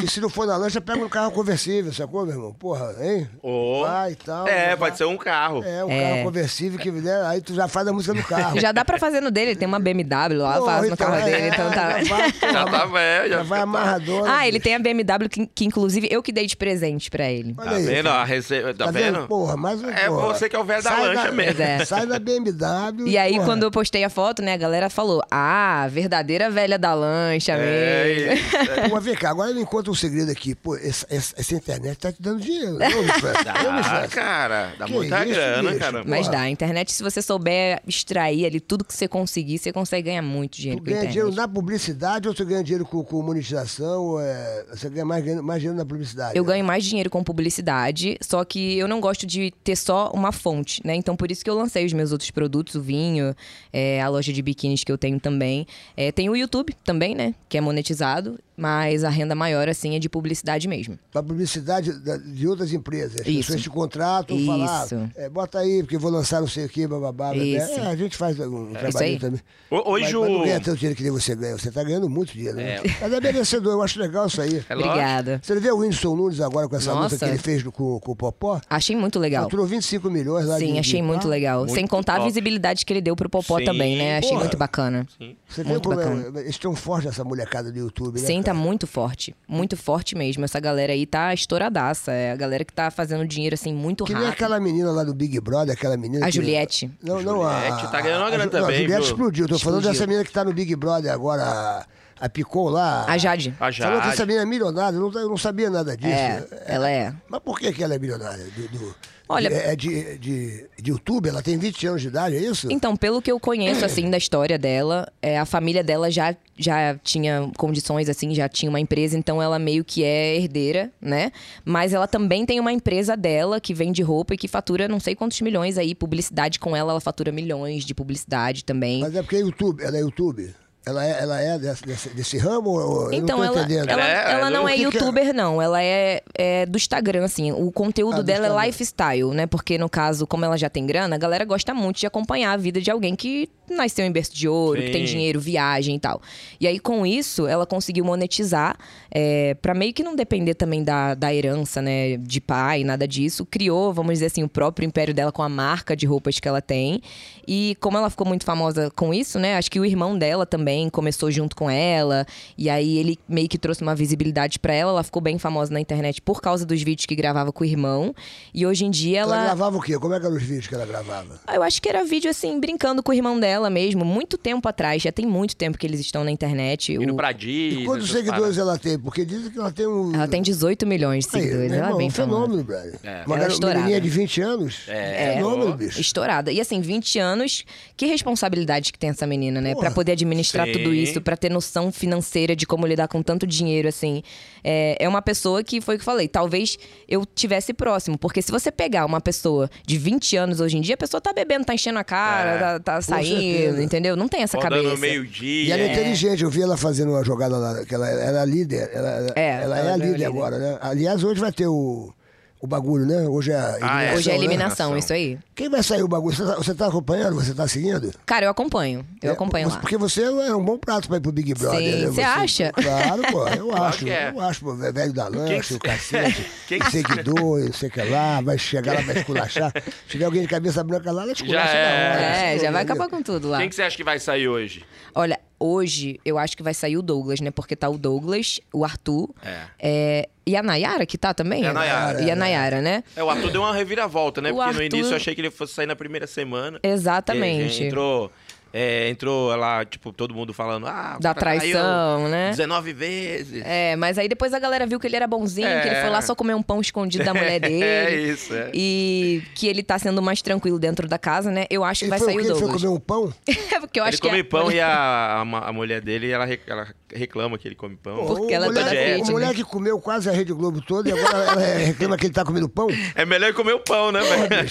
Speaker 2: é.
Speaker 1: E se não for na lancha, pega um carro conversível, sacou, meu irmão? Porra, hein?
Speaker 2: Ô.
Speaker 1: Vai e tal.
Speaker 2: É,
Speaker 1: vai.
Speaker 2: pode ser um carro.
Speaker 1: É, um
Speaker 3: É.
Speaker 1: carro conversível que né, aí tu já faz a música do carro.
Speaker 3: Já dá pra fazer no dele, ele tem uma BMW lá,
Speaker 1: Porra,
Speaker 3: faz no
Speaker 1: então,
Speaker 3: carro
Speaker 1: é,
Speaker 3: dele, então tá.
Speaker 1: Já vai,
Speaker 2: Já tá velho.
Speaker 1: já
Speaker 2: Já
Speaker 1: vai
Speaker 2: fica-
Speaker 1: amarradona.
Speaker 3: Ah, ele tem a BMW que, que, inclusive eu que dei de presente pra ele.
Speaker 1: Olha
Speaker 2: Tá
Speaker 1: aí,
Speaker 2: vendo?
Speaker 1: cara.
Speaker 2: ó, rece- Tá
Speaker 1: Tá vendo?
Speaker 2: vendo?
Speaker 1: Porra, mais um.
Speaker 2: É
Speaker 1: porra.
Speaker 2: você que é o velho da
Speaker 1: Sai
Speaker 2: lancha mesmo.
Speaker 3: Pois é.
Speaker 1: Sai da BMW.
Speaker 3: E aí,
Speaker 1: porra.
Speaker 3: quando eu postei a foto, né, a galera falou: Ah, verdadeira velha da lancha
Speaker 2: É
Speaker 3: mesmo.
Speaker 2: isso.
Speaker 1: Pô, vem cá, agora me conta um segredo aqui. Pô, essa, essa- essa internet tá te dando dinheiro. Eu não faço. Eu não
Speaker 2: Dá,
Speaker 1: faço.
Speaker 2: cara. Dá
Speaker 1: Que
Speaker 2: muita
Speaker 1: isso,
Speaker 2: grana,
Speaker 1: bicho?
Speaker 2: cara.
Speaker 3: Mas
Speaker 1: Porra.
Speaker 3: dá, a internet, se você souber extrair ali tudo que você conseguir, você consegue ganhar muito dinheiro
Speaker 1: Tu
Speaker 3: com
Speaker 1: ganha
Speaker 3: internet.
Speaker 1: dinheiro na publicidade ou tu ganha dinheiro com, com monetização? ou é, você ganha mais, ganha mais dinheiro na publicidade?
Speaker 3: Eu
Speaker 1: né?
Speaker 3: ganho mais dinheiro com publicidade, só que eu não gosto de ter só uma fonte, né? Então, por isso que eu lancei os meus outros produtos, o vinho, é, a loja de biquínis que eu tenho também. É, tem o YouTube também, né? Que é monetizado, mas a renda maior, assim, é de publicidade mesmo.
Speaker 1: Pra publicidade da- de outras empresas. As
Speaker 3: Isso.
Speaker 1: pessoas te contratam,
Speaker 3: Isso.
Speaker 1: falam, ah, é, bota aí, porque eu vou lançar não sei o que, bababá. babá.
Speaker 3: Isso.
Speaker 1: É, a gente faz um
Speaker 3: aí.
Speaker 1: trabalho também.
Speaker 2: Ho- Hoje
Speaker 1: mas,
Speaker 2: o.
Speaker 1: mas não ganha tanto dinheiro que nem você ganha. Você tá ganhando muito dinheiro. Né? Mas é merecedor, eu acho legal isso aí.
Speaker 2: É lógico.
Speaker 3: Obrigada.
Speaker 1: Você vê o Whindersson Nunes agora com essa
Speaker 3: Nossa.
Speaker 1: luta que ele fez no- com, com o Popó?
Speaker 3: Achei muito legal.
Speaker 1: Faturou 25 milhões lá de-
Speaker 3: Sim,
Speaker 1: de-
Speaker 3: achei muito
Speaker 1: Ah,
Speaker 3: legal.
Speaker 2: Muito
Speaker 3: Sem contar a
Speaker 2: top.
Speaker 3: visibilidade que ele deu pro Popó
Speaker 2: Sim,
Speaker 3: também, né? Achei
Speaker 1: porra.
Speaker 3: muito bacana.
Speaker 1: Você vê
Speaker 3: Muito
Speaker 1: como
Speaker 3: bacana.
Speaker 1: é, eles estão fortes essa molecada do YouTube, né?
Speaker 3: Sim, tá
Speaker 1: cara?
Speaker 3: muito forte. Muito forte mesmo. Essa galera aí tá estouradaça. É a galera que tá fazendo dinheiro, assim, muito
Speaker 1: Que nem
Speaker 3: rápido.
Speaker 1: aquela menina lá do Big Brother, aquela menina.
Speaker 3: A
Speaker 1: que-
Speaker 3: Juliette.
Speaker 1: Não, não, a.
Speaker 2: Juliette tá ganhando uma
Speaker 1: a-
Speaker 2: grana
Speaker 1: a- não,
Speaker 2: também,
Speaker 1: A Juliette
Speaker 2: viu?
Speaker 1: explodiu. Tô falando
Speaker 3: Explodiu.
Speaker 1: dessa menina que tá no Big Brother agora, a, a Picou lá.
Speaker 3: A Jade.
Speaker 2: A
Speaker 1: Falou que essa
Speaker 2: Jade.
Speaker 1: menina é milionária, eu não, eu não sabia nada disso.
Speaker 3: É, ela é.
Speaker 1: Mas por que, que ela é milionária? Do, do-
Speaker 3: Olha-
Speaker 1: de- É de, de, de YouTube? Ela tem 20 anos de idade, é isso?
Speaker 3: Então, pelo que eu conheço, assim, da história dela, é, a família dela já, já tinha condições, assim, já tinha uma empresa, então ela meio que é herdeira, né? Mas ela também tem uma empresa dela que vende roupa e que fatura não sei quantos milhões aí. Publicidade com ela, ela fatura milhões de publicidade também.
Speaker 1: Mas é porque é YouTube, ela é YouTube. Ela é, ela é dessa- desse, desse ramo? ou- eu
Speaker 3: Então,
Speaker 1: não tô
Speaker 3: ela,
Speaker 1: entendendo.
Speaker 3: ela,
Speaker 2: Ela é-
Speaker 3: ela não
Speaker 2: o
Speaker 3: é
Speaker 1: que que é?
Speaker 3: youtuber, não. Ela é, é do Instagram, assim. O conteúdo
Speaker 1: Ah, do
Speaker 3: dela
Speaker 1: Instagram.
Speaker 3: é lifestyle, né? Porque, no caso, como ela já tem grana, a galera gosta muito de acompanhar a vida de alguém que nasceu em berço de ouro, que tem
Speaker 2: Sim.
Speaker 3: dinheiro, viagem e tal. E aí, com isso, ela conseguiu monetizar é, para meio que não depender também da, da herança, né? De pai, nada disso. Criou, vamos dizer assim, o próprio império dela com a marca de roupas que ela tem. E como ela ficou muito famosa com isso, né? Acho que o irmão dela também começou junto com ela. E aí ele meio que trouxe uma visibilidade para ela. Ela ficou bem famosa na internet por causa dos vídeos que gravava com o irmão. E hoje em dia
Speaker 1: Ela
Speaker 3: ela.
Speaker 1: gravava o quê? Como é que eram os vídeos que ela gravava?
Speaker 3: Ah, Eu acho que era vídeo assim, brincando com o irmão dela mesmo, muito tempo atrás. Já tem muito tempo que eles estão na internet.
Speaker 2: Indo
Speaker 3: O-
Speaker 2: pra Disney.
Speaker 1: E quantos
Speaker 2: essas
Speaker 1: seguidores
Speaker 2: paradas.
Speaker 1: ela tem? Porque dizem que ela tem um.
Speaker 3: Ela tem 18 milhões de
Speaker 1: Aí,
Speaker 3: seguidores.
Speaker 1: meu
Speaker 3: ela é
Speaker 1: irmão,
Speaker 3: bem
Speaker 1: um
Speaker 3: famosa.
Speaker 1: fenômeno, brother.
Speaker 3: Ela
Speaker 1: Uma
Speaker 3: é
Speaker 1: gar-
Speaker 3: estourada.
Speaker 1: menininha de 20 anos.
Speaker 2: É.
Speaker 1: Fenômeno, bicho.
Speaker 3: Estourada. E assim, 20 anos, que responsabilidade que tem essa menina, né?
Speaker 1: Porra.
Speaker 3: Pra poder administrar
Speaker 2: Sim.
Speaker 3: tudo isso, pra ter noção financeira de como lidar com tanto dinheiro, assim. É, é uma pessoa que, foi o que eu falei, talvez eu tivesse próximo. Porque se você pegar uma pessoa de 20 anos hoje em dia, a pessoa tá bebendo, tá enchendo a cara,
Speaker 2: É.
Speaker 3: tá, tá saindo,
Speaker 1: certeza.
Speaker 3: entendeu? Não tem essa
Speaker 2: Rodando
Speaker 3: cabeça.
Speaker 1: E ela é,
Speaker 2: meio-dia.
Speaker 1: inteligente, eu vi ela fazendo uma jogada lá, que ela, ela é a líder. Ela,
Speaker 3: É,
Speaker 1: ela, é
Speaker 3: ela
Speaker 1: a
Speaker 3: é
Speaker 1: líder,
Speaker 3: líder.
Speaker 1: agora, né? Aliás, hoje vai ter o, o bagulho, né? Hoje é a
Speaker 2: Ah, é.
Speaker 3: Hoje é
Speaker 1: né?
Speaker 3: eliminação,
Speaker 2: Eliminação.
Speaker 3: isso aí.
Speaker 1: Quem vai sair o bagulho? Você tá, você tá acompanhando? Você tá seguindo?
Speaker 3: Cara, eu acompanho. Eu
Speaker 1: É,
Speaker 3: acompanho
Speaker 1: você-
Speaker 3: lá.
Speaker 1: Porque você é um bom prato pra ir pro Big Brother.
Speaker 3: Sim,
Speaker 1: né?
Speaker 3: você acha?
Speaker 1: Claro, pô, eu acho.
Speaker 2: que é.
Speaker 1: Eu acho, pô, velho da lancha,
Speaker 2: que-
Speaker 1: o cacete, quem
Speaker 2: Quem que-
Speaker 1: seguidor, não sei o que lá, vai chegar lá, vai esculachar. Chegar alguém de cabeça branca lá, ela esculacha
Speaker 2: Já
Speaker 1: na
Speaker 2: é.
Speaker 1: hora.
Speaker 3: É,
Speaker 1: assim,
Speaker 3: já
Speaker 1: entendeu?
Speaker 3: vai acabar com tudo lá.
Speaker 2: Quem que você acha que vai sair hoje?
Speaker 3: Olha, hoje eu acho que vai sair o Douglas, né? Porque tá o Douglas, o Arthur.
Speaker 2: É.
Speaker 3: é, e a Nayara que tá também?
Speaker 2: É a Nayara.
Speaker 3: E a Nayara, né?
Speaker 2: É, o Arthur deu uma reviravolta, né?
Speaker 3: O
Speaker 2: Porque no
Speaker 3: Arthur-
Speaker 2: início eu achei que ele fosse sair na primeira semana.
Speaker 3: Exatamente.
Speaker 2: E, entrou. é, entrou lá, tipo, todo mundo falando, ah, o
Speaker 3: Da
Speaker 2: cara traiu
Speaker 3: traição, né?
Speaker 2: 19 vezes.
Speaker 3: É, mas aí depois a galera viu que ele era bonzinho,
Speaker 2: É.
Speaker 3: que ele foi lá só comer um pão escondido da mulher dele.
Speaker 2: É isso, é.
Speaker 3: E que ele tá sendo mais tranquilo dentro da casa, né? Eu acho que
Speaker 1: Ele
Speaker 3: vai
Speaker 1: foi o
Speaker 3: sair
Speaker 1: quê?
Speaker 3: o
Speaker 1: Ele foi
Speaker 3: Douglas.
Speaker 1: comer um pão?
Speaker 3: É, porque eu
Speaker 2: ele
Speaker 3: acho que
Speaker 2: come
Speaker 3: é-
Speaker 2: pão e a, a, ma- a mulher dele, ela, re- ela reclama que ele come pão.
Speaker 3: Pô. Porque
Speaker 1: o
Speaker 3: ela é
Speaker 1: moleque,
Speaker 2: toda
Speaker 1: O
Speaker 2: crítica.
Speaker 1: moleque comeu quase a Rede Globo toda e agora ela reclama que ele tá comendo pão?
Speaker 2: É melhor ele comer o pão, né,
Speaker 3: É,
Speaker 2: velho?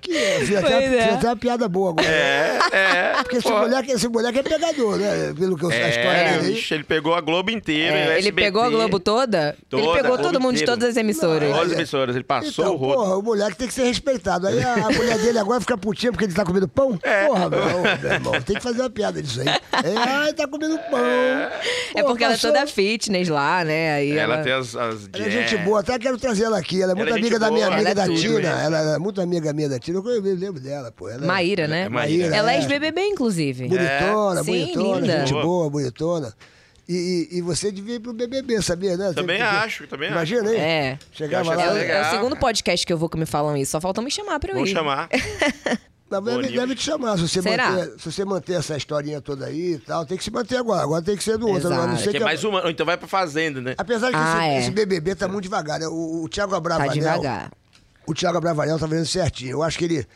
Speaker 1: Que é, fez até,
Speaker 3: Pois é.
Speaker 1: fez até uma piada boa agora.
Speaker 2: É, é.
Speaker 1: Porque esse
Speaker 2: pô.
Speaker 1: moleque, esse moleque é pegador, né? Pelo que eu sei, a história
Speaker 2: É,
Speaker 1: dele. aí.
Speaker 2: bicho, ele pegou a Globo inteira. o
Speaker 3: É, ele
Speaker 2: SBT,
Speaker 3: pegou a Globo toda? ele
Speaker 2: Toda,
Speaker 3: pegou
Speaker 2: a
Speaker 3: todo
Speaker 2: Globo
Speaker 3: mundo de
Speaker 2: inteira.
Speaker 3: todas as emissoras.
Speaker 2: Todas as emissoras, ele passou
Speaker 1: Então,
Speaker 2: o rodo.
Speaker 1: porra, o moleque tem que ser respeitado. Aí a, a mulher dele agora fica putinha porque ele tá comendo pão?
Speaker 2: É.
Speaker 1: Porra, meu, meu irmão, tem que fazer uma piada disso aí. É, ah, ele tá comendo pão.
Speaker 3: É
Speaker 1: Pô,
Speaker 3: porque ela é
Speaker 1: passou-
Speaker 3: toda fitness lá, né? Aí
Speaker 2: Ela
Speaker 3: ela-
Speaker 2: tem as, as
Speaker 1: Ela é
Speaker 2: dietas.
Speaker 1: gente boa, até quero trazer ela aqui. Ela é muito
Speaker 2: Ela é
Speaker 1: amiga
Speaker 2: gente
Speaker 1: da minha
Speaker 2: boa.
Speaker 1: amiga
Speaker 3: Ela é
Speaker 1: da
Speaker 3: tudo,
Speaker 1: Tina.
Speaker 2: né?
Speaker 1: Ela é muito amiga minha da Tina. Eu lembro dela, pô. Ela é
Speaker 3: Maíra, né?
Speaker 2: É Maíra.
Speaker 3: Ela é
Speaker 1: É.
Speaker 3: ex-BBB, inclusive.
Speaker 1: Bonitona,
Speaker 3: É. Sim,
Speaker 1: bonitona,
Speaker 3: linda.
Speaker 1: gente boa, bonitona. E, e- e você devia ir pro BBB, sabia, né?
Speaker 2: Também
Speaker 1: Porque-
Speaker 2: acho, também acho.
Speaker 1: Imagina, hein?
Speaker 3: É.
Speaker 1: Chegava
Speaker 2: Eu
Speaker 1: lá,
Speaker 2: acho
Speaker 3: É o,
Speaker 2: legal.
Speaker 3: é o segundo podcast que eu vou que me falam isso. Só faltam me chamar pra eu
Speaker 2: Vamos
Speaker 3: ir.
Speaker 2: chamar. É
Speaker 1: Mas deve,
Speaker 2: Boninho.
Speaker 1: deve te chamar. Se você,
Speaker 3: Será?
Speaker 1: manter, se você manter essa historinha toda aí e tal, tem que se manter agora. Agora tem que ser do outro.
Speaker 3: Exato.
Speaker 1: Agora não sei
Speaker 2: que é
Speaker 1: que-
Speaker 2: mais uma. Ou então vai pra fazenda, né?
Speaker 1: Apesar de que esse,
Speaker 3: Ah, é.
Speaker 1: esse BBB tá muito devagar, né? O, o Thiago
Speaker 3: Tá
Speaker 1: Abravanel...
Speaker 3: devagar.
Speaker 1: O Thiago Abravanel tá fazendo certinho. Eu acho que ele,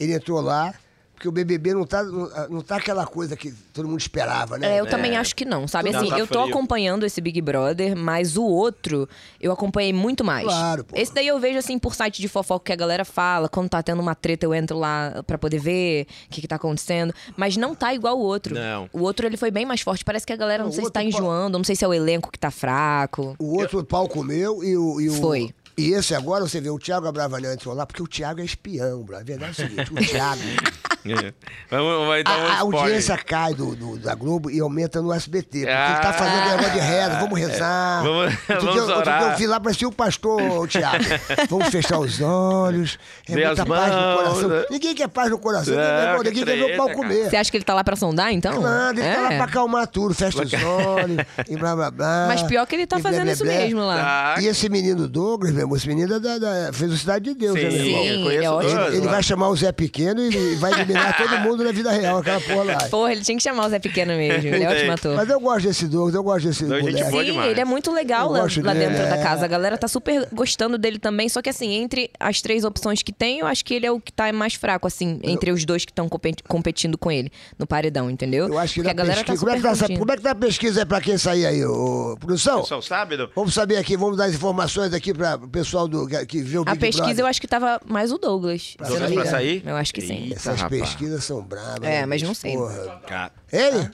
Speaker 1: ele entrou lá, porque o BBB não tá, não, não tá aquela coisa que todo mundo esperava, né?
Speaker 3: É, eu também acho que não, sabe?
Speaker 2: Não,
Speaker 3: Assim,
Speaker 2: tá
Speaker 3: eu tô
Speaker 2: frio.
Speaker 3: acompanhando esse Big Brother, mas o outro eu acompanhei muito mais.
Speaker 1: Claro, pô.
Speaker 3: Esse daí eu vejo, assim, por site de fofoca que a galera fala. Quando tá tendo uma treta, eu entro lá pra poder ver o que, que tá acontecendo. Mas não tá igual o outro.
Speaker 2: Não.
Speaker 3: O outro, ele foi bem mais forte. Parece que a galera, não,
Speaker 1: Não, o
Speaker 3: sei se tá
Speaker 1: outro pa-
Speaker 3: enjoando, não sei se é o elenco que tá fraco.
Speaker 1: O outro pau comeu e o. E o
Speaker 3: Foi.
Speaker 1: E esse agora, você vê, o Thiago Abravanel entrou lá, porque o Thiago é espião, bro. A verdade é o seguinte, o Thiago.
Speaker 2: É. Vamos, vai
Speaker 1: A,
Speaker 2: dar
Speaker 1: a
Speaker 2: um spoiler.
Speaker 1: audiência cai do, do- da Globo e aumenta no SBT. Porque ele tá fazendo
Speaker 2: Ah.
Speaker 1: negócio de reza, vamos rezar.
Speaker 2: Vamos-
Speaker 1: Outro
Speaker 2: vamos
Speaker 1: dia, eu- Outro dia
Speaker 2: orar.
Speaker 1: eu vi lá, parecia o pastor o Thiago. vamos fechar os olhos, é
Speaker 2: Dê
Speaker 1: muita
Speaker 2: as
Speaker 1: paz
Speaker 2: mãos,
Speaker 1: no coração.
Speaker 2: né?
Speaker 1: Ninguém quer paz no coração,
Speaker 2: É,
Speaker 1: ninguém, quer-
Speaker 2: que
Speaker 1: ninguém quer ver o
Speaker 2: treta,
Speaker 1: pau
Speaker 2: cara.
Speaker 1: comer.
Speaker 3: Você acha que ele tá lá pra sondar, então?
Speaker 1: Nada, ele tá lá
Speaker 3: É.
Speaker 1: pra acalmar tudo, fecha os olhos e blá blá é blá.
Speaker 3: Mas pior que ele tá
Speaker 1: e blé,
Speaker 3: fazendo
Speaker 1: blé,
Speaker 3: isso
Speaker 1: blé.
Speaker 3: mesmo lá.
Speaker 2: Tá.
Speaker 1: E esse menino Douglas, meu irmão, esse menino é da, da- fez o Cidade de Deus,
Speaker 2: Sim,
Speaker 1: né, meu irmão?
Speaker 3: Sim,
Speaker 2: eu
Speaker 3: ele
Speaker 2: conheço
Speaker 3: é
Speaker 2: todos
Speaker 3: ótimo.
Speaker 1: Ele, ele
Speaker 2: lá.
Speaker 1: vai chamar o Zé Pequeno e vai eliminar todo mundo na vida real, aquela porra lá.
Speaker 2: Ah.
Speaker 3: Porra, ele tinha que chamar o Zé Pequeno mesmo. Ele é
Speaker 2: Tem.
Speaker 3: ótimo ator.
Speaker 1: Mas eu gosto desse Douglas, eu gosto desse
Speaker 2: Douglas, gente
Speaker 1: moleque.
Speaker 2: boa
Speaker 3: Sim,
Speaker 2: demais.
Speaker 3: ele é muito legal
Speaker 1: Eu
Speaker 3: lá,
Speaker 1: gosto
Speaker 3: lá
Speaker 1: dele,
Speaker 3: dentro da
Speaker 1: é.
Speaker 3: casa. A galera tá super gostando dele também. Só que assim, entre as três opções que tem, eu acho que ele é o que tá mais fraco, assim, entre os dois que estão competindo com ele no paredão, entendeu?
Speaker 1: Eu acho que
Speaker 3: Porque
Speaker 1: na
Speaker 3: a galera
Speaker 1: pesquisa.
Speaker 3: tá
Speaker 1: como, é
Speaker 3: super
Speaker 1: que tá essa,
Speaker 3: curtindo.
Speaker 1: como é que tá a pesquisa aí pra quem sair aí, ô, produção?
Speaker 2: Só sabe, não?
Speaker 1: Vamos saber aqui, vamos dar as informações aqui pra o pessoal do, que, que vê o
Speaker 3: A
Speaker 1: Big
Speaker 3: pesquisa
Speaker 1: Brother.
Speaker 3: eu acho que tava mais o Douglas.
Speaker 1: Pra
Speaker 3: se eu não
Speaker 2: Douglas
Speaker 3: me
Speaker 2: pra
Speaker 1: sair,
Speaker 3: engano.
Speaker 2: sair?
Speaker 3: Eu acho que sim.
Speaker 2: Eita,
Speaker 1: Essas
Speaker 2: rapaz.
Speaker 1: pesquisas são bravas.
Speaker 3: É,
Speaker 1: né,
Speaker 3: mas não
Speaker 1: bicho?
Speaker 3: sei. Ah.
Speaker 1: Porra.
Speaker 2: Cara.
Speaker 1: Ele?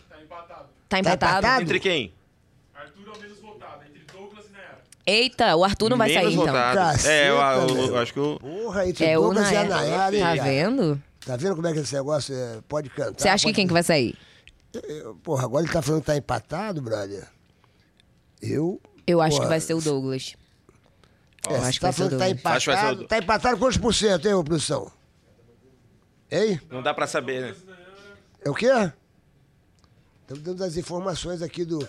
Speaker 3: Tá empatado?
Speaker 1: empatado?
Speaker 2: Entre quem?
Speaker 5: Arthur é o menos votado, entre Douglas e Nayara.
Speaker 3: Eita, o Arthur não vai
Speaker 2: Menos
Speaker 3: sair então.
Speaker 2: votado. É, eu,
Speaker 1: Caceta,
Speaker 2: eu- eu
Speaker 1: meu.
Speaker 2: acho que o.
Speaker 1: Porra, entre
Speaker 3: É o
Speaker 1: Douglas e a
Speaker 3: Nayara.
Speaker 1: Nayara. hein,
Speaker 3: Tá
Speaker 1: cara?
Speaker 3: vendo?
Speaker 1: Tá vendo como é que esse negócio é? pode cantar?
Speaker 3: Você acha que
Speaker 1: pode-
Speaker 3: quem que vai sair?
Speaker 1: Porra, agora ele tá falando que tá empatado, brother. Eu.
Speaker 3: Eu acho que
Speaker 1: Porra,
Speaker 3: vai ser o Douglas.
Speaker 1: É,
Speaker 3: Eu
Speaker 1: você
Speaker 3: acho que
Speaker 1: tá
Speaker 3: vai ser o
Speaker 1: falando que tá
Speaker 2: Acho
Speaker 3: Douglas.
Speaker 2: que vai ser o
Speaker 1: empatado.
Speaker 2: Douglas.
Speaker 1: Tá empatado quantos por cento, hein, ô, produção? Hein?
Speaker 2: Não dá pra saber, né?
Speaker 1: É o quê? Estamos dando as informações aqui do.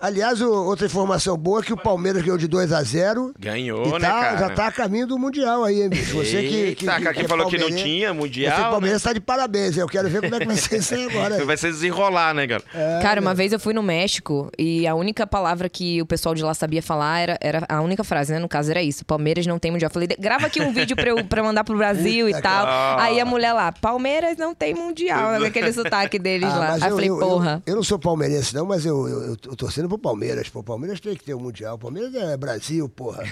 Speaker 1: Aliás, o- outra informação boa é que o Palmeiras ganhou de 2 a 0
Speaker 2: Ganhou,
Speaker 1: e
Speaker 2: né,
Speaker 1: tá-
Speaker 2: cara?
Speaker 1: já tá a caminho do Mundial aí, hein, bicho? Você que. é
Speaker 2: Eita, cara, quem falou que não
Speaker 1: palmeirense-
Speaker 2: tinha Mundial,
Speaker 1: Você
Speaker 2: né?
Speaker 1: Palmeiras tá de parabéns, hein? eu quero ver como é que vai ser isso aí agora. hein?
Speaker 2: Vai ser desenrolar, né, cara?
Speaker 3: Cara, uma vez eu fui no México e a única palavra que o pessoal de lá sabia falar era, era a única frase, né? No caso era isso: Palmeiras não tem mundial. Falei, grava aqui um vídeo pra, eu, pra mandar pro Brasil
Speaker 1: Puta,
Speaker 3: e tal.
Speaker 2: cara.
Speaker 3: Aí a mulher lá, Palmeiras não tem mundial, né? Aquele sotaque deles
Speaker 1: Ah,
Speaker 3: lá. Aí
Speaker 1: mas
Speaker 3: eu, falei, porra.
Speaker 1: Eu, não sou palmeirense, não, mas eu, eu, eu tô torcendo pro Palmeiras. Pô, o Palmeiras tem que ter o Mundial. O Palmeiras é Brasil, porra.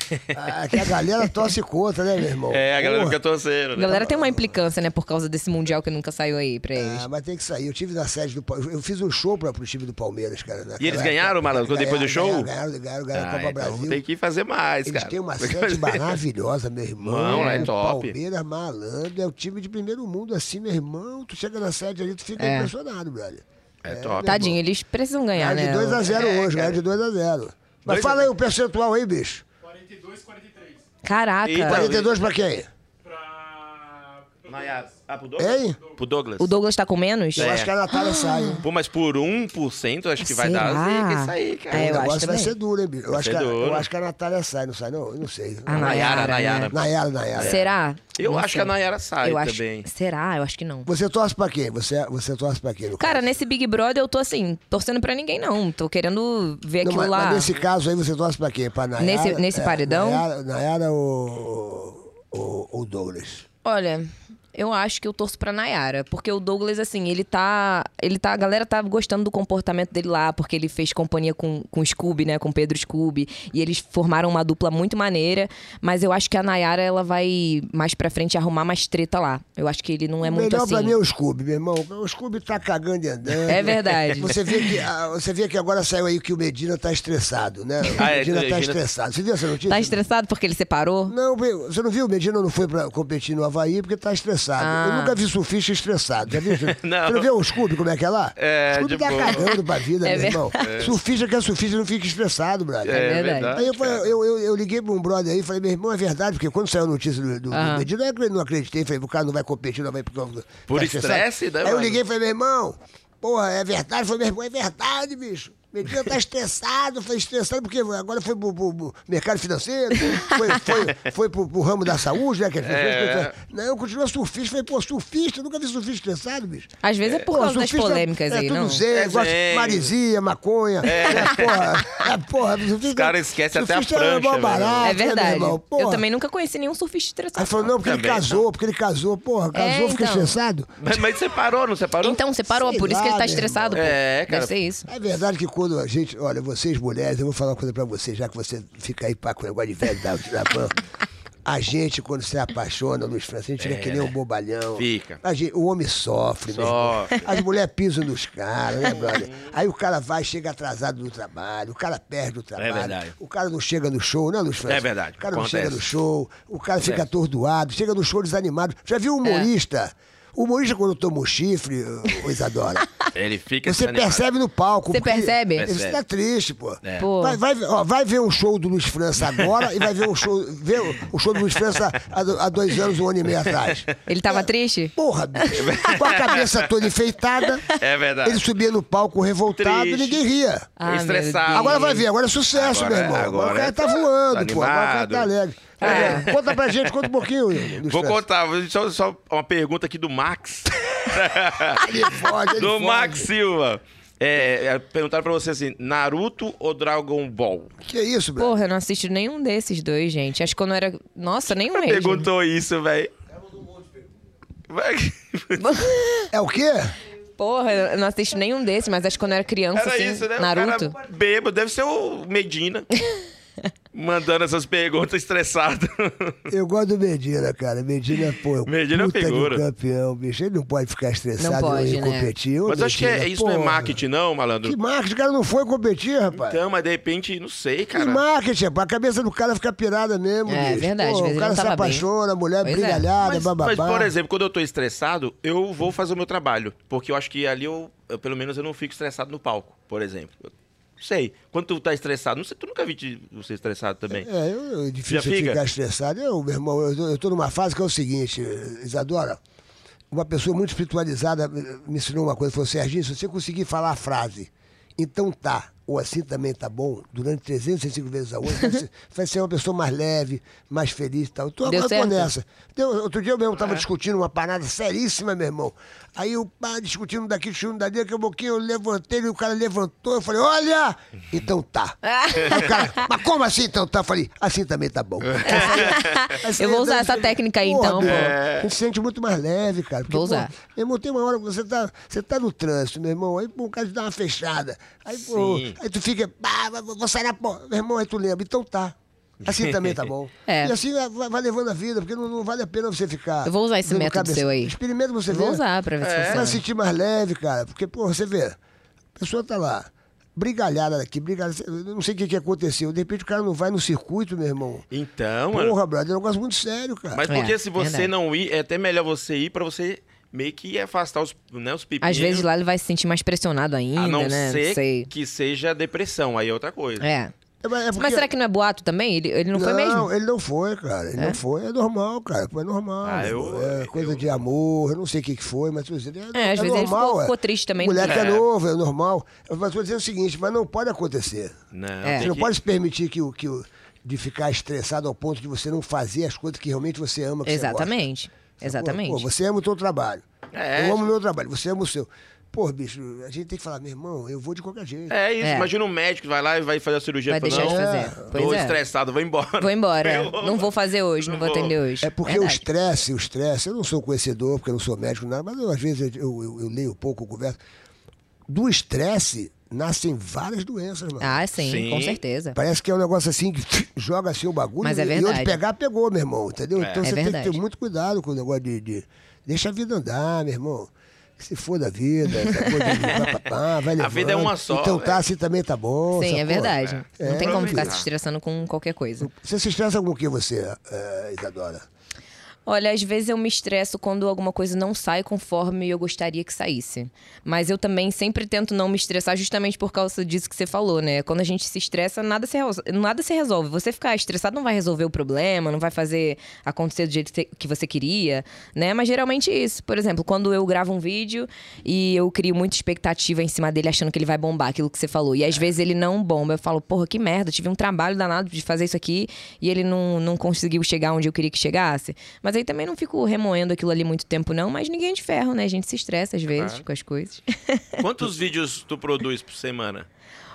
Speaker 1: Aqui a galera torce contra, né, meu irmão?
Speaker 2: É, a galera
Speaker 1: Porra.
Speaker 2: fica torcendo,
Speaker 3: A
Speaker 2: né?
Speaker 3: galera tem uma implicância, né? Por causa desse mundial que nunca saiu aí pra eles.
Speaker 1: Ah, mas tem que sair. Eu tive na sede do Palmeiras. Eu fiz um show pra, pro time do Palmeiras, cara. naquela
Speaker 2: eles
Speaker 1: época.
Speaker 2: ganharam, malandro, quando depois do
Speaker 1: Ganharam,
Speaker 2: show?
Speaker 1: Ganharam, ganharam, ganharam a
Speaker 2: Ah,
Speaker 1: É, Copa
Speaker 2: então
Speaker 1: Brasil.
Speaker 2: tem que fazer mais,
Speaker 1: Eles
Speaker 2: cara.
Speaker 1: têm uma sede maravilhosa, meu irmão.
Speaker 2: Não, é
Speaker 1: O
Speaker 2: top.
Speaker 1: Palmeiras malandro. É o time de primeiro mundo, assim, meu irmão. Tu chega na sede ali, tu fica
Speaker 3: É.
Speaker 1: impressionado, brother.
Speaker 2: É top.
Speaker 3: Tadinho, eles precisam ganhar,
Speaker 1: Ganhar
Speaker 3: né?
Speaker 1: de 2 a 0
Speaker 2: É,
Speaker 1: hoje, ganhar
Speaker 2: cara.
Speaker 1: de 2 a 0 Mas
Speaker 2: Dois a
Speaker 1: fala aí
Speaker 2: zero.
Speaker 1: o percentual aí, bicho.
Speaker 5: 42, 43.
Speaker 2: É.
Speaker 3: Caraca.
Speaker 2: Eita.
Speaker 1: 42 pra quem?
Speaker 5: Pra
Speaker 2: Nayara. Ah, pro Douglas?
Speaker 1: Hein?
Speaker 2: Pro Douglas.
Speaker 3: O Douglas tá com menos?
Speaker 2: É.
Speaker 1: Eu acho que a Natália sai. hein?
Speaker 2: Pô, mas por 1%, acho que vai
Speaker 3: Será?
Speaker 2: dar zica isso aí, cara.
Speaker 3: É,
Speaker 1: o
Speaker 3: eu acho
Speaker 1: negócio vai
Speaker 3: também.
Speaker 1: ser duro, hein, bicho? Eu, acho
Speaker 2: ser
Speaker 1: que a, eu
Speaker 2: duro.
Speaker 1: acho que a Natália sai, não sai, não? Eu não sei.
Speaker 3: A
Speaker 2: Nayara,
Speaker 3: Nayara, né?
Speaker 2: Nayara.
Speaker 3: Nayara.
Speaker 1: Nayara, Nayara.
Speaker 3: Será?
Speaker 2: Eu
Speaker 3: Não
Speaker 2: acho
Speaker 3: sei.
Speaker 2: que a Nayara sai
Speaker 3: Eu acho-
Speaker 2: também.
Speaker 3: Será? Eu acho que não.
Speaker 1: Você torce pra quem? Você, é, você torce pra quem? no
Speaker 3: Cara,
Speaker 1: caso?
Speaker 3: nesse Big Brother eu tô assim, torcendo pra ninguém não. Tô querendo ver
Speaker 1: Não,
Speaker 3: aquilo
Speaker 1: mas,
Speaker 3: lá.
Speaker 1: mas nesse caso aí você torce pra quem? Pra Nayara? é,
Speaker 3: Nesse- nesse paredão?
Speaker 1: Nayara, Nayara ou, ou, ou Douglas?
Speaker 3: Olha, eu acho que eu torço pra Nayara, porque o Douglas, assim, ele tá. Ele tá. A galera tá gostando do comportamento dele lá, porque ele fez companhia com, com o Scooby, né? Com o Pedro Scooby. E eles formaram uma dupla muito maneira. Mas eu acho que a Nayara, ela vai mais pra frente arrumar mais treta lá. Eu acho que ele não é muito
Speaker 1: Melhor
Speaker 3: assim.
Speaker 1: pra mim é o Scooby, meu irmão. O Scooby tá cagando e andando.
Speaker 3: É verdade.
Speaker 1: Você vê, que, ah, você vê que agora saiu aí que o Medina tá estressado, né? O
Speaker 2: Ah, é,
Speaker 1: Medina tá
Speaker 2: Medina-
Speaker 1: estressado. Você viu essa notícia?
Speaker 3: Tá estressado porque ele separou?
Speaker 1: Não, meu, você não viu? O Medina não foi pra competir no Havaí porque tá estressado.
Speaker 3: Ah.
Speaker 1: Eu nunca vi surfista estressado. Já viu?
Speaker 2: Não.
Speaker 1: Você não viu o Scooby, como é que é lá? o
Speaker 2: É,
Speaker 1: Scooby
Speaker 2: de
Speaker 1: tá
Speaker 2: boa.
Speaker 1: cagando pra vida,
Speaker 3: É
Speaker 1: meu irmão. Surfista que é surfista não fica estressado,
Speaker 2: É
Speaker 1: brother.
Speaker 3: verdade.
Speaker 1: Aí eu, falei-
Speaker 2: cara.
Speaker 1: eu, eu, eu liguei pra um brother aí e falei, meu irmão, é verdade, porque quando saiu a notícia do, do,
Speaker 3: Aham.
Speaker 1: do Medina, eu acre- não acreditei. Falei, o cara não vai competir, não vai... Porque,
Speaker 2: Por
Speaker 1: tá estressado.
Speaker 2: estresse, né,
Speaker 1: Aí eu
Speaker 2: mano?
Speaker 1: liguei e falei, meu irmão, porra, é verdade? Falei, meu irmão, é verdade, bicho. Medina tá estressado, foi estressado porque agora foi pro, pro- pro mercado financeiro, foi, foi, foi pro, pro ramo da saúde, né? Que as pessoas
Speaker 2: É.
Speaker 1: Não, continua surfista. Falei, pô, surfista, eu nunca vi surfista estressado, bicho.
Speaker 3: Às vezes é, por
Speaker 1: Pô,
Speaker 3: causa das
Speaker 1: surfista
Speaker 3: polêmicas
Speaker 1: é,
Speaker 3: aí,
Speaker 1: é tudo
Speaker 3: não?
Speaker 1: Zen,
Speaker 2: É
Speaker 1: gosta de
Speaker 2: zen.
Speaker 1: marisia, maconha. É. porra, é, porra, surfista-
Speaker 2: Os caras esquecem até a
Speaker 1: surfista é
Speaker 2: prancha,
Speaker 1: mó
Speaker 2: velho.
Speaker 1: barato,
Speaker 3: É
Speaker 1: né, meu
Speaker 3: verdade.
Speaker 1: irmão?
Speaker 3: eu
Speaker 1: Porra.
Speaker 3: também nunca conheci nenhum surfista estressado.
Speaker 1: Aí falou, não, porque ele
Speaker 2: Também,
Speaker 1: casou, porque ele casou, porra, casou, fica
Speaker 3: então.
Speaker 1: estressado.
Speaker 2: Mas, mas separou, não separou?
Speaker 3: Então, separou,
Speaker 1: Ah, Sei
Speaker 3: por isso que ele
Speaker 1: lá,
Speaker 3: tá
Speaker 1: meu
Speaker 3: estressado, pô.
Speaker 2: irmão. É, cara.
Speaker 3: Deve ser isso.
Speaker 1: É verdade que quando a gente. Olha, vocês mulheres, eu vou falar uma coisa pra vocês, já que você fica aí pá, com o negócio de velho da, da van. A gente, quando se apaixona, Luiz Francisco, a gente fica que nem um bobalhão.
Speaker 2: É. Fica.
Speaker 1: A gente- o homem sofre, né?
Speaker 2: Sofre.
Speaker 1: As mulheres pisam nos caras, né, brother? Aí o cara vai, chega atrasado do trabalho, o cara perde o trabalho.
Speaker 2: É verdade.
Speaker 1: O cara não chega no show, né, Luiz Francisco?
Speaker 2: É verdade,
Speaker 1: O cara não
Speaker 2: acontece.
Speaker 1: chega no show, o cara fica
Speaker 2: É.
Speaker 1: atordoado, chega no show desanimado. Já viu um humorista? O humorista, quando toma um chifre, ô Isadora.
Speaker 2: Ele fica
Speaker 1: Você
Speaker 2: desanimado.
Speaker 1: percebe no palco.
Speaker 3: Você
Speaker 1: porque
Speaker 3: percebe?
Speaker 1: Você
Speaker 2: Percebe.
Speaker 1: tá triste, pô.
Speaker 2: É.
Speaker 3: Pô.
Speaker 1: Vai, vai, ó, vai ver um show do Luiz França agora e vai ver um show, ver o- o show do Luiz França há, do- há dois anos, um ano e meio atrás.
Speaker 3: Ele
Speaker 1: É.
Speaker 3: tava triste?
Speaker 1: Porra, bicho. Com a cabeça toda enfeitada.
Speaker 2: É verdade.
Speaker 1: Ele subia no palco revoltado e
Speaker 2: Triste.
Speaker 1: ninguém ria.
Speaker 3: Ah, meu
Speaker 2: Estressado.
Speaker 3: Deus.
Speaker 1: Agora vai ver, agora é sucesso,
Speaker 2: Agora-
Speaker 1: meu irmão. Agora,
Speaker 2: agora
Speaker 1: o cara
Speaker 2: é-
Speaker 1: tá voando,
Speaker 2: tá
Speaker 1: pô. Agora o cara tá
Speaker 2: animado.
Speaker 1: alegre.
Speaker 3: É.
Speaker 1: Conta pra gente, conta um pouquinho, Luiz
Speaker 2: Vou
Speaker 1: França.
Speaker 2: contar, só, só uma pergunta aqui do Max.
Speaker 1: Ele fode, ele
Speaker 2: do
Speaker 1: fode.
Speaker 2: Max Silva. É, é, perguntaram pra você assim, Naruto ou Dragon Ball?
Speaker 1: Que isso, bro?
Speaker 3: Porra, eu não assisti nenhum desses dois, gente. Acho que eu não era. Nossa, nenhum mesmo.
Speaker 2: Perguntou isso, velho.
Speaker 1: É o quê?
Speaker 3: Porra, eu não assisti nenhum desses, mas acho que quando eu era criança,
Speaker 2: Era
Speaker 3: assim,
Speaker 2: isso, né? O
Speaker 3: Naruto.
Speaker 2: cara bêbado, deve ser o Medina. mandando essas perguntas estressado.
Speaker 1: Eu gosto do Medina, cara. Medina, pô,
Speaker 2: Medina é
Speaker 1: puta
Speaker 2: figura.
Speaker 1: de um campeão, bicho. Ele não pode ficar estressado
Speaker 3: Não pode,
Speaker 1: e
Speaker 3: né?
Speaker 1: competir. Ô,
Speaker 2: Mas acho que é,
Speaker 1: Medina,
Speaker 2: isso não é
Speaker 1: porra.
Speaker 2: marketing, não, malandro.
Speaker 1: Que marketing? O cara não foi competir, rapaz.
Speaker 2: Então, mas de repente, não sei,
Speaker 1: que
Speaker 2: cara.
Speaker 1: marketing, rapaz. A cabeça do cara fica pirada mesmo,
Speaker 3: É,
Speaker 1: bicho.
Speaker 3: verdade, às
Speaker 1: Pô,
Speaker 3: vezes
Speaker 1: o
Speaker 3: ele
Speaker 1: cara
Speaker 3: não
Speaker 1: se
Speaker 3: tava bem.
Speaker 1: apaixona, a mulher
Speaker 3: Pois é.
Speaker 1: brilhalhada,
Speaker 2: Mas,
Speaker 1: bababá.
Speaker 2: mas, por exemplo, quando eu tô estressado, eu vou fazer o meu trabalho. Porque eu acho que ali eu, eu, pelo menos, eu não fico estressado no palco, por exemplo. Eu não sei. Quando tu tá estressado, não sei, tu nunca vi te- você estressado também.
Speaker 1: É, eu, eu difícil
Speaker 2: Já fica?
Speaker 1: ficar estressado. Eu, meu irmão, eu, tô- eu tô numa fase que é o seguinte, Isadora. Uma pessoa muito espiritualizada eh, me ensinou uma coisa, falou, assim, Serginho, se você conseguir falar a frase, então tá, ou assim também tá bom, durante 365 vezes a outra, você vai ser uma pessoa mais leve, mais feliz e tal. Então
Speaker 3: Deu
Speaker 1: agora eu tô
Speaker 3: certo? É.
Speaker 1: nessa. Deu- outro dia eu mesmo tava discutindo uma parada seríssima, meu irmão. Aí eu pá, discutindo um daqui, discutindo dali, daqui a pouquinho eu levantei, e o cara levantou, eu falei, olha! Então tá. Aí o cara, mas como assim então tá? Eu falei, assim também tá bom. Essa
Speaker 3: Eu vou
Speaker 1: aí é
Speaker 3: usar
Speaker 1: deve
Speaker 3: essa
Speaker 1: ser-
Speaker 3: técnica aí, então,
Speaker 1: bicho,
Speaker 3: pô.
Speaker 2: É.
Speaker 1: A gente se sente muito mais leve, cara. Porque,
Speaker 3: Vou
Speaker 1: pô,
Speaker 3: usar.
Speaker 1: meu irmão, tem uma hora que você tá, você tá no trânsito, meu irmão. Aí, pô, o cara te dá uma fechada. Aí, pô,
Speaker 2: Sim.
Speaker 1: aí tu fica, ah, vou sair na porra. Meu irmão, aí tu lembra. Então tá. Assim também tá bom.
Speaker 3: É.
Speaker 1: E assim vai, vai levando a vida, porque não, não vale a pena você ficar.
Speaker 3: Eu vou usar esse
Speaker 1: dando
Speaker 3: método seu aí.
Speaker 1: Experimenta você ver.
Speaker 3: Vou usar pra ver se
Speaker 2: É.
Speaker 1: Você
Speaker 3: funciona.
Speaker 1: vai se sentir mais leve, cara. Porque, pô, você vê, a pessoa tá lá, brigalhada aqui, brigalhada. Eu não sei o que, que aconteceu. De repente o cara não vai no circuito, meu irmão.
Speaker 2: Então, mano.
Speaker 1: Porra, brother, é um negócio muito sério, cara.
Speaker 2: Mas
Speaker 3: É,
Speaker 2: porque se você
Speaker 3: verdade.
Speaker 2: não ir, é até melhor você ir pra você meio que afastar os, né, os pepinos.
Speaker 3: Às vezes lá ele vai se sentir mais pressionado ainda,
Speaker 2: A não
Speaker 3: né?
Speaker 2: ser
Speaker 3: Sei.
Speaker 2: que seja depressão, aí é outra coisa.
Speaker 3: É.
Speaker 1: É, mas é porque-
Speaker 3: Mas será que não é boato também? Ele, ele não, foi mesmo?
Speaker 1: ele não foi, cara. Ele não foi. É normal, cara. Foi normal.
Speaker 2: Ah, eu-
Speaker 1: é coisa
Speaker 2: eu-
Speaker 1: de amor, eu não sei o que que foi, mas tô dizendo,
Speaker 3: É, às vezes ele
Speaker 1: normal,
Speaker 3: ficou-
Speaker 1: é.
Speaker 3: ficou triste também,
Speaker 1: Mulher
Speaker 3: né?
Speaker 1: que é
Speaker 2: É.
Speaker 1: novo, é normal. Mas vou dizer o seguinte, mas não pode acontecer.
Speaker 2: Não,
Speaker 3: É.
Speaker 1: Você
Speaker 2: Né, tem
Speaker 1: não
Speaker 2: que-
Speaker 1: pode se permitir que o. Que o de ficar estressado ao ponto de você não fazer as coisas que realmente você ama. Que é você gosta.
Speaker 3: Exatamente. Exatamente.
Speaker 1: Pô, pô, você ama o teu trabalho.
Speaker 2: É,
Speaker 1: eu amo o meu trabalho, você ama o seu. Pô, bicho, a gente tem que falar, meu irmão, eu vou de qualquer jeito.
Speaker 2: É isso,
Speaker 3: É.
Speaker 2: imagina um médico que vai lá e vai fazer a cirurgia
Speaker 3: Vai
Speaker 2: e fala,
Speaker 3: deixar de
Speaker 2: "Não,
Speaker 3: fazer. Pois
Speaker 2: Tô
Speaker 3: é.
Speaker 2: estressado, vou embora.
Speaker 3: Vou embora. é.
Speaker 2: Eu-
Speaker 3: Não vou fazer hoje, não
Speaker 2: Não
Speaker 3: vou
Speaker 2: vou.
Speaker 3: atender hoje.
Speaker 1: É porque
Speaker 3: Verdade.
Speaker 1: o estresse, o estresse, eu não sou conhecedor, porque eu não sou médico, nada, mas eu, às vezes eu, eu- eu leio pouco, eu converso. Do estresse nascem várias doenças, mano.
Speaker 3: Ah, sim,
Speaker 2: Sim.
Speaker 3: com certeza.
Speaker 1: Parece que é um negócio assim que joga assim o bagulho
Speaker 3: Mas é
Speaker 1: e- e
Speaker 3: verdade.
Speaker 1: onde pegar, pegou, meu irmão, entendeu?
Speaker 2: É.
Speaker 1: Então
Speaker 3: É
Speaker 1: você tem que
Speaker 3: verdade.
Speaker 1: ter muito cuidado com o negócio de. de- deixa a vida andar, meu irmão. Que se for da vida, essa coisa de pá, pá, pá, vai
Speaker 2: A vida é
Speaker 1: levando.
Speaker 2: uma só,
Speaker 1: Então tá,
Speaker 2: velho.
Speaker 1: assim também tá bom.
Speaker 3: Sim, é
Speaker 1: sacou?
Speaker 3: verdade.
Speaker 1: É.
Speaker 3: Não tem como ficar assim.
Speaker 2: Aproveitar.
Speaker 3: se estressando com qualquer coisa.
Speaker 1: Você se estressa com o que você, eh, Isadora?
Speaker 3: Olha, às vezes eu me estresso quando alguma coisa não sai conforme eu gostaria que saísse. Mas eu também sempre tento não me estressar justamente por causa disso que você falou, né? Quando a gente se estressa, nada se, reso- nada se resolve. Você ficar estressado não vai resolver o problema, não vai fazer acontecer do jeito que que você queria, né? Mas geralmente é isso. Por exemplo, quando eu gravo um vídeo e eu crio muita expectativa em cima dele achando que ele vai bombar aquilo que você falou. E às vezes ele não bomba. Eu falo, porra, que merda, tive um trabalho danado de fazer isso aqui e ele não, não conseguiu chegar onde eu queria que chegasse. Mas aí também não fico remoendo aquilo ali muito tempo, não. Mas ninguém é de ferro, né? A gente se estressa às vezes
Speaker 2: Claro.
Speaker 3: com as coisas.
Speaker 2: Quantos vídeos tu produz por semana?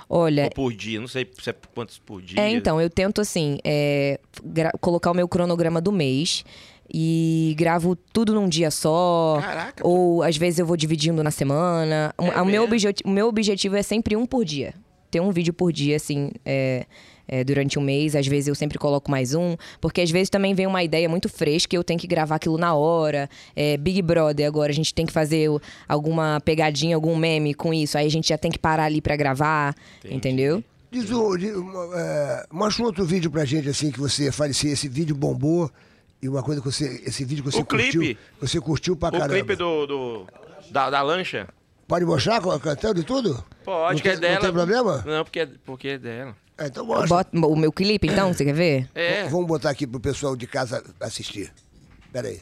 Speaker 3: Olha,
Speaker 2: Ou por dia? Não sei se é quantos por dia.
Speaker 3: É, então, eu tento, assim, é, gra- colocar o meu cronograma do mês e gravo tudo num dia só.
Speaker 2: Caraca,
Speaker 3: Ou às vezes eu vou dividindo na semana. O-
Speaker 2: É
Speaker 3: o, meu
Speaker 2: mesmo?
Speaker 3: objeti- o meu objetivo é sempre um por dia. Ter um vídeo por dia, assim, é, é, durante um mês. Às vezes eu sempre coloco mais um, porque às vezes também vem uma ideia muito fresca e eu tenho que gravar aquilo na hora. É, Big Brother, agora a gente tem que fazer o- alguma pegadinha, algum meme com isso. Aí a gente já tem que parar ali pra gravar, entendeu?
Speaker 1: Diz o, di- uma- é, mostra um outro vídeo pra gente, assim, que você fale assim, esse vídeo bombou. E uma coisa que você. Esse vídeo que você
Speaker 2: O
Speaker 1: curtiu.
Speaker 2: clipe.
Speaker 1: Você curtiu pra
Speaker 2: o
Speaker 1: caramba.
Speaker 2: clipe do, do- da, da lancha?
Speaker 1: Pode mostrar co- cantando e tudo?
Speaker 2: Pode,
Speaker 1: Não
Speaker 2: que é
Speaker 1: tem-
Speaker 2: dela.
Speaker 1: Não tem problema?
Speaker 2: Não, porque é, porque é dela.
Speaker 1: É, então mostra.
Speaker 3: Bota o meu clipe, então, você quer ver?
Speaker 2: É.
Speaker 1: V- Vamos botar aqui pro pessoal de casa assistir. Pera aí.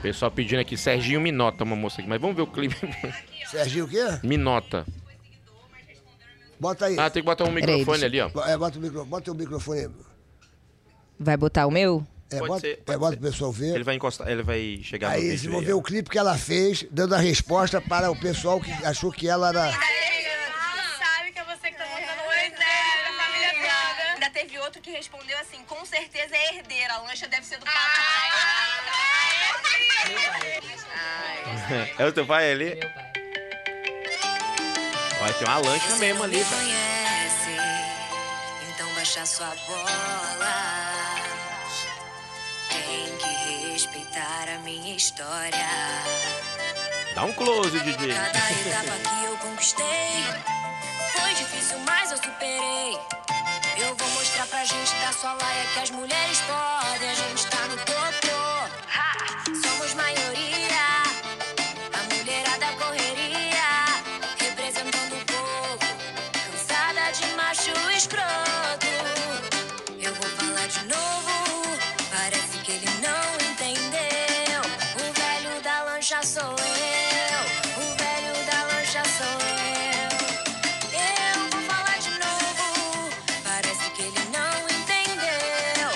Speaker 2: Pessoal pedindo aqui, Serginho Minota, uma moça aqui. Mas vamos ver o clipe.
Speaker 1: Serginho, o quê?
Speaker 2: Minota.
Speaker 1: Bota aí.
Speaker 2: Ah, tem que botar um
Speaker 3: Peraí,
Speaker 2: microfone
Speaker 3: deixa-
Speaker 2: ali, ó.
Speaker 1: Bo- é, bota, o micro, bota o microfone aí.
Speaker 3: Vai botar o meu?
Speaker 1: É,
Speaker 2: Pode
Speaker 1: bota,
Speaker 2: ser,
Speaker 1: é,
Speaker 2: pode
Speaker 1: bota
Speaker 2: ser.
Speaker 1: o pessoal ver.
Speaker 2: Ele vai encostar, ele vai chegar no
Speaker 1: Aí
Speaker 2: vídeo
Speaker 1: eles vão
Speaker 2: aí,
Speaker 1: ver
Speaker 2: ó.
Speaker 1: o clipe que ela fez, dando a resposta para o pessoal que achou que ela era.
Speaker 6: sabe que é você que tá mandando
Speaker 4: Pois é, pra família toda.
Speaker 6: toda.
Speaker 4: Ainda teve outro que respondeu assim, com certeza é herdeira, a lancha deve ser do
Speaker 6: Ah,
Speaker 4: papai.
Speaker 6: tá.
Speaker 2: É o teu pai ali? Olha, tem uma lancha mesmo ali, velho.
Speaker 4: conhece, então baixa sua bola. Tem que respeitar a minha história.
Speaker 2: Dá um close, DJ.
Speaker 4: Cada etapa que eu conquistei foi difícil, mas eu superei. Eu vou mostrar pra gente da sua laia que as mulheres podem. A gente tá no topo, somos maioria. A mulherada correria, representando o povo. Cansada de macho escroto. Eu vou falar de novo, parece que ele não entendeu. O velho da lancha sou eu, o velho da lancha sou eu. Eu vou falar de novo. Parece que ele não entendeu.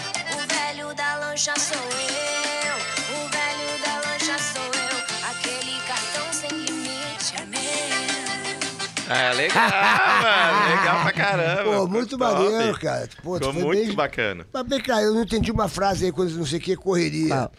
Speaker 4: O velho da lancha sou eu. O velho da lancha sou eu. Aquele cartão sem limite é meu.
Speaker 2: É, legal, mano. Legal pra caramba.
Speaker 1: Pô,
Speaker 2: Ficou
Speaker 1: muito
Speaker 2: top.
Speaker 1: maneiro, cara. Pô, tu
Speaker 2: Ficou
Speaker 1: foi
Speaker 2: muito
Speaker 1: bem-
Speaker 2: bacana.
Speaker 1: Mas vem cá, eu não entendi uma frase aí quando não sei o que, correria.
Speaker 3: Qual?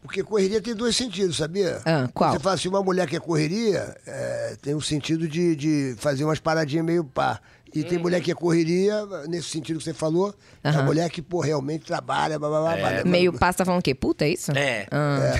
Speaker 1: Porque correria tem dois sentidos, sabia?
Speaker 3: Ah, qual?
Speaker 1: Você fala assim, uma mulher que é correria, é, tem um sentido de, de fazer umas paradinhas meio pá. E
Speaker 2: Uhum.
Speaker 1: tem mulher que é correria, nesse sentido que você falou, é a
Speaker 3: Aham.
Speaker 1: mulher que, pô, realmente trabalha, blá, blá, blá, blá, né?
Speaker 3: Meio pasta falando o quê? Puta, é isso?
Speaker 2: É.
Speaker 3: Ah.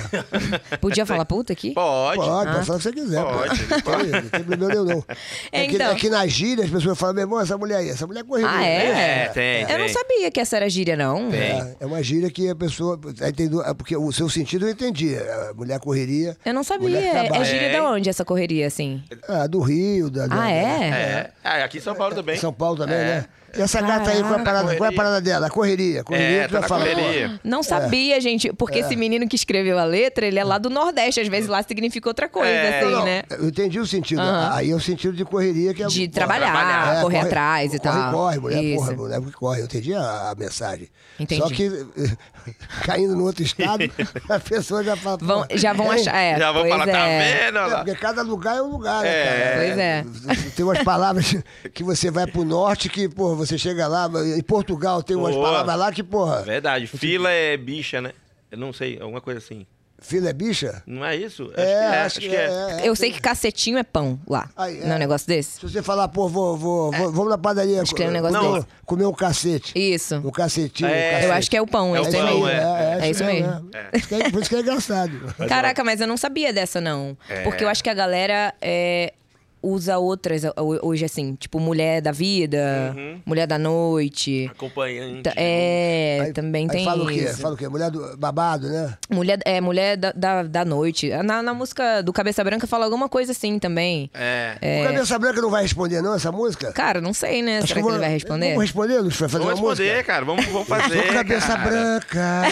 Speaker 3: Podia falar puta aqui?
Speaker 2: Pode.
Speaker 1: Pode,
Speaker 3: Ah.
Speaker 1: pode falar o que você quiser. pô.
Speaker 2: Pode.
Speaker 1: Não tem- Não tem problema nenhum, não. É, que,
Speaker 3: Então.
Speaker 1: é que na gíria as pessoas falam, meu irmão, essa mulher aí, essa mulher é correria.
Speaker 3: Ah, é?
Speaker 2: É, tem,
Speaker 3: Eu não
Speaker 2: tem.
Speaker 3: sabia que essa era gíria, não.
Speaker 2: Tem.
Speaker 1: É, é uma gíria que a pessoa. aí tem du- é Porque o seu sentido eu entendi. é, Mulher correria.
Speaker 3: Eu não sabia.
Speaker 1: mulher que
Speaker 3: É
Speaker 1: trabalha.
Speaker 3: gíria
Speaker 2: É.
Speaker 3: da onde essa correria, assim?
Speaker 1: Ah, do Rio, da. da-
Speaker 3: Ah, é?
Speaker 2: É. Ah, aqui em São Paulo também.
Speaker 1: São Paulo também,
Speaker 2: É.
Speaker 1: né? E essa gata aí, qual é a parada, qual é a
Speaker 2: Correria.
Speaker 1: parada dela? A correria. A correria
Speaker 2: É,
Speaker 1: tu já
Speaker 2: tá na
Speaker 1: falou.
Speaker 2: correria.
Speaker 1: É.
Speaker 3: Não sabia, gente, porque esse menino que escreveu a letra, ele é lá do Nordeste, às vezes lá significa outra coisa,
Speaker 2: É.
Speaker 3: assim,
Speaker 1: Não, não,
Speaker 3: né?
Speaker 1: Eu entendi o sentido. Aí é o sentido de correria que é.
Speaker 3: De trabalhar,
Speaker 2: trabalhar,
Speaker 3: correr atrás e
Speaker 1: corre,
Speaker 3: tal.
Speaker 1: Corre, mulher,
Speaker 3: Isso.
Speaker 1: porra, mulher que corre. Eu entendi a, a mensagem.
Speaker 3: Entendi.
Speaker 1: Só que eh, caindo no outro estado, as pessoas já falam.
Speaker 3: Vão-
Speaker 1: "Pô,
Speaker 3: já vão
Speaker 1: hein?"
Speaker 3: achar. É,
Speaker 2: Já vão
Speaker 3: pois
Speaker 2: falar,
Speaker 3: é.
Speaker 2: tá vendo?
Speaker 1: É,
Speaker 2: Olha lá.
Speaker 1: porque cada lugar é um lugar, né,
Speaker 3: É.
Speaker 1: cara? Tem umas palavras que você vai pro norte que, porra, você chega lá. Em Portugal tem umas
Speaker 2: Boa.
Speaker 1: palavras lá que, porra,
Speaker 2: Verdade. Fila é bicha, né? Eu não sei, alguma coisa assim.
Speaker 1: filha é bicha?
Speaker 2: Não é isso?
Speaker 1: é,
Speaker 3: Eu sei que cacetinho é pão lá.
Speaker 1: Aí, é.
Speaker 3: Não é um negócio desse?
Speaker 1: Se você falar, pô, vou, vou, vou- vamos na padaria.
Speaker 3: Acho que é um negócio
Speaker 1: vou
Speaker 2: desse.
Speaker 1: comer um cacete.
Speaker 3: Isso.
Speaker 1: Um cacetinho. um
Speaker 2: É.
Speaker 1: cacete.
Speaker 3: Eu acho que é o pão,
Speaker 2: É
Speaker 3: é
Speaker 2: o
Speaker 3: isso
Speaker 2: pão,
Speaker 3: mesmo.
Speaker 2: é.
Speaker 3: É isso mesmo.
Speaker 1: é. Isso que é- Por isso que é engraçado.
Speaker 3: Caraca, mas eu não sabia dessa, não.
Speaker 2: É.
Speaker 3: Porque eu acho que a galera é, usa outras ho- hoje, assim, tipo mulher da vida,
Speaker 2: Uhum.
Speaker 3: mulher da noite.
Speaker 2: Acompanhante.
Speaker 3: Ta- É, também
Speaker 1: Aí
Speaker 3: tem
Speaker 1: fala o quê?
Speaker 3: isso.
Speaker 1: Fala o quê? Mulher do babado, né?
Speaker 3: Mulher, é, mulher da, da, da noite. Na, na música do Cabeça Branca fala alguma coisa assim também.
Speaker 2: É.
Speaker 1: O Cabeça Branca não vai responder, não, essa música?
Speaker 3: Cara, não sei, né? Será que,
Speaker 1: vou-
Speaker 3: ele vai responder?
Speaker 1: Vamos responder, Luiz? Vai fazer
Speaker 2: Vamos
Speaker 1: uma
Speaker 2: responder,
Speaker 1: música?
Speaker 2: cara. Vamos, vamos
Speaker 1: Eu
Speaker 2: fazer.
Speaker 1: sou cabeça
Speaker 2: cara.
Speaker 1: branca,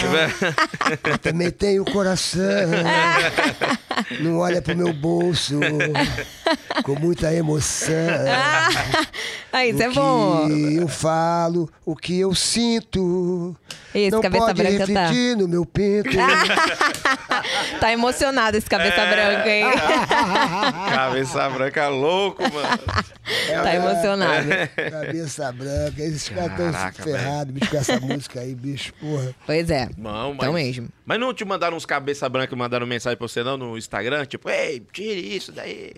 Speaker 1: eu também tenho coração. Não olha pro meu bolso com muita emoção.
Speaker 3: Ah, isso
Speaker 1: o
Speaker 3: é bom.
Speaker 1: que eu falo, o que eu sinto.
Speaker 3: Isso,
Speaker 1: não
Speaker 3: cabeça
Speaker 1: pode
Speaker 3: branca tá.
Speaker 1: refletir no meu pinto.
Speaker 3: Tá emocionado esse cabeça
Speaker 2: É.
Speaker 3: branca, hein?
Speaker 2: Cabeça branca louco, mano.
Speaker 1: É,
Speaker 3: tá emocionado.
Speaker 2: É.
Speaker 1: cabeça branca. Esses caras estão
Speaker 2: Caraca,
Speaker 1: ferrados, bicho, com essa música aí, bicho, porra.
Speaker 3: Pois é.
Speaker 2: Não, mas...
Speaker 3: Então mesmo.
Speaker 2: Mas não te mandaram uns cabeça branca e mandaram mensagem pra você não no Instagram? Tipo, ei, tire isso daí.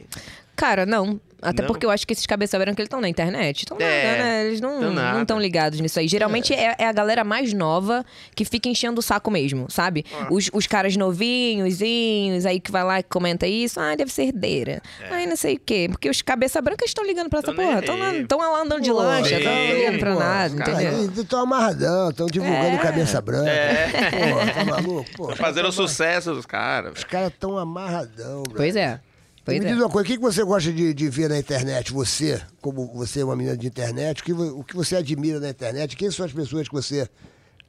Speaker 3: Cara, não. Até
Speaker 2: Não?
Speaker 3: porque eu acho que esses cabeça branca eles estão na internet. Estão
Speaker 2: É,
Speaker 3: nada, né? Eles não
Speaker 2: tão nada.
Speaker 3: não estão ligados nisso aí. Geralmente é. é a galera mais nova que fica enchendo o saco mesmo, sabe?
Speaker 2: Ah.
Speaker 3: Os, os caras novinhos, zinhos, aí que vai lá e comenta isso. Ah, deve ser herdeira. Ai, não sei o quê. Porque os cabeça branca estão ligando pra essa
Speaker 2: É. Tão nem
Speaker 3: porra.
Speaker 2: aí.
Speaker 3: Estão lá andando de
Speaker 1: Pô,
Speaker 3: lancha, estão
Speaker 2: ei,
Speaker 3: ligando pra
Speaker 2: pô,
Speaker 3: nada,
Speaker 2: cara,
Speaker 3: entendeu? É.
Speaker 1: Estão amarradão, estão divulgando cabeça branca. Porra, tá maluco? Porra,
Speaker 2: Tô fazendo
Speaker 3: então
Speaker 2: o sucesso dos caras.
Speaker 1: Os caras estão amarradão, bro.
Speaker 3: Pois é. Pois
Speaker 1: Me
Speaker 3: é.
Speaker 1: diz uma coisa, o que que você gosta de, de ver na internet? Você, como você é uma menina de internet, o que, vo- o que você admira na internet? Quem são as pessoas que você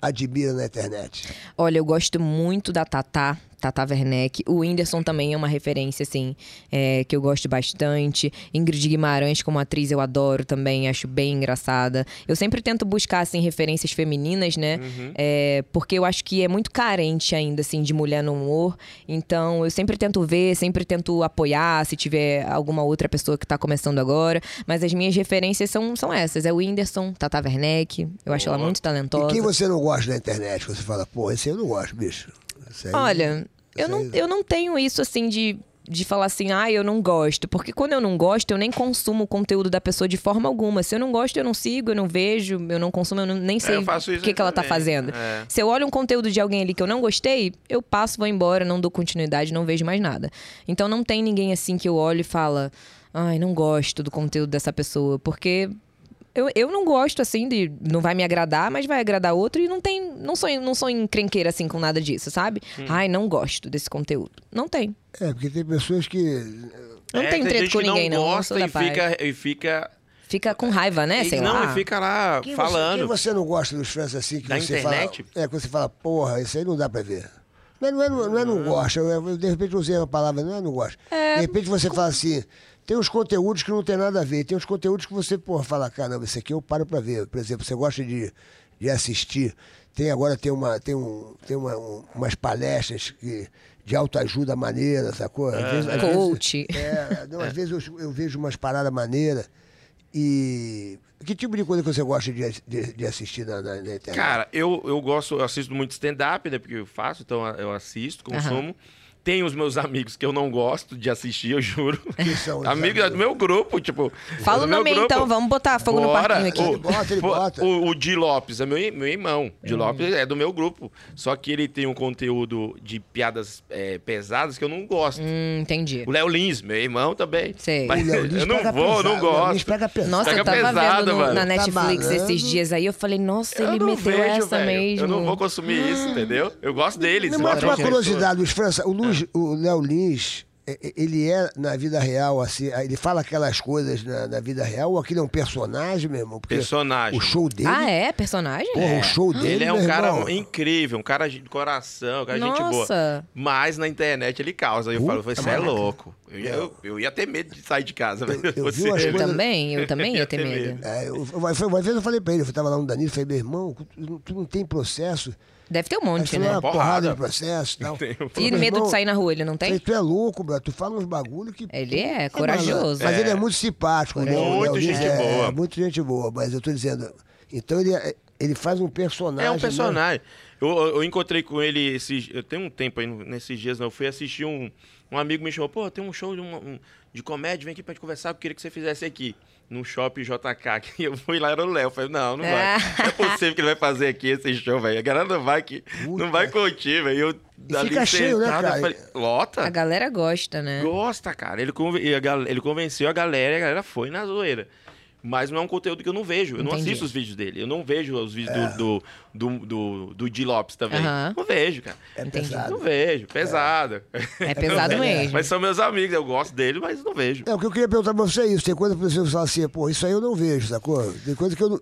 Speaker 1: admira na internet?
Speaker 3: Olha, eu gosto muito da Tatá. Tata Werneck. O Whindersson também é uma referência, assim, é, que eu gosto bastante. Ingrid Guimarães, como atriz, eu adoro também, acho bem engraçada. Eu sempre tento buscar, assim, referências femininas, né?
Speaker 1: Uhum.
Speaker 3: É, porque eu acho que é muito carente ainda, assim, de mulher no humor. Então, eu sempre tento ver, sempre tento apoiar, se tiver alguma outra pessoa que tá começando agora. Mas as minhas referências são, são essas. É o Whindersson, Tata Werneck. Eu acho ela muito talentosa.
Speaker 1: E quem você não gosta na internet? Você fala, pô, esse eu não gosto, bicho. Esse aí-
Speaker 3: Olha, eu não, eu não tenho isso assim de, de falar assim, ah, eu não gosto. Porque quando eu não gosto, eu nem consumo o conteúdo da pessoa de forma alguma. Se eu não gosto, eu não sigo, eu não vejo, eu não consumo, eu não- nem sei
Speaker 2: É, eu faço
Speaker 3: o
Speaker 2: isso
Speaker 3: que, que ela tá
Speaker 2: também,
Speaker 3: fazendo.
Speaker 2: é.
Speaker 3: Se eu olho um conteúdo de alguém ali que eu não gostei, eu passo, vou embora, não dou continuidade, não vejo mais nada. Então não tem ninguém assim que eu olho e fala, ai, não gosto do conteúdo dessa pessoa, porque. Eu, eu não gosto, assim, de. Não vai me agradar, mas vai agradar outro. E não tem. Não sou, não sou encrenqueira, assim, com nada disso, sabe? Ai, não gosto desse conteúdo. Não tem.
Speaker 1: É, porque tem pessoas que.
Speaker 3: Não
Speaker 2: É,
Speaker 3: tem treta
Speaker 2: gente
Speaker 3: com
Speaker 2: que
Speaker 3: ninguém, não.
Speaker 2: não.
Speaker 3: não
Speaker 2: gosta
Speaker 3: sou da
Speaker 2: e,
Speaker 3: paz.
Speaker 2: fica, e fica.
Speaker 3: Fica com raiva, né?
Speaker 2: e
Speaker 3: Sei
Speaker 2: não,
Speaker 3: lá.
Speaker 2: e fica lá
Speaker 1: Quem Você,
Speaker 2: falando.
Speaker 1: quem você não gosta dos fãs assim que
Speaker 2: Da
Speaker 1: você
Speaker 2: internet?
Speaker 1: fala. É, que você fala, porra, isso aí não dá pra ver. Não é não, é, não, é não gosta, eu- eu, de repente eu usei uma palavra, não é não gosta. de repente você fala assim, tem uns conteúdos que não tem nada a ver, tem uns conteúdos que você, porra, fala, caramba, isso aqui eu paro pra ver. Por exemplo, você gosta de, de assistir, tem agora tem, uma, tem, um, tem uma, um- umas palestras que, de autoajuda maneira, sacou? Às vezes- às vezes-
Speaker 3: Coach.
Speaker 1: é, não, às vezes eu, eu vejo umas paradas maneiras e. Que tipo de coisa que você gosta de, ass- de- de assistir na, na- na
Speaker 3: é?
Speaker 1: internet?
Speaker 2: Cara, eu, eu gosto, eu assisto muito stand-up, né? Porque eu faço, então eu assisto, consumo. Tem os meus amigos que eu não gosto de assistir, eu juro.
Speaker 1: Quem são os
Speaker 2: amigos
Speaker 1: amigos?
Speaker 2: do meu grupo, tipo.
Speaker 3: Fala o
Speaker 2: do meu
Speaker 3: nome aí,
Speaker 2: grupo.
Speaker 3: então, vamos botar fogo no
Speaker 2: Bora.
Speaker 3: parquinho aqui.
Speaker 2: O-
Speaker 1: Ele bota, ele
Speaker 2: pô,
Speaker 1: bota.
Speaker 2: O, o Di Lopes é meu, meu irmão.
Speaker 3: Hum.
Speaker 2: Di Lopes é do meu grupo. Só que ele tem um conteúdo de piadas é, pesadas que eu não gosto.
Speaker 3: Hum, entendi.
Speaker 2: O Léo Lins, meu irmão também.
Speaker 3: Sei.
Speaker 2: Mas
Speaker 1: O Léo Lins
Speaker 2: eu não
Speaker 1: pega
Speaker 2: vou, eu não
Speaker 1: pesado, o Léo Lins
Speaker 2: gosto.
Speaker 1: pega pesado.
Speaker 3: Nossa,
Speaker 2: Pega
Speaker 3: eu tava
Speaker 2: pesado,
Speaker 3: vendo no-
Speaker 2: mano.
Speaker 3: na
Speaker 2: Tá
Speaker 3: Netflix
Speaker 1: malandro.
Speaker 3: esses dias aí, eu falei, nossa,
Speaker 2: Eu
Speaker 3: ele
Speaker 2: não
Speaker 3: meteu
Speaker 2: vejo,
Speaker 3: essa
Speaker 2: velho.
Speaker 3: mesmo.
Speaker 2: Eu não vou
Speaker 1: Ah.
Speaker 2: consumir isso, entendeu? Eu gosto deles.
Speaker 1: Me
Speaker 2: eu
Speaker 1: mostra é
Speaker 2: gosto
Speaker 1: uma
Speaker 2: das pessoas.
Speaker 1: curiosidade, Luiz França. O, Luiz, o Léo Lins, é, e- ele é na vida real, assim, ele fala aquelas coisas na, na vida real, ou aquele é um personagem mesmo? Porque
Speaker 2: Personagem.
Speaker 1: O show dele.
Speaker 3: Ah, é? Ah. Personagem?
Speaker 1: Porra, o show dele.
Speaker 2: Ele é um
Speaker 1: meu
Speaker 2: cara
Speaker 1: irmão,
Speaker 2: incrível, um cara de coração, um cara de gente boa.
Speaker 3: Nossa.
Speaker 2: Mas na internet ele causa. Eu
Speaker 1: Puta
Speaker 2: falo, você é
Speaker 1: maraca.
Speaker 2: louco. Eu ia, eu, eu ia ter medo de sair de casa, velho.
Speaker 1: eu vi
Speaker 2: Você- é
Speaker 1: umas
Speaker 3: Eu
Speaker 1: coisas-
Speaker 3: também, eu também ia ter
Speaker 2: Eu ia ter
Speaker 3: medo.
Speaker 1: É, eu, uma vez- uma vez eu falei pra ele, eu tava lá no Danilo, falei, meu irmão, tu não- tu não tem processo.
Speaker 3: Deve ter um
Speaker 1: Aí
Speaker 3: monte,
Speaker 1: falou,
Speaker 3: né?
Speaker 1: é uma porrada.
Speaker 2: Porrada.
Speaker 1: de processo e tal.
Speaker 2: Tem um-
Speaker 1: Falei,
Speaker 3: E
Speaker 1: meu
Speaker 3: medo
Speaker 1: irmão,
Speaker 3: de sair na rua, ele não tem?
Speaker 1: falei, tu é louco, bro, tu fala uns bagulho que...
Speaker 3: Ele é
Speaker 1: Pô,
Speaker 3: corajoso.
Speaker 1: malandro. tá Mas ele é muito simpático. né?
Speaker 2: Muito
Speaker 1: O Léo Lins
Speaker 2: gente
Speaker 1: é,
Speaker 2: boa.
Speaker 1: É, muito gente boa, mas eu tô dizendo... Então ele, é- ele faz um personagem...
Speaker 2: É um
Speaker 1: né?
Speaker 2: personagem. Eu, eu- eu encontrei com ele esses, eu tenho um tempo aí, nesses dias, não. Eu fui assistir um. Um amigo me chamou, pô, tem um show de, uma- um- de comédia, vem aqui pra gente conversar, eu queria que você fizesse aqui. Num shopping JK. aqui. eu fui lá, era o Léo. Eu Falei, não, não vai.
Speaker 3: Ah.
Speaker 2: Não é possível que ele vai fazer aqui esse show, velho. A galera não vai aqui.
Speaker 1: Puta.
Speaker 2: Não vai curtir, velho. E Eu
Speaker 1: E fica cheio, né,
Speaker 2: sentado, eu
Speaker 1: cara?
Speaker 2: falei, Lota?
Speaker 3: A galera gosta, né?
Speaker 2: Gosta, cara. Ele, conven- e a gal- ele convenceu a galera e a galera foi na zoeira. Mas não é um conteúdo que eu não vejo. Eu não
Speaker 3: Entendi.
Speaker 2: assisto os vídeos dele. Eu não vejo os vídeos do, do, do, do, do Di Lopes também.
Speaker 3: Aham.
Speaker 2: Não vejo, cara.
Speaker 1: É
Speaker 3: Entendi.
Speaker 1: pesado.
Speaker 2: Não vejo. Pesado.
Speaker 3: É pesado mesmo.
Speaker 2: Mas são meus amigos. Eu gosto dele, mas não vejo.
Speaker 1: É, o que eu queria perguntar pra você é isso. Tem coisa pra você falar assim, pô, isso aí eu não vejo, sacou? Tem coisa que eu não...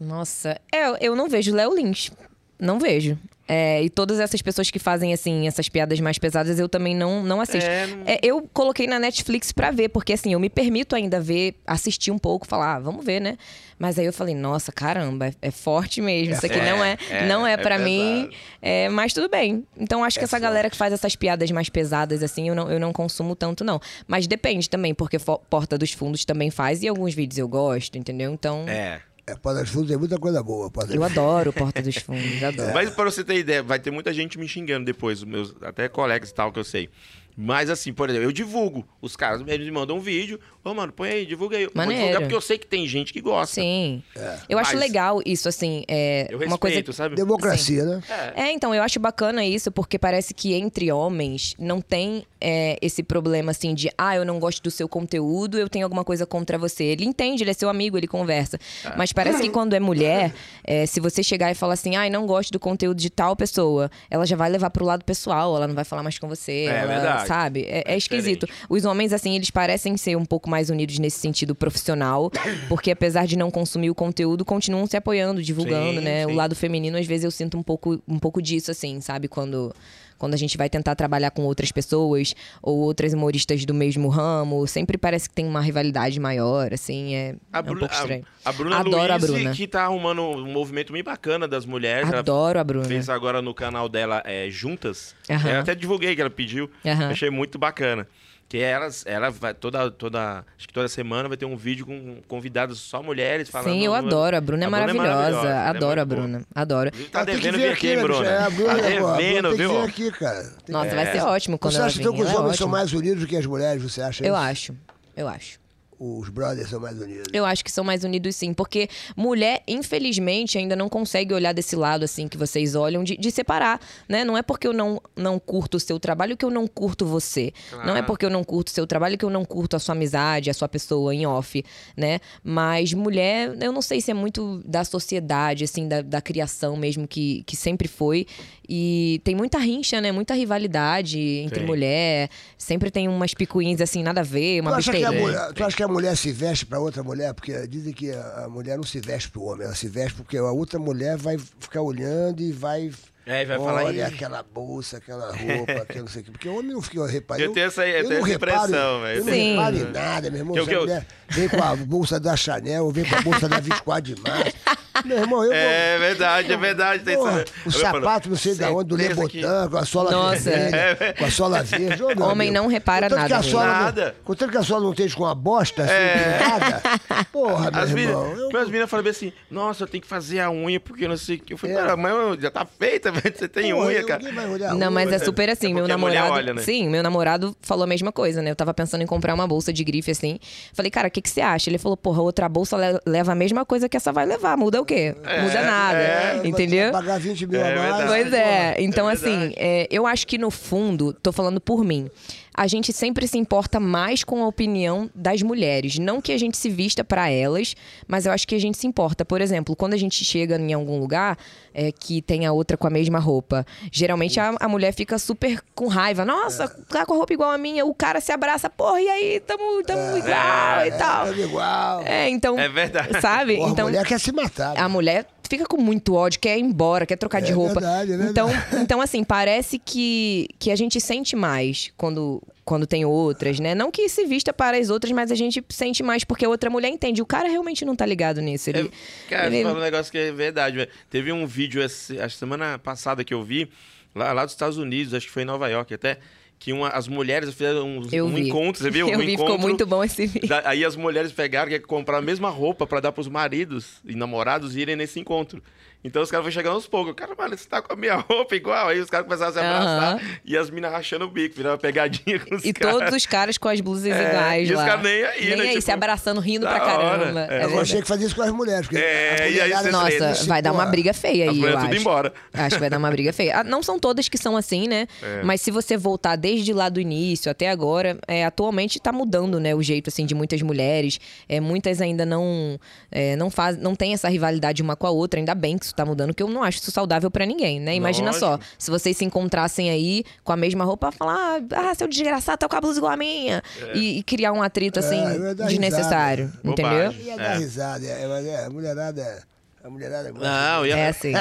Speaker 3: Nossa, eu, eu não vejo Léo Lins. Não vejo. É, e todas essas pessoas que fazem, assim, essas piadas mais pesadas, eu também não, não assisto.
Speaker 2: É, não-
Speaker 3: É, eu coloquei na Netflix pra ver, porque assim, eu me permito ainda ver, assistir um pouco, falar, ah, vamos ver, né? Mas aí eu falei, nossa, caramba, é, é forte mesmo. Isso aqui
Speaker 2: forte.
Speaker 3: não é,
Speaker 2: É,
Speaker 3: não é,
Speaker 2: é
Speaker 3: pra mim.
Speaker 2: pesado. É
Speaker 3: É, mas tudo bem. Então acho que essa galera que faz essas piadas mais pesadas, assim, eu não, eu não consumo tanto, não. Mas depende também, porque Fo- Porta dos Fundos também faz, e alguns vídeos eu gosto, entendeu? Então.
Speaker 2: É.
Speaker 1: É, Padre Fundo tem muita coisa boa, Padre
Speaker 3: Eu adoro Porta dos Fundos, adoro.
Speaker 2: É. Mas pra você ter ideia, vai ter muita gente me xingando depois, meus, até colegas e tal, que eu sei. Mas assim, por exemplo, eu divulgo. Os caras, eles me mandam um vídeo. Ô, mano, põe aí, divulga aí. Eu Vou divulgar
Speaker 3: Maneiro.
Speaker 2: porque eu sei que tem gente que gosta.
Speaker 3: Sim. Eu acho
Speaker 2: É. Mas-
Speaker 3: legal isso, assim. É,
Speaker 2: Eu
Speaker 3: uma
Speaker 2: respeito,
Speaker 3: coisa...
Speaker 2: sabe?
Speaker 1: Democracia, né?
Speaker 3: É, então, eu acho bacana isso, porque parece que entre homens não tem é, esse problema assim de ah, eu não gosto do seu conteúdo, eu tenho alguma coisa contra você. Ele entende, ele é seu amigo, ele conversa. Mas parece que quando é mulher, é, se você chegar e falar assim, ai, não gosto do conteúdo de tal pessoa, ela já vai levar pro lado pessoal, ela não vai falar mais com
Speaker 2: É,
Speaker 3: você. ela-
Speaker 2: verdade.
Speaker 3: Sabe? É, é
Speaker 2: É
Speaker 3: esquisito. Os homens, assim, eles parecem ser um pouco mais unidos nesse sentido profissional, porque apesar de não consumir o conteúdo, continuam se apoiando, divulgando,
Speaker 2: Sim,
Speaker 3: né? O
Speaker 2: sim.
Speaker 3: lado feminino, às vezes, eu sinto um pouco, um pouco disso, assim, sabe? Quando, quando a gente vai tentar trabalhar com outras pessoas ou outras humoristas do mesmo ramo, sempre parece que tem uma rivalidade maior, assim, é, é um pouco estranho.
Speaker 2: a- a Bruna
Speaker 3: Adoro
Speaker 2: Luiz,
Speaker 3: a Bruna.
Speaker 2: que tá arrumando um movimento bem bacana das mulheres.
Speaker 3: Adoro a
Speaker 2: Ela
Speaker 3: Bruna.
Speaker 2: fez agora no canal dela é, Juntas.
Speaker 3: Aham.
Speaker 2: Eu até divulguei que ela pediu.
Speaker 3: Aham.
Speaker 2: Achei muito bacana. Que elas, ela vai toda, toda, acho que toda semana vai ter um vídeo com convidadas só mulheres falando.
Speaker 3: Sim, eu adoro. A Bruna é maravilhosa.
Speaker 2: ela é
Speaker 3: adoro a
Speaker 2: muito boa.
Speaker 3: Bruna. Adoro.
Speaker 2: Inclusive, Tá
Speaker 1: Ah, tem que
Speaker 2: devendo
Speaker 1: vir
Speaker 2: vir aqui, hein,
Speaker 1: né, bicho?
Speaker 2: Bruna?
Speaker 1: É, a Bruna,
Speaker 2: Tá
Speaker 1: pô, a Bruna
Speaker 2: devendo,
Speaker 1: tem que vir
Speaker 2: viu?
Speaker 1: aqui, tá cara. Tem que-
Speaker 3: Nossa, vai ser ótimo quando
Speaker 1: Você
Speaker 3: ela
Speaker 1: acha
Speaker 3: vir.
Speaker 1: então que os
Speaker 3: ela é
Speaker 1: homens são
Speaker 3: ótima.
Speaker 1: mais unidos que as mulheres? Você acha
Speaker 3: Eu
Speaker 1: isso?
Speaker 3: acho. Eu acho.
Speaker 1: Os brothers são mais unidos.
Speaker 3: Eu acho que são mais unidos sim, porque mulher, infelizmente, ainda não consegue olhar desse lado assim que vocês olham de, de separar, né? Não é porque eu não, não curto o seu trabalho que eu não curto você. Não é porque eu não curto o seu trabalho que eu não curto a sua amizade, a sua pessoa em off, né? Mas mulher, eu não sei se é muito da sociedade, assim, da, da criação mesmo que, que sempre foi. E tem muita rincha, né? Muita rivalidade entre
Speaker 2: Tem.
Speaker 3: mulher. Sempre tem umas picuinhas assim, nada a ver,
Speaker 1: Tu
Speaker 3: uma
Speaker 1: acha, que a
Speaker 3: besteira.
Speaker 1: mulher, tu acha que a mulher se veste pra outra mulher? Porque dizem que a a mulher não se veste pro homem, ela se veste porque a outra mulher vai ficar olhando e vai.
Speaker 2: É, e vai
Speaker 1: olha,
Speaker 2: falar, "Ih".
Speaker 1: aquela bolsa, aquela roupa, aquela não sei o quê. Porque o homem não fica reparando.
Speaker 2: Eu tenho essa- eu tenho
Speaker 1: não
Speaker 2: essa
Speaker 1: reparo-
Speaker 2: impressão, velho.
Speaker 1: Eu não
Speaker 3: Sim.
Speaker 1: reparo em nada, meu irmão.
Speaker 2: Que eu-
Speaker 1: Se
Speaker 2: que
Speaker 1: a
Speaker 2: eu-
Speaker 1: mulher vem com a bolsa da Chanel, ou vem com a bolsa da 24 de março. Meu irmão, eu
Speaker 2: É verdade, é verdade. Tem
Speaker 1: Porra,
Speaker 2: essa-
Speaker 1: o
Speaker 2: Eu falo,
Speaker 1: sapato, não sei de onde, do
Speaker 2: certeza que- É,
Speaker 1: Lebotan, com a sola
Speaker 3: Nossa. é.
Speaker 1: vermelha, com a sola verde. Ô, meu
Speaker 3: Homem
Speaker 1: amigo,
Speaker 3: não repara
Speaker 1: contanto que a
Speaker 3: nada, né?
Speaker 1: sola não-
Speaker 2: Nada. É.
Speaker 1: Contanto que a sola não esteja com uma bosta assim, pendurada, porra, meu
Speaker 2: As meninas,
Speaker 1: irmão. eu-
Speaker 2: mas as meninas falam bem assim, nossa, eu tenho que fazer a unha porque eu não sei o que. Eu falei,
Speaker 1: É.
Speaker 2: cara, mas já tá feita, velho. Você tem
Speaker 1: porra,
Speaker 2: unha,
Speaker 1: eu-
Speaker 2: cara.
Speaker 1: ninguém vai olhar a
Speaker 3: Não,
Speaker 1: rua,
Speaker 3: mas é
Speaker 1: né?
Speaker 3: super assim,
Speaker 2: É
Speaker 3: meu
Speaker 2: porque a mulher
Speaker 3: namorado.
Speaker 2: olha, né?
Speaker 3: Sim, meu namorado falou a mesma coisa, né? Eu tava pensando em comprar uma bolsa de grife assim. Falei, cara, o que, que você acha? Ele falou, porra, outra bolsa le- leva a mesma coisa que essa vai levar. Muda o quê? Muda nada.
Speaker 1: Vai-
Speaker 3: entendeu?
Speaker 1: Vai pagar 20 mil
Speaker 2: É
Speaker 1: a mais.
Speaker 2: verdade.
Speaker 3: Pois é.
Speaker 2: É
Speaker 3: Então,
Speaker 2: verdade.
Speaker 3: assim, é, eu acho que no fundo, tô falando por mim. a gente sempre se importa mais com a opinião das mulheres. Não que a gente se vista para elas, mas eu acho que a gente se importa. Por exemplo, quando a gente chega em algum lugar é, que tem a outra com a mesma roupa, geralmente a, a mulher fica super com raiva.
Speaker 2: É.
Speaker 3: Nossa, tá com a roupa igual a minha, o cara se abraça, porra, e aí, tamo, tamo igual e tal.
Speaker 1: É igual.
Speaker 3: É, então.
Speaker 2: É verdade.
Speaker 3: Sabe?
Speaker 1: Porra,
Speaker 3: então,
Speaker 1: a mulher quer se matar. né?
Speaker 3: a mulher fica com muito ódio, quer ir embora, quer trocar de roupa.
Speaker 1: verdade, é verdade.
Speaker 3: Então, então assim, parece que, que a gente sente mais quando, quando tem outras, né? Não que se vista para as outras, mas a gente sente mais porque a outra mulher entende. O cara realmente não tá ligado nisso. Ele,
Speaker 2: É, Cara,
Speaker 3: ele-
Speaker 2: você falou um negócio que é verdade. velho. Teve um vídeo essa, a semana passada que eu vi, lá, lá dos Estados Unidos, acho que foi em Nova York até, que uma- as mulheres fizeram um,
Speaker 3: eu
Speaker 2: um
Speaker 3: vi.
Speaker 2: encontro, você viu?
Speaker 3: Eu
Speaker 2: um
Speaker 3: vi,
Speaker 2: encontro,
Speaker 3: ficou muito bom esse vídeo.
Speaker 2: da- aí as mulheres pegaram que ia comprar a mesma roupa pra dar pros maridos e namorados irem nesse encontro. Então os caras foram chegando aos poucos. Cara, mano, você tá com a minha roupa igual. Aí os caras começaram a se abraçar e as minas rachando o bico, virando uma pegadinha com os
Speaker 3: E
Speaker 2: caras.
Speaker 3: todos os caras com as blusas
Speaker 2: É,
Speaker 3: iguais
Speaker 2: e os
Speaker 3: lá.
Speaker 2: caras nem aí,
Speaker 3: Nem
Speaker 2: né?
Speaker 3: aí,
Speaker 2: Tipo,
Speaker 3: se abraçando, rindo
Speaker 2: da
Speaker 3: pra caramba.
Speaker 2: hora. É,
Speaker 3: É
Speaker 2: eu
Speaker 1: Eu
Speaker 3: verdade.
Speaker 1: achei que fazia isso com as mulheres. porque
Speaker 2: É,
Speaker 1: as
Speaker 2: e aí
Speaker 1: mulheradas
Speaker 2: você
Speaker 1: não
Speaker 2: treta.
Speaker 3: Nossa,
Speaker 1: se
Speaker 3: vai dar uma
Speaker 1: importam.
Speaker 3: briga feia
Speaker 2: As
Speaker 3: aí, eu
Speaker 2: mulheres
Speaker 3: acho.
Speaker 2: tudo embora.
Speaker 3: Acho que vai dar uma briga feia. Ah, Não são todas que são assim, né?
Speaker 2: É.
Speaker 3: Mas se você voltar desde lá do início até agora, é, atualmente tá mudando, né, o jeito assim de muitas mulheres. É, muitas ainda não é, não faz, não tem essa rivalidade uma com a outra. Ainda bem que isso tá mudando, que eu não acho isso saudável pra ninguém, né? Imagina só,
Speaker 2: Lógico.
Speaker 3: se vocês se encontrassem aí com a mesma roupa, falar, ah, seu desgraçado, tá com a blusa igual a minha. E, e criar um atrito assim
Speaker 1: É, vai dar
Speaker 3: desnecessário, entendeu?
Speaker 2: É. Bobagem.
Speaker 1: Ia dar
Speaker 2: É.
Speaker 1: risada. é, mas é, a mulherada. A mulherada gosta.
Speaker 2: Não, e
Speaker 3: É assim.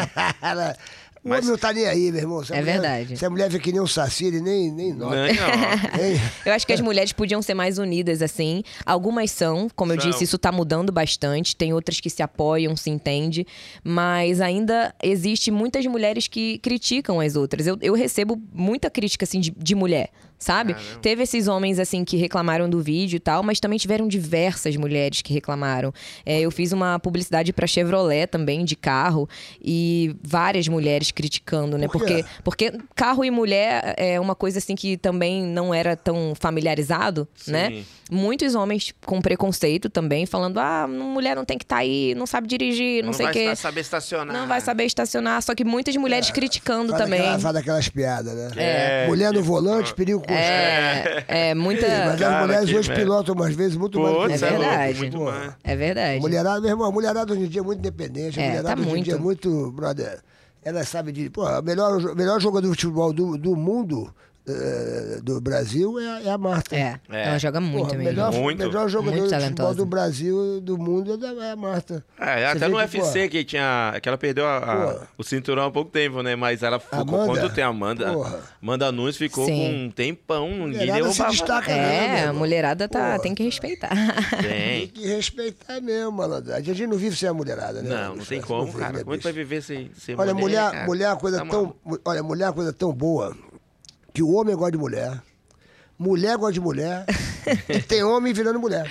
Speaker 1: Ela- o
Speaker 2: Mas-
Speaker 1: homem não tá nem aí, meu irmão. Se a
Speaker 3: É
Speaker 1: mulher-
Speaker 3: verdade.
Speaker 1: Se a mulher fica que nem um saci, ele nem, nem nota.
Speaker 3: Né?
Speaker 2: Não, não.
Speaker 1: Hein?
Speaker 3: Eu acho que as mulheres podiam ser mais unidas, assim. Algumas são, como eu
Speaker 2: São.
Speaker 3: disse, isso tá mudando bastante. Tem outras que se apoiam, se entende. Mas ainda existe muitas mulheres que criticam as outras. Eu, eu recebo muita crítica, assim, de, de mulher, sabe? Teve esses homens, assim, que reclamaram do vídeo e tal, mas também tiveram diversas mulheres que reclamaram. É, eu fiz uma publicidade pra Chevrolet também, de carro, e várias mulheres criticando, né?
Speaker 1: Por quê?
Speaker 3: Porque porque carro e mulher é uma coisa assim que também não era tão familiarizado,
Speaker 2: Sim.
Speaker 3: né? Muitos homens com preconceito também, falando: ah, mulher não tem que estar aí, não sabe dirigir, não, sei o
Speaker 2: vai
Speaker 3: quê.
Speaker 2: saber estacionar.
Speaker 3: Não vai saber estacionar. Só que muitas
Speaker 1: É.
Speaker 3: mulheres criticando
Speaker 1: Faz
Speaker 3: também.
Speaker 1: aquela- faz aquelas piadas, né?
Speaker 2: É.
Speaker 1: Mulher no volante, perigo com
Speaker 3: É, é muita.
Speaker 1: Mas
Speaker 2: Cara,
Speaker 1: as mulheres
Speaker 2: que
Speaker 1: hoje
Speaker 2: merda.
Speaker 1: pilotam umas vezes muito mais. do que
Speaker 2: Putz,
Speaker 1: os
Speaker 3: É
Speaker 2: é
Speaker 1: homens.
Speaker 2: louco,
Speaker 3: verdade.
Speaker 2: muito mais.
Speaker 3: É verdade.
Speaker 1: Mulherada, meu irmão, a mulherada hoje em dia é muito independente. A
Speaker 3: É,
Speaker 1: mulherada
Speaker 3: tá
Speaker 1: hoje em dia é muito, brother. Ela sabe de. Pô, o melhor, o melhor jogador de futebol do, do mundo, eh, do Brasil, é, a- é a Marta.
Speaker 3: É,
Speaker 2: É.
Speaker 3: ela joga
Speaker 1: Porra,
Speaker 3: muito
Speaker 1: o
Speaker 3: mesmo.
Speaker 1: melhor,
Speaker 2: Muito.
Speaker 1: melhor jogador
Speaker 3: Muito
Speaker 1: de futebol
Speaker 3: talentosa.
Speaker 1: do Brasil, do mundo, é da- é a Marta.
Speaker 2: É,
Speaker 1: Você
Speaker 2: até
Speaker 1: vê
Speaker 2: no
Speaker 1: que,
Speaker 2: UFC
Speaker 1: pô,
Speaker 2: que tinha. que ela perdeu a- a-
Speaker 1: Pô.
Speaker 2: o cinturão há pouco tempo, né? Mas ela ficou.
Speaker 1: Amanda?
Speaker 2: Quando tem a Amanda.
Speaker 1: Porra.
Speaker 2: Amanda Nunes ficou
Speaker 3: Sim.
Speaker 2: com um tempão. Ninguém
Speaker 1: Mulherada se
Speaker 2: derrubava.
Speaker 1: destaca, né?
Speaker 3: É,
Speaker 1: meu
Speaker 3: a
Speaker 1: irmão?
Speaker 3: mulherada tá,
Speaker 1: Pô.
Speaker 3: tem que respeitar.
Speaker 1: Tem
Speaker 2: Tem.
Speaker 1: que respeitar mesmo, malandragem. A gente não vive sem a mulherada, né?
Speaker 2: Não, não tem
Speaker 1: Isso
Speaker 2: como,
Speaker 1: vive,
Speaker 2: cara.
Speaker 1: né,
Speaker 2: Como é que vai
Speaker 1: bicho?
Speaker 2: viver sem, sem
Speaker 1: Olha, mulher,
Speaker 2: cara?
Speaker 1: mulher é uma coisa
Speaker 2: Tá
Speaker 1: tão,
Speaker 2: maluco.
Speaker 1: mu- olha, mulher é uma coisa tão boa que o homem gosta de mulher. Mulher gosta de mulher. e tem homem virando mulher.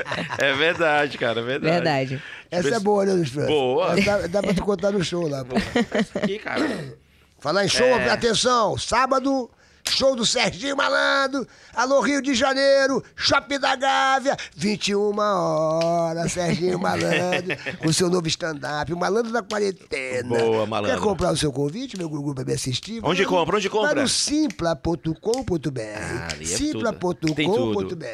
Speaker 2: É verdade, cara, é verdade.
Speaker 3: Verdade.
Speaker 1: Essa é
Speaker 2: Esse-
Speaker 1: boa, né, Luiz França?
Speaker 2: tipo Boa.
Speaker 1: Essa Dá, dá pra tu contar no show lá. pô.
Speaker 2: Isso aqui, cara.
Speaker 1: Falar em show,
Speaker 2: É.
Speaker 1: atenção, sábado, show do Serginho Malandro, Alô Rio de Janeiro, Shopping da Gávea, 21 horas, Serginho Malandro, com seu novo stand-up, o Malandro da Quarentena.
Speaker 2: Boa, Malandro.
Speaker 1: Quer comprar o seu convite, meu grupo pra me assistir?
Speaker 2: Onde
Speaker 1: Vai no-
Speaker 2: compra? Onde compra?
Speaker 1: Vai no simpla.com.br.
Speaker 2: ali é tudo. Tem tudo.
Speaker 1: simpla.com.br.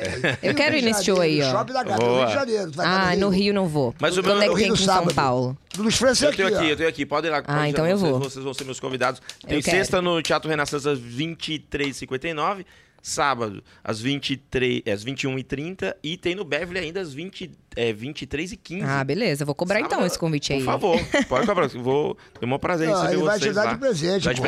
Speaker 3: Eu quero ir nesse show aí, ó.
Speaker 1: Shopping da Gávea,
Speaker 2: Boa.
Speaker 1: Rio de Janeiro. tu vai estar
Speaker 3: Ah, no Rio não vou.
Speaker 2: Mas o meu-
Speaker 3: Quando é
Speaker 2: no
Speaker 3: que tem aqui em São Paulo?
Speaker 1: Luiz França
Speaker 2: Eu tenho
Speaker 1: ó.
Speaker 2: aqui, eu tenho aqui. Podem ir lá. podem ir lá,
Speaker 3: então eu
Speaker 2: vocês,
Speaker 3: vou.
Speaker 2: Vocês vão ser meus convidados. Tem
Speaker 3: Eu quero.
Speaker 2: sexta no Teatro Renascença às 23h59. Sábado, às, 23, é, às 21h30. E tem no Beverly ainda às 20, é, 23h15.
Speaker 3: Ah, beleza. Vou cobrar então
Speaker 2: Sábado,
Speaker 3: esse convite aí.
Speaker 2: Por favor, pode cobrar. Vou ter o maior prazer em
Speaker 1: Não,
Speaker 2: receber
Speaker 1: ele vai
Speaker 2: vocês
Speaker 1: te dar
Speaker 2: lá.
Speaker 1: de presente,
Speaker 2: Dá de
Speaker 1: pô.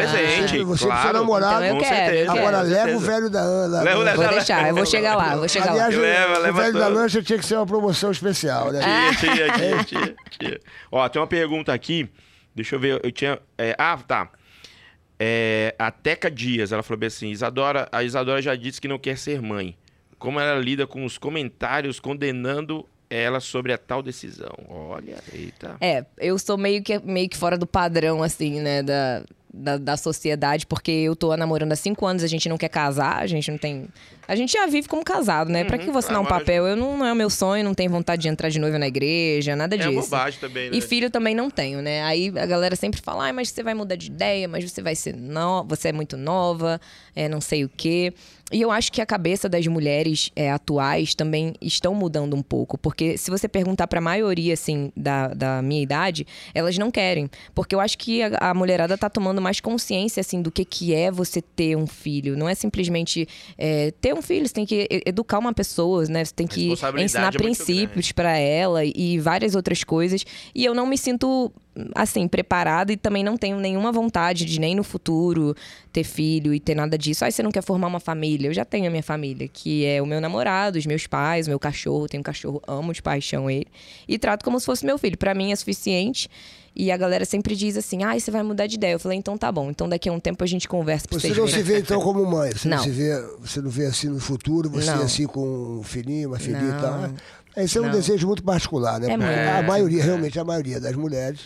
Speaker 1: Você-
Speaker 2: presente,
Speaker 1: você e seu
Speaker 2: claro.
Speaker 1: namorado.
Speaker 3: Então eu
Speaker 2: Com
Speaker 3: quero, eu
Speaker 2: certeza.
Speaker 3: quero.
Speaker 1: Agora,
Speaker 2: Com
Speaker 1: leva o
Speaker 2: certeza.
Speaker 1: velho da Ana.
Speaker 2: Leva o
Speaker 1: né?
Speaker 2: velho
Speaker 3: Vou deixar, eu vou chegar lá, eu vou chegar lá.
Speaker 1: Aliás, o-
Speaker 2: Leva,
Speaker 1: o
Speaker 2: leva
Speaker 1: velho da
Speaker 2: todo.
Speaker 1: lancha tinha que ser uma promoção especial, né?
Speaker 3: Ah,
Speaker 2: Tia, tia, tia, tia, tia. Ó, tem uma pergunta aqui. Deixa eu ver. Eu tinha. é, ah, tá. É, a Teca Dias, ela falou bem assim: Isadora, a Isadora já disse que não quer ser mãe. Como ela lida com os comentários condenando ela sobre a tal decisão? Olha, eita.
Speaker 3: É, eu sou meio que, meio que fora do padrão, assim, né, da, da, da sociedade, porque eu tô namorando há cinco anos, a gente não quer casar, a gente não tem A gente já vive como casado, né?
Speaker 2: Uhum.
Speaker 3: pra que você assinar um
Speaker 2: claro,
Speaker 3: papel? Eu não, não é o meu sonho, não tenho vontade de entrar de noiva na igreja, nada
Speaker 2: É
Speaker 3: disso.
Speaker 2: bobagem também, né?
Speaker 3: E filho também não tenho, né? Aí a galera sempre fala, ai, mas você vai mudar de ideia, mas você vai ser no... você é muito nova, é, não sei o quê. E eu acho que a cabeça das mulheres é, atuais também estão mudando um pouco. Porque se você perguntar pra maioria, assim, da, da minha idade, elas não querem. Porque eu acho que a, a mulherada tá tomando mais consciência, assim, do que, que é você ter um filho. Não é simplesmente é, ter um filho, você tem que e- educar uma pessoa, né? Você tem que
Speaker 2: responsabilidade
Speaker 3: ensinar
Speaker 2: é muito
Speaker 3: princípios
Speaker 2: grande.
Speaker 3: livros pra ela e várias outras coisas. E eu não me sinto assim preparada e também não tenho nenhuma vontade de nem no futuro ter filho e ter nada disso. Aí você não quer formar uma família? Eu já tenho a minha família, que é o meu namorado, os meus pais, o meu cachorro, tenho um cachorro, amo de paixão ele e trato como se fosse meu filho. Pra mim é suficiente. E a galera sempre diz assim: "Ah, você vai mudar de ideia". Eu falei: "Então tá bom. Então daqui a um tempo a gente conversa pra
Speaker 1: Você
Speaker 3: vocês".
Speaker 1: não
Speaker 3: verem".
Speaker 1: se vê então como mãe, você não,
Speaker 3: Não.
Speaker 1: se vê, você não vê assim no futuro, você
Speaker 3: Não.
Speaker 1: assim com um filhinho, uma filhinha e tal.
Speaker 3: Não.
Speaker 1: É, Isso é um
Speaker 3: Não.
Speaker 1: desejo muito particular, né?
Speaker 3: É
Speaker 1: Porque A
Speaker 3: muito.
Speaker 1: maioria, realmente, a maioria das mulheres,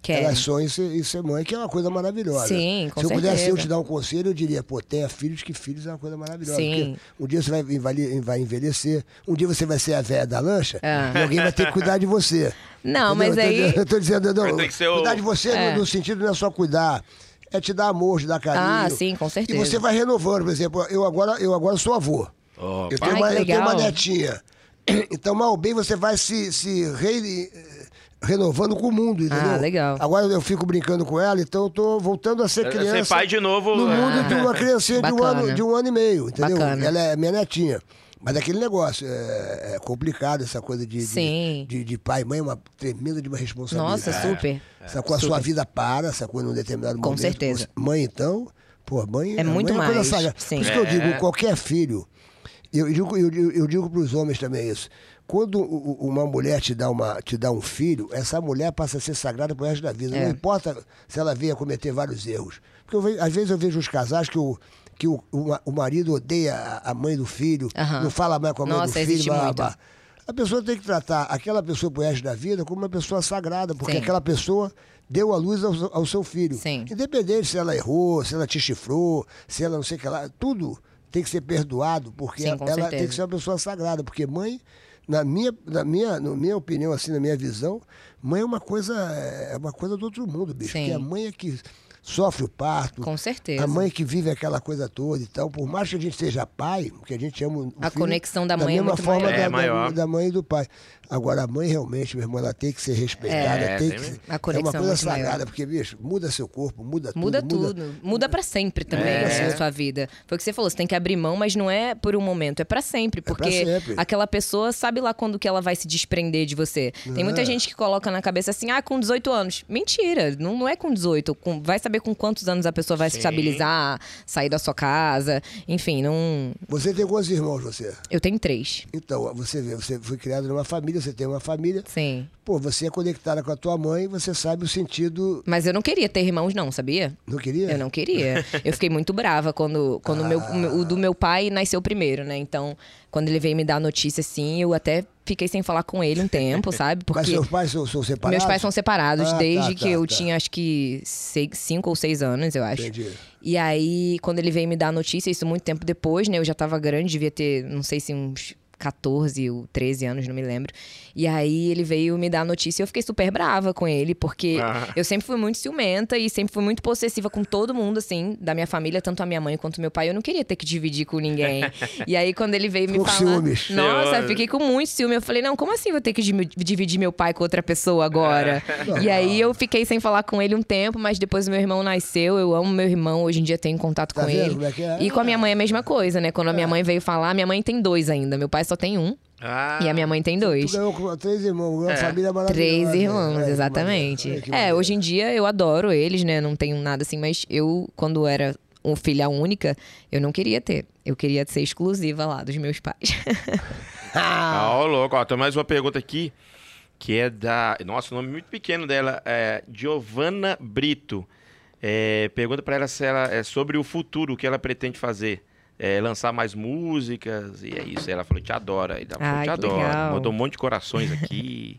Speaker 3: Querem.
Speaker 1: elas sonham é em ser, em ser mãe, que é uma coisa maravilhosa.
Speaker 3: Sim, com
Speaker 1: Se eu pudesse eu
Speaker 3: certeza.
Speaker 1: te dar um conselho, eu diria, pô, tenha filhos, que filhos é uma coisa maravilhosa.
Speaker 3: Sim.
Speaker 1: Porque um dia você vai, invali- vai envelhecer, um dia você vai ser a velha da lancha, e alguém vai ter que cuidar de você.
Speaker 3: Ah. Não, mas
Speaker 1: Eu tô-
Speaker 3: aí-
Speaker 1: Eu tô dizendo, não,
Speaker 2: Mas tem que ser o-
Speaker 1: cuidar de você
Speaker 3: É.
Speaker 1: no, no sentido não é só cuidar, é te dar amor, te dar carinho.
Speaker 3: Ah, sim, com certeza.
Speaker 1: E você vai renovando, por exemplo, eu agora, eu agora sou avô.
Speaker 2: Opa.
Speaker 1: eu, tenho
Speaker 3: Ai,
Speaker 1: uma,
Speaker 3: que
Speaker 1: eu tenho uma
Speaker 3: legal.
Speaker 1: netinha. Então, mal ou bem, você vai se, se re- eh, renovando com o mundo, entendeu?
Speaker 3: Ah, legal.
Speaker 1: Agora eu fico brincando com ela, então eu tô voltando a ser
Speaker 2: É, ser
Speaker 1: criança.
Speaker 2: pai de novo.
Speaker 1: No
Speaker 2: Ah.
Speaker 1: mundo de uma criancinha de um,
Speaker 3: Bacana.
Speaker 1: ano, de um ano e meio, entendeu?
Speaker 3: Bacana.
Speaker 1: Ela é minha netinha. Mas aquele negócio, é, é complicado essa coisa de, de-
Speaker 3: Sim.
Speaker 1: de, de pai e mãe, é uma tremenda de uma responsabilidade.
Speaker 3: Nossa, super.
Speaker 1: Sacou? A sua vida para, sacou? Num determinado
Speaker 3: Com
Speaker 1: momento.
Speaker 3: certeza.
Speaker 1: Mãe, então, pô, mãe
Speaker 3: É muito
Speaker 1: mãe uma coisa
Speaker 3: mais,
Speaker 1: sagrada.
Speaker 3: sim.
Speaker 1: Por isso que eu digo, qualquer filho, eu digo, eu, digo- eu digo para os homens também isso. Quando u- u- uma mulher te dá, uma, te dá um filho, essa mulher passa a ser sagrada pro resto da vida.
Speaker 3: É.
Speaker 1: Não importa se ela venha cometer vários erros. Porque eu ve- às vezes eu vejo os casais que o, que o, o, ma- o marido odeia a- a mãe do filho,
Speaker 3: Aham.
Speaker 1: não fala mais com a mãe do
Speaker 3: Nossa,
Speaker 1: filho,
Speaker 3: existe
Speaker 1: blá, blá,
Speaker 3: muito.
Speaker 1: blá. A pessoa tem que tratar aquela pessoa pro resto da vida como uma pessoa sagrada, porque
Speaker 3: Sim.
Speaker 1: aquela pessoa deu a luz ao, ao seu filho.
Speaker 3: Sim.
Speaker 1: Independente se ela errou, se ela te chifrou, se ela não sei o que lá, tudo tem que ser perdoado, porque
Speaker 3: Sim, com
Speaker 1: ela tem
Speaker 3: certeza.
Speaker 1: que ser uma pessoa sagrada, porque mãe, na minha, na minha, na minha opinião, assim, na minha visão, mãe é uma coisa, é uma coisa do outro mundo, bicho.
Speaker 3: Sim.
Speaker 1: Porque a mãe é que sofre o parto.
Speaker 3: Com certeza.
Speaker 1: A mãe é que vive aquela coisa toda. Então, por mais que a gente seja pai, porque a gente ama o
Speaker 3: A
Speaker 1: filho,
Speaker 3: conexão da mãe é
Speaker 1: mesma
Speaker 3: muito
Speaker 1: forma
Speaker 3: maior.
Speaker 1: Da,
Speaker 2: É,
Speaker 1: da-
Speaker 2: maior.
Speaker 1: da mãe e do pai. Agora, a mãe realmente, meu irmão, ela tem que ser respeitada.
Speaker 2: É,
Speaker 1: tem
Speaker 2: tem
Speaker 1: que
Speaker 2: mesmo.
Speaker 3: A conexão
Speaker 1: é uma coisa
Speaker 3: muito maior.
Speaker 1: sagrada, porque, bicho, muda seu corpo, muda tudo.
Speaker 3: Muda tudo. Muda, pra sempre também,
Speaker 2: É.
Speaker 3: assim, na sua vida. Foi o que você falou, você tem que abrir mão, mas não é por um momento, é pra sempre.
Speaker 1: pra
Speaker 3: Porque
Speaker 1: sempre.
Speaker 3: aquela pessoa sabe lá quando que ela vai se desprender de você. Tem muita gente que coloca na cabeça assim, ah, com 18 anos. Mentira, não, não é com 18. com- vai saber com quantos anos a pessoa vai se estabilizar, sair da sua casa. Enfim, não.
Speaker 1: Você tem quantos irmãos, você?
Speaker 3: Eu tenho três.
Speaker 1: Então, você vê, você foi criado numa família, você tem uma família.
Speaker 3: Sim.
Speaker 1: Pô, você é conectada com a tua mãe, você sabe o sentido.
Speaker 3: Mas eu não queria ter irmãos, não, sabia?
Speaker 1: Não queria?
Speaker 3: Eu não queria. Eu fiquei muito brava quando, quando o
Speaker 1: Ah.
Speaker 3: meu- o do meu pai nasceu primeiro, né? Então, quando ele veio me dar a notícia assim, eu até fiquei sem falar com ele um tempo, sabe? Porque
Speaker 1: Mas seus pais são, são separados?
Speaker 3: meus pais são separados
Speaker 1: Ah, tá, tá,
Speaker 3: desde que eu
Speaker 1: tá.
Speaker 3: tinha, acho que, sei- cinco ou seis anos, eu acho.
Speaker 1: Entendi.
Speaker 3: E aí, quando ele veio me dar a notícia, isso muito tempo depois, né? Eu já tava grande, devia ter, não sei se uns 14 ou 13 anos, não me lembro. E aí ele veio me dar a notícia e eu fiquei super brava com ele, porque
Speaker 2: Ah.
Speaker 3: eu sempre fui muito ciumenta e sempre fui muito possessiva com todo mundo, assim, da minha família, tanto a minha mãe quanto meu pai. Eu não queria ter que dividir com ninguém. e aí, quando ele veio me
Speaker 1: Ficou com
Speaker 3: falar.
Speaker 1: ciúmes.
Speaker 3: Nossa,
Speaker 2: Ciúmes.
Speaker 3: fiquei com muito ciúme. Eu falei, não, como assim eu vou ter que di- dividir meu pai com outra pessoa agora? E aí eu fiquei sem falar com ele um tempo, mas depois o meu irmão nasceu. Eu amo meu irmão, hoje em dia tenho contato
Speaker 1: Tá
Speaker 3: com
Speaker 1: vendo
Speaker 3: ele.
Speaker 1: como é que é?
Speaker 3: E com a minha mãe é a mesma coisa, né? Quando a minha mãe veio falar, minha mãe tem dois ainda. Meu pai só tem um
Speaker 2: Ah,
Speaker 3: e a minha mãe tem
Speaker 1: Tu
Speaker 3: dois.
Speaker 1: ganhou com três irmãos, uma família maravilhosa. É,
Speaker 3: Três irmãos,
Speaker 1: Olha né? que maneiro,
Speaker 3: exatamente.
Speaker 1: olha que
Speaker 3: é,
Speaker 1: maneiro.
Speaker 3: hoje em dia eu adoro eles, né? Não tenho nada assim, mas eu, quando era um filha única, eu não queria ter. Eu queria ser exclusiva lá dos meus pais.
Speaker 2: Ah, ó, louco. Ó, tem mais uma pergunta aqui, que é da... Nossa, o nome muito pequeno dela. É Giovana Brito. É, pergunta pra ela se ela é sobre o futuro, o que ela pretende fazer. É, lançar mais músicas, e é isso. Ela falou, te adora. E ela falou,
Speaker 3: Ai,
Speaker 2: te
Speaker 3: que
Speaker 2: adora.
Speaker 3: legal.
Speaker 2: Mandou um monte de corações aqui.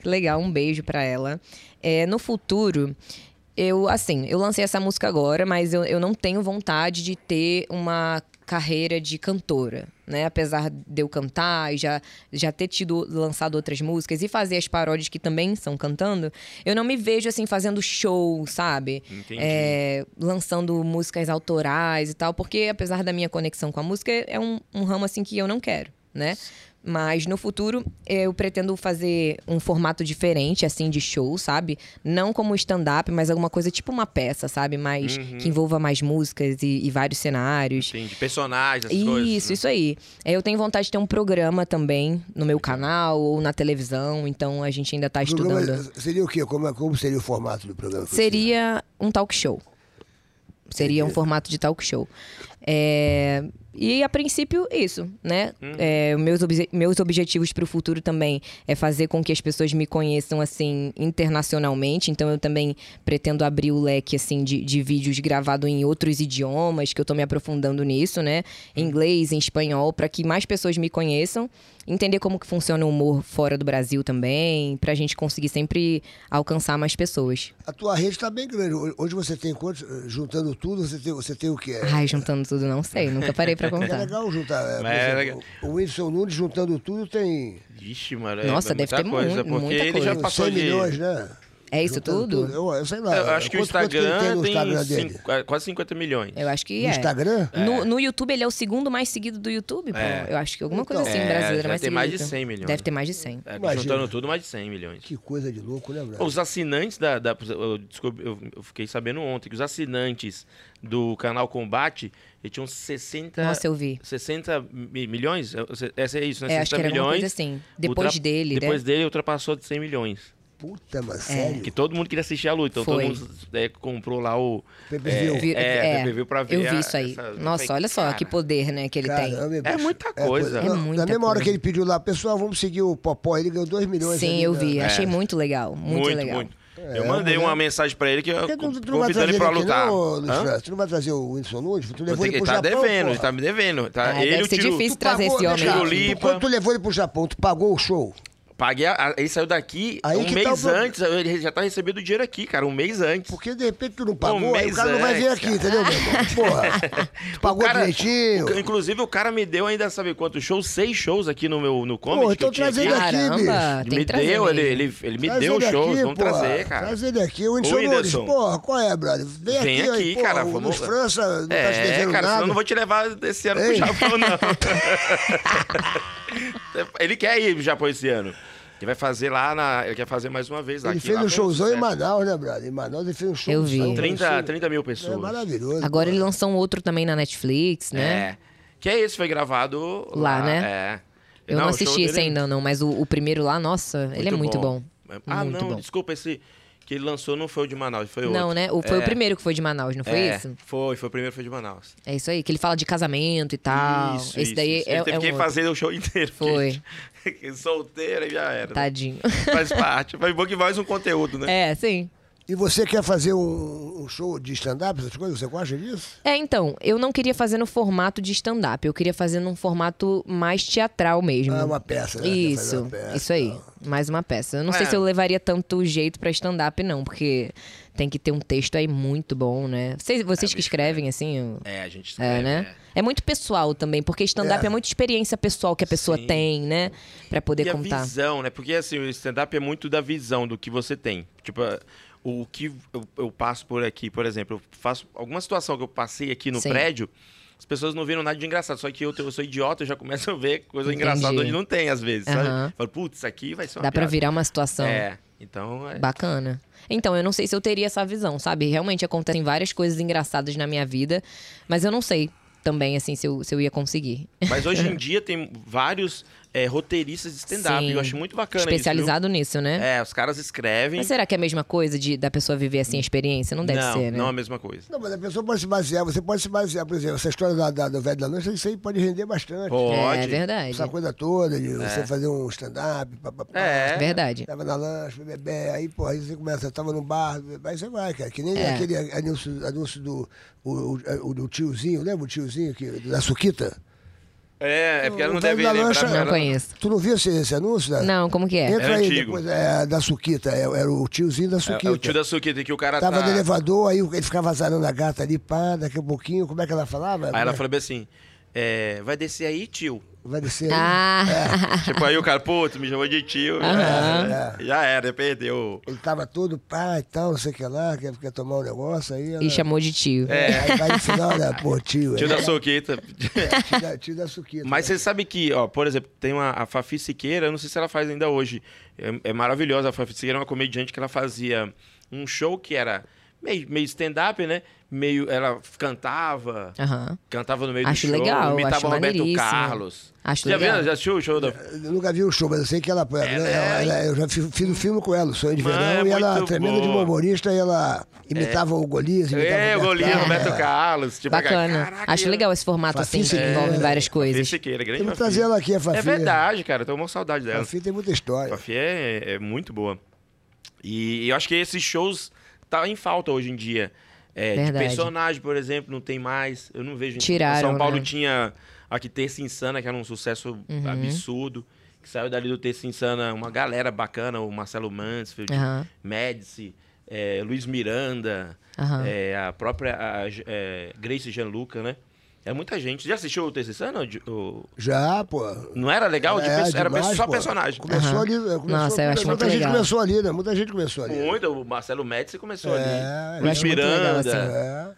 Speaker 3: Que Legal, um beijo pra ela. É, no futuro, Eu, assim, eu lancei essa música agora, mas eu, eu não tenho vontade de ter uma carreira de cantora, né? Apesar de eu cantar e já, já ter tido lançado outras músicas e fazer as paródias que também são cantando, eu não me vejo, assim, fazendo show, sabe?
Speaker 2: Entendi.
Speaker 3: É, lançando músicas autorais e tal, porque apesar da minha conexão com a música, é um, um ramo, assim, que eu não quero, né? Mas no futuro eu pretendo fazer um formato diferente, assim, de show, sabe? Não como stand-up, mas alguma coisa tipo uma peça, sabe? Mais que envolva mais músicas e, e vários cenários.
Speaker 2: Uhum. Entendi. Personagens, essas
Speaker 3: isso,
Speaker 2: coisas. né?
Speaker 3: isso aí. É, Eu tenho vontade de ter um programa também no meu canal ou na televisão, então a gente ainda tá
Speaker 1: O programa
Speaker 3: estudando.
Speaker 1: Seria o quê? Como, é- como seria o formato do programa?
Speaker 3: Seria um talk show. Seria um formato de talk show. É, E a princípio, isso, né? É, meus, obje- meus objetivos para o futuro também é fazer com que as pessoas me conheçam, assim, internacionalmente. Então, eu também pretendo abrir o leque, assim, de, de vídeos gravados em outros idiomas, que eu tô me aprofundando nisso, né? Em inglês, em espanhol, para que mais pessoas me conheçam. Entender como que funciona o humor fora do Brasil também, pra gente conseguir sempre alcançar mais pessoas.
Speaker 1: A tua rede está bem grande. Hoje você tem quantos? eh, Juntando tudo, você tem, você tem o quê?
Speaker 3: Ai, tá. juntando tudo, não sei. Nunca parei pra
Speaker 1: É
Speaker 3: contar.
Speaker 1: legal juntar. É, por
Speaker 2: Mas é
Speaker 1: exemplo, O Whindersson Nunes juntando tudo tem
Speaker 2: Ixi, mano. é
Speaker 3: Nossa, deve
Speaker 2: muita
Speaker 3: ter
Speaker 2: coisa,
Speaker 3: mu-
Speaker 2: porque
Speaker 3: muita
Speaker 2: ele
Speaker 3: coisa.
Speaker 2: já
Speaker 1: 100
Speaker 2: passou de...
Speaker 1: milhões, né?
Speaker 3: É isso
Speaker 1: Juntando
Speaker 3: tudo?
Speaker 1: Eu, eu sei lá.
Speaker 2: Eu acho que o
Speaker 1: Quanto- quanto que ele
Speaker 2: Instagram
Speaker 1: no
Speaker 2: tem,
Speaker 1: Instagram dele?
Speaker 2: cinco- é, quase 50 milhões.
Speaker 3: Eu acho que
Speaker 1: No
Speaker 3: é.
Speaker 1: Instagram?
Speaker 3: No, no YouTube, ele é o segundo mais seguido do YouTube? pô.
Speaker 2: É.
Speaker 3: Eu acho que alguma coisa
Speaker 1: Então.
Speaker 3: assim,
Speaker 2: É, deve
Speaker 3: brasileira mais
Speaker 2: ter
Speaker 3: seguida.
Speaker 2: mais de 100 milhões.
Speaker 3: Deve ter mais de 100.
Speaker 2: É,
Speaker 1: Imagina.
Speaker 2: juntando tudo, mais de 100 milhões.
Speaker 1: Que coisa de louco, né, Brad?
Speaker 2: Os assinantes da. da- eu, descobri- eu- eu fiquei sabendo ontem que os assinantes do canal Combate eles tinham 60.
Speaker 3: Nossa, eu vi.
Speaker 2: 60 mi- milhões? Eu- se- Essa é isso, né?
Speaker 3: É, acho
Speaker 2: 60
Speaker 3: que era alguma
Speaker 2: milhões.
Speaker 3: coisa assim. Depois
Speaker 2: ultra-
Speaker 3: dele,
Speaker 2: Depois
Speaker 3: né?
Speaker 2: dele ultrapassou de 100 milhões.
Speaker 1: Puta, mas
Speaker 3: É.
Speaker 1: sério?
Speaker 2: Que todo mundo queria assistir a luta. Então
Speaker 3: Foi.
Speaker 2: todo mundo é, comprou lá o.
Speaker 1: PPV.
Speaker 3: Vi-
Speaker 2: é, viu pra ver
Speaker 3: Eu vi
Speaker 2: a-
Speaker 3: isso aí.
Speaker 2: essa- eu
Speaker 3: Nossa,
Speaker 2: falei,
Speaker 3: olha só que
Speaker 2: cara.
Speaker 3: poder, né, que ele tem.
Speaker 1: Caramba, bicho.
Speaker 2: É muita coisa. É
Speaker 1: na-
Speaker 3: muita
Speaker 1: Na mesma hora
Speaker 3: coisa.
Speaker 1: que ele pediu lá, pessoal, vamos seguir o Popó, ele ganhou 2 milhões.
Speaker 3: Sim,
Speaker 1: ali,
Speaker 3: eu
Speaker 1: né?
Speaker 3: vi.
Speaker 2: É.
Speaker 3: Achei muito legal. Muito,
Speaker 2: Muito,
Speaker 3: legal.
Speaker 2: muito.
Speaker 1: É,
Speaker 2: eu mandei uma mensagem pra ele que eu
Speaker 1: Por que tu, tu não vai
Speaker 2: convidando
Speaker 1: trazer
Speaker 2: ele pra
Speaker 1: ele aqui,
Speaker 2: lutar.
Speaker 1: não, ô,
Speaker 2: Hã?
Speaker 1: Luiz França? Tu não vai trazer o Whindersson Nudes? Tu
Speaker 2: Vou
Speaker 1: levou
Speaker 2: ter
Speaker 1: ele
Speaker 2: que-
Speaker 1: pro
Speaker 2: Ele tá
Speaker 1: Japão,
Speaker 2: devendo,
Speaker 1: porra.
Speaker 2: ele tá me devendo. Tá?
Speaker 3: É,
Speaker 2: ele
Speaker 3: deve
Speaker 2: o
Speaker 3: ser
Speaker 2: tiro-
Speaker 3: difícil
Speaker 1: Tu
Speaker 3: trazer
Speaker 1: pagou-
Speaker 3: esse homem
Speaker 1: vem cá,
Speaker 2: Tiro
Speaker 3: aqui.
Speaker 2: limpo.
Speaker 1: Quando tu levou ele pro Japão, tu pagou o show?
Speaker 2: Paguei. a- a- Ele saiu daqui
Speaker 1: Aí
Speaker 2: um
Speaker 1: que tá o
Speaker 2: mês
Speaker 1: problema.
Speaker 2: antes. Ele já tá recebendo o dinheiro aqui, cara, um mês antes.
Speaker 1: Porque de repente tu não pagou, aí
Speaker 2: mês
Speaker 1: o cara não vai vir
Speaker 2: antes,
Speaker 1: aqui, entendeu, meu irmão? Porra, tu pagou
Speaker 2: O cara-
Speaker 1: direitinho.
Speaker 2: o ca- inclusive, o cara me deu ainda, sabe quantos shows? Seis shows aqui no meu no comedy.
Speaker 1: Pô,
Speaker 2: que eu
Speaker 1: então
Speaker 2: tinha
Speaker 1: traz
Speaker 2: aqui.
Speaker 1: ele aqui, bicho.
Speaker 3: Caramba,
Speaker 2: Ele
Speaker 3: Ah, tem
Speaker 2: me
Speaker 3: que trazer.
Speaker 2: deu, ele,
Speaker 3: mesmo.
Speaker 2: ele, ele me
Speaker 1: Traz
Speaker 2: deu
Speaker 1: ele
Speaker 2: shows.
Speaker 1: aqui,
Speaker 2: vamos
Speaker 1: porra.
Speaker 2: trazer, cara.
Speaker 1: Traz ele aqui, o Whindersson
Speaker 2: Ô,
Speaker 1: Nunes,
Speaker 2: Whindersson.
Speaker 1: porra, qual é, brother? Vem,
Speaker 2: Vem
Speaker 1: aqui,
Speaker 2: aqui,
Speaker 1: aí, porra,
Speaker 2: cara,
Speaker 1: o
Speaker 2: vamos-
Speaker 1: Luiz França não tá te
Speaker 2: É,
Speaker 1: devendo
Speaker 2: cara, senão
Speaker 1: nada.
Speaker 2: eu não vou te levar desse ano
Speaker 1: Ei.
Speaker 2: pro Japão, não. ele quer ir pro Japão esse ano. Ele vai fazer lá na. Ele quer fazer mais uma vez lá.
Speaker 1: Ele
Speaker 2: aqui,
Speaker 1: fez
Speaker 2: lá
Speaker 1: um
Speaker 2: foi
Speaker 1: showzão em
Speaker 2: sucesso.
Speaker 1: Manaus, né, brother? Em Manaus ele fez um show.
Speaker 3: Eu vi.
Speaker 1: saiu
Speaker 2: 30,
Speaker 1: parecendo-
Speaker 2: 30 mil
Speaker 1: É
Speaker 2: pessoas.
Speaker 1: maravilhoso.
Speaker 3: Agora ele
Speaker 1: porra.
Speaker 3: lançou um outro também na Netflix, né?
Speaker 2: É. Que é esse, foi gravado
Speaker 3: Lá,
Speaker 2: lá,
Speaker 3: né?
Speaker 2: É.
Speaker 3: Eu não,
Speaker 2: o show
Speaker 3: assisti esse
Speaker 2: dele-
Speaker 3: ainda, não, mas o, o primeiro lá, nossa, ele é muito bom.
Speaker 2: Ah,
Speaker 3: muito
Speaker 2: não,
Speaker 3: bom.
Speaker 2: desculpa, esse que ele lançou não foi o de Manaus, foi outro.
Speaker 3: Não, né? O, foi
Speaker 2: É,
Speaker 3: o primeiro que foi de Manaus, não foi
Speaker 2: é,
Speaker 3: isso?
Speaker 2: Foi, foi o primeiro, foi de Manaus.
Speaker 3: É isso aí, que ele fala de casamento e tal.
Speaker 2: Isso,
Speaker 3: Esse
Speaker 2: isso,
Speaker 3: daí
Speaker 2: isso.
Speaker 3: é,
Speaker 2: Ele teve
Speaker 3: é um
Speaker 2: que
Speaker 3: outro.
Speaker 2: fazer o show inteiro.
Speaker 3: Foi.
Speaker 2: porque Solteiro e já era.
Speaker 3: Tadinho.
Speaker 2: Faz parte. Mas bom que mais um conteúdo, né?
Speaker 3: é, sim.
Speaker 1: E você quer fazer um, um show de stand-up, essas coisas? Você gosta disso?
Speaker 3: É, então, eu não queria fazer no formato de stand-up, eu queria fazer num formato mais teatral mesmo.
Speaker 1: Ah, uma peça, né? Quer fazer
Speaker 3: Isso,
Speaker 1: uma peça. então.
Speaker 3: isso aí. Mais uma peça. Eu não sei
Speaker 2: É.
Speaker 3: se eu levaria tanto jeito pra stand-up, não, porque tem que ter um texto aí muito bom, né? Vocês, vocês que escrevem, assim, eu-
Speaker 2: É, a gente
Speaker 3: É,
Speaker 2: escreve,
Speaker 3: né? É muito pessoal também, porque stand-up
Speaker 1: É.
Speaker 3: é, muita experiência pessoal que a pessoa
Speaker 2: Sim.
Speaker 3: tem, né? Pra poder
Speaker 2: e a
Speaker 3: contar.
Speaker 2: visão, né? Porque assim, o stand-up é muito da visão do que você tem. Tipo, eh, o que eu, eu passo por aqui, por exemplo, eu faço alguma situação que eu passei aqui no
Speaker 3: Sim.
Speaker 2: prédio, as pessoas não viram nada de engraçado. Só que eu, te- eu sou idiota, eu já começo a ver coisa
Speaker 3: Entendi.
Speaker 2: engraçada onde não tem, às vezes. sabe?
Speaker 3: Aham.
Speaker 2: Falo, putz, isso aqui vai ser uma
Speaker 3: Dá pra
Speaker 2: piada."
Speaker 3: virar uma situação
Speaker 2: É, então... É,
Speaker 3: bacana. Então, eu não sei se eu teria essa visão, sabe? Realmente acontecem várias coisas engraçadas na minha vida, mas eu não sei também, assim, se eu, se eu ia conseguir.
Speaker 2: mas hoje em dia tem vários eh, roteiristas de stand-up.
Speaker 3: Sim.
Speaker 2: Eu acho muito bacana
Speaker 3: Especializado
Speaker 2: isso.
Speaker 3: nisso,
Speaker 2: viu?
Speaker 3: né?
Speaker 2: É, os caras escrevem...
Speaker 3: Mas será que é a mesma coisa de, da pessoa viver assim a experiência? Não deve
Speaker 2: não,
Speaker 3: ser, né?
Speaker 2: não é a mesma coisa.
Speaker 1: Não, mas a pessoa pode se basear, você pode se basear, por exemplo, essa história da, da, do velho da lancha, isso aí pode render bastante.
Speaker 2: Pode.
Speaker 3: É verdade.
Speaker 1: Essa coisa toda de você fazer um stand-up, papapá.
Speaker 2: É.
Speaker 3: Verdade.
Speaker 1: Tava na lancha, foi beber, aí, porra, aí você começa, tava no bar, aí você vai, cara. Que nem
Speaker 3: É.
Speaker 1: aquele anúncio, anúncio do o, o- o- do tiozinho, lembra o tiozinho que, da Suquita?
Speaker 2: É, é porque ela não
Speaker 1: O velho
Speaker 2: deve
Speaker 1: da
Speaker 2: lembrar.
Speaker 1: lancha-
Speaker 2: porque
Speaker 3: Não
Speaker 2: ela-
Speaker 3: conheço.
Speaker 1: Tu não viu esse, esse anúncio? né?
Speaker 3: Não, como que é?
Speaker 1: Entra
Speaker 2: Era
Speaker 1: aí
Speaker 2: antigo.
Speaker 1: depois, é, da Suquita, é, era o tiozinho da
Speaker 2: É,
Speaker 1: Suquita.
Speaker 2: é o tio da Suquita que o cara
Speaker 1: Tava
Speaker 2: tá...
Speaker 1: no elevador, aí ele ficava azarando a gata ali, pá, daqui a pouquinho, como é que ela falava?
Speaker 2: Aí ela
Speaker 3: né?
Speaker 2: falou bem assim, é, vai descer aí, tio.
Speaker 1: Vai descer. aí.
Speaker 3: Ah,
Speaker 2: tipo, aí o cara, pô, tu me chamou de tio. É.
Speaker 1: Aham.
Speaker 2: Já era, perdeu.
Speaker 1: Ele tava todo pá e tal, não sei o que lá, quer, quer tomar um negócio, aí ela...
Speaker 3: e chamou de tio.
Speaker 2: É.
Speaker 1: Aí vai no final, né? Pô, tio.
Speaker 2: Tio
Speaker 1: é,
Speaker 2: da Suquita.
Speaker 1: tio da- tio da Suquita. né.
Speaker 2: Mas você sabe que, ó, por exemplo, tem uma, a Fafi Siqueira, eu não sei se ela faz ainda hoje. É, é maravilhosa. A Fafi Siqueira é uma comediante que ela fazia um show que era meio, meio stand-up, né? Meio. Ela cantava.
Speaker 3: Aham.
Speaker 2: Cantava no meio
Speaker 3: Acho
Speaker 2: do show.
Speaker 3: legal,
Speaker 2: imitava
Speaker 3: acho
Speaker 2: o Roberto
Speaker 3: maneiríssimo.
Speaker 2: Carlos.
Speaker 3: Acho
Speaker 2: já
Speaker 3: legal.
Speaker 2: viu? Já assistiu o show da.
Speaker 1: Eu nunca vi o show, mas eu sei que ela. ela- ela- eu já fi- fiz um filme com ela, o Sonho de
Speaker 2: Mano,
Speaker 1: Verão,
Speaker 2: né? é
Speaker 1: e ela
Speaker 2: muito
Speaker 1: tremenda de
Speaker 2: boa.
Speaker 1: uma humorista e ela imitava o Golias, imitava
Speaker 2: É, o Golias,
Speaker 1: Carlos,
Speaker 2: Roberto
Speaker 1: é.
Speaker 2: Carlos. Tipo,
Speaker 3: Bacana.
Speaker 2: caraca,
Speaker 3: Acho legal esse formato assim, que
Speaker 1: Fafi Siqueira.
Speaker 3: envolve várias
Speaker 2: Fafi
Speaker 3: coisas.
Speaker 2: Siqueira, grande
Speaker 1: Temos que
Speaker 2: Fafi.
Speaker 1: trazer ela aqui, a Fafi.
Speaker 2: É verdade, cara. Eu tô com saudade
Speaker 1: A
Speaker 2: dela.
Speaker 1: Fafi tem muita história.
Speaker 2: Fafi é, é muito boa. E, eu acho que esses shows tá em falta hoje em dia. É, de
Speaker 3: Verdade.
Speaker 2: personagem, por exemplo, não tem mais. Eu não vejo. em-
Speaker 3: Tiraram,
Speaker 2: São Paulo
Speaker 3: né? Uhum.
Speaker 2: tinha a que Terça Insana, que era um sucesso absurdo. Que saiu dali do Terça Insana uma galera bacana, o Marcelo Mansfield,
Speaker 3: Aham.
Speaker 2: Médici, é, Luiz Miranda,
Speaker 3: Aham.
Speaker 2: é, a própria a- a- é, Grace Gianluca, né? É muita gente. Já assistiu o Terça Insana? O- o-
Speaker 1: Já, pô.
Speaker 2: Não era legal? De
Speaker 1: É,
Speaker 2: perso- era
Speaker 1: demais,
Speaker 2: só
Speaker 1: pô.
Speaker 2: personagem.
Speaker 1: Começou
Speaker 3: Aham.
Speaker 1: ali. né, Começou,
Speaker 3: Nossa, eu acho
Speaker 1: muita
Speaker 3: muito
Speaker 1: gente
Speaker 3: legal.
Speaker 1: começou ali, né? Muita gente começou ali.
Speaker 2: Muito, o Marcelo Médici começou
Speaker 1: É, é,
Speaker 2: ali.
Speaker 1: eu
Speaker 2: Luiz
Speaker 3: acho muito legal,
Speaker 2: Miranda.
Speaker 3: assim.
Speaker 1: É.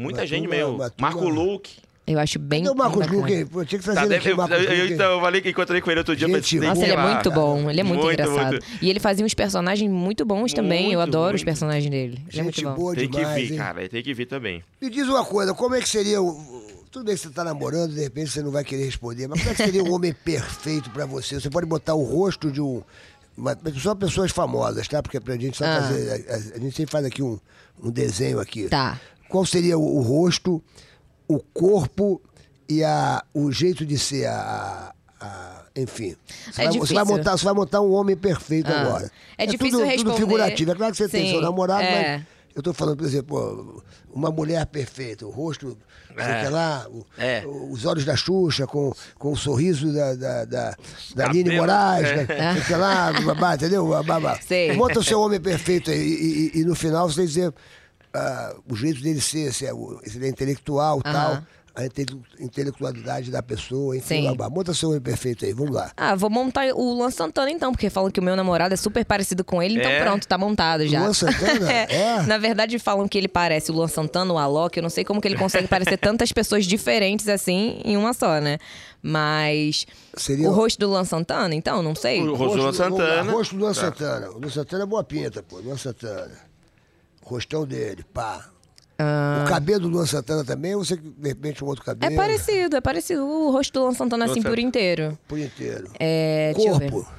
Speaker 2: Muita
Speaker 1: Uma
Speaker 2: gente
Speaker 1: turma-
Speaker 2: mesmo.
Speaker 1: uma turma-
Speaker 2: Marco Luke.
Speaker 3: Eu acho bem.
Speaker 1: Cadê o Marcos
Speaker 3: bacana.
Speaker 1: Luque? Pô, tinha que
Speaker 2: Tá,
Speaker 1: trazer ele
Speaker 2: deve-
Speaker 1: aqui, o Marcos
Speaker 2: eu, eu-
Speaker 1: Luque.
Speaker 2: então, eu falei que encontrei com ele outro dia.
Speaker 1: Gente,
Speaker 2: mas tem
Speaker 3: Nossa,
Speaker 2: que
Speaker 3: ele é
Speaker 2: falar.
Speaker 3: muito bom, ele é muito,
Speaker 2: Muito,
Speaker 3: engraçado.
Speaker 2: muito.
Speaker 3: E ele fazia uns personagens muito bons também, eu
Speaker 2: Muito,
Speaker 3: adoro os
Speaker 2: muito.
Speaker 3: personagens dele. Ele é muito
Speaker 1: Gente
Speaker 3: bom.
Speaker 1: boa
Speaker 2: Tem que
Speaker 1: demais,
Speaker 2: vir,
Speaker 1: hein?
Speaker 2: cara. Tem que vir também.
Speaker 1: Me diz uma coisa, como é que seria o. Tudo bem que você tá namorando, de repente você não vai querer responder, mas como é que seria um homem perfeito pra você? Você pode botar o rosto de um. mas Só pessoas famosas, tá? Porque pra gente só
Speaker 3: Ah.
Speaker 1: fazer. A, a- a gente sempre faz aqui um, um desenho aqui.
Speaker 3: Tá.
Speaker 1: Qual seria o, o rosto, o corpo e a, o jeito de ser a. a- a- enfim. Você,
Speaker 3: É
Speaker 1: vai, você, vai
Speaker 3: difícil.
Speaker 1: montar, você vai montar um homem perfeito
Speaker 3: Ah.
Speaker 1: agora.
Speaker 3: É difícil
Speaker 1: tudo,
Speaker 3: responder.
Speaker 1: Tudo figurativo. É claro que você tem
Speaker 3: Sim,
Speaker 1: seu namorado,
Speaker 3: é.
Speaker 1: mas eu tô falando, por exemplo, pô, uma mulher perfeita, o rosto, não sei o que lá, o-
Speaker 2: É.
Speaker 1: o- os olhos da Xuxa, com, com o sorriso da, da, da, da
Speaker 2: Cabelo.
Speaker 1: Aline Moraes,
Speaker 2: É.
Speaker 1: da- sei o que lá, babá, entendeu? Babá.
Speaker 3: Sei.
Speaker 1: Monta o seu homem perfeito aí, e, e- e no final você dizer ah, o jeito dele ser, se é, o- se ele é intelectual e tal.
Speaker 3: Aham.
Speaker 1: A intele- intelectualidade da pessoa, enfim,
Speaker 3: Sim.
Speaker 1: babá. Monta seu homem perfeito aí, vamos lá.
Speaker 3: Ah, vou montar o Luan Santana então, porque falam que o meu namorado é super parecido com ele, então
Speaker 2: É?
Speaker 3: pronto, tá montado já.
Speaker 1: Luan Santana? É.
Speaker 3: Na verdade, falam que ele parece o Luan Santana, o Alok, eu não sei como que ele consegue parecer tantas pessoas diferentes assim em uma só, né? Mas.
Speaker 1: Seria-
Speaker 3: O rosto do Luan Santana, então, não sei.
Speaker 2: O rosto do Luan Santana.
Speaker 1: O rosto do Luan
Speaker 2: Tá.
Speaker 1: Santana. O Luan Santana é boa pinta, pô. Luan Santana. Rostão dele, pá. O cabelo do Luan Santana também, ou você de repente um outro
Speaker 3: Ah, É
Speaker 1: cabelo?
Speaker 3: parecido, é parecido o rosto do Luan Santana assim
Speaker 2: Nossa.
Speaker 3: por inteiro.
Speaker 1: Por inteiro.
Speaker 3: É, deixa eu ver.
Speaker 1: Corpo.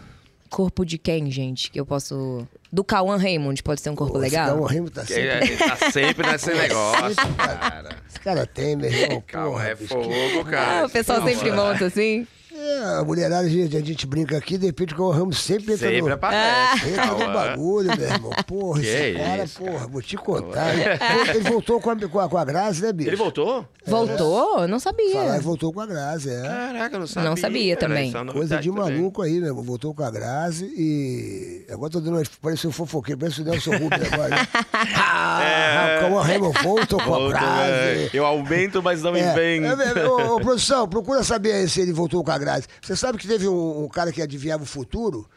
Speaker 3: Corpo de quem, gente? Que eu posso. Do Cauan Raymond, pode ser um corpo
Speaker 1: Esse cara, o
Speaker 3: legal?
Speaker 1: Remo tá
Speaker 2: É,
Speaker 1: sempre.
Speaker 2: é, tá sempre nesse negócio, cara.
Speaker 1: Esse cara tem, meu irmão.
Speaker 2: Calma,
Speaker 1: porra,
Speaker 2: é
Speaker 1: bicho.
Speaker 2: fogo, cara.
Speaker 3: Ah, o pessoal
Speaker 2: Calma.
Speaker 3: sempre monta assim.
Speaker 1: É, a mulherada, a gente, a gente brinca aqui, de repente o Ramo sempre entra
Speaker 2: Sempre é
Speaker 1: no...
Speaker 2: aparece.
Speaker 1: Entra no
Speaker 2: Calma.
Speaker 1: é bagulho, meu irmão. Porra,
Speaker 2: né? Que é
Speaker 1: esse cara,
Speaker 2: isso,
Speaker 1: porra, vou te contar. Ele, ele voltou com a, com, a, com a Grazi, né, bicho?
Speaker 2: Ele voltou?
Speaker 3: Voltou? Não
Speaker 1: Falar,
Speaker 3: sabia.
Speaker 1: ele voltou com a Grazi, é.
Speaker 2: Caraca, eu não sabia.
Speaker 3: sabia
Speaker 2: cara.
Speaker 3: também.
Speaker 2: Isso é uma
Speaker 1: Coisa
Speaker 2: novidade
Speaker 1: de
Speaker 2: também.
Speaker 1: maluco aí, meu irmão. Voltou com a Grazi e. Agora tô dando. uma- Parece um fofoqueiro, parece o Nelson Rubens agora. né? ah, como o Raymond voltou com a
Speaker 2: É. Voltou, né?
Speaker 1: Grazi.
Speaker 2: Eu aumento, mas não me
Speaker 1: É,
Speaker 2: vem.
Speaker 1: é, é, ô, ô, produção, procura saber aí se ele voltou com a Grazi. Você sabe que teve um, um cara que adivinhava o futuro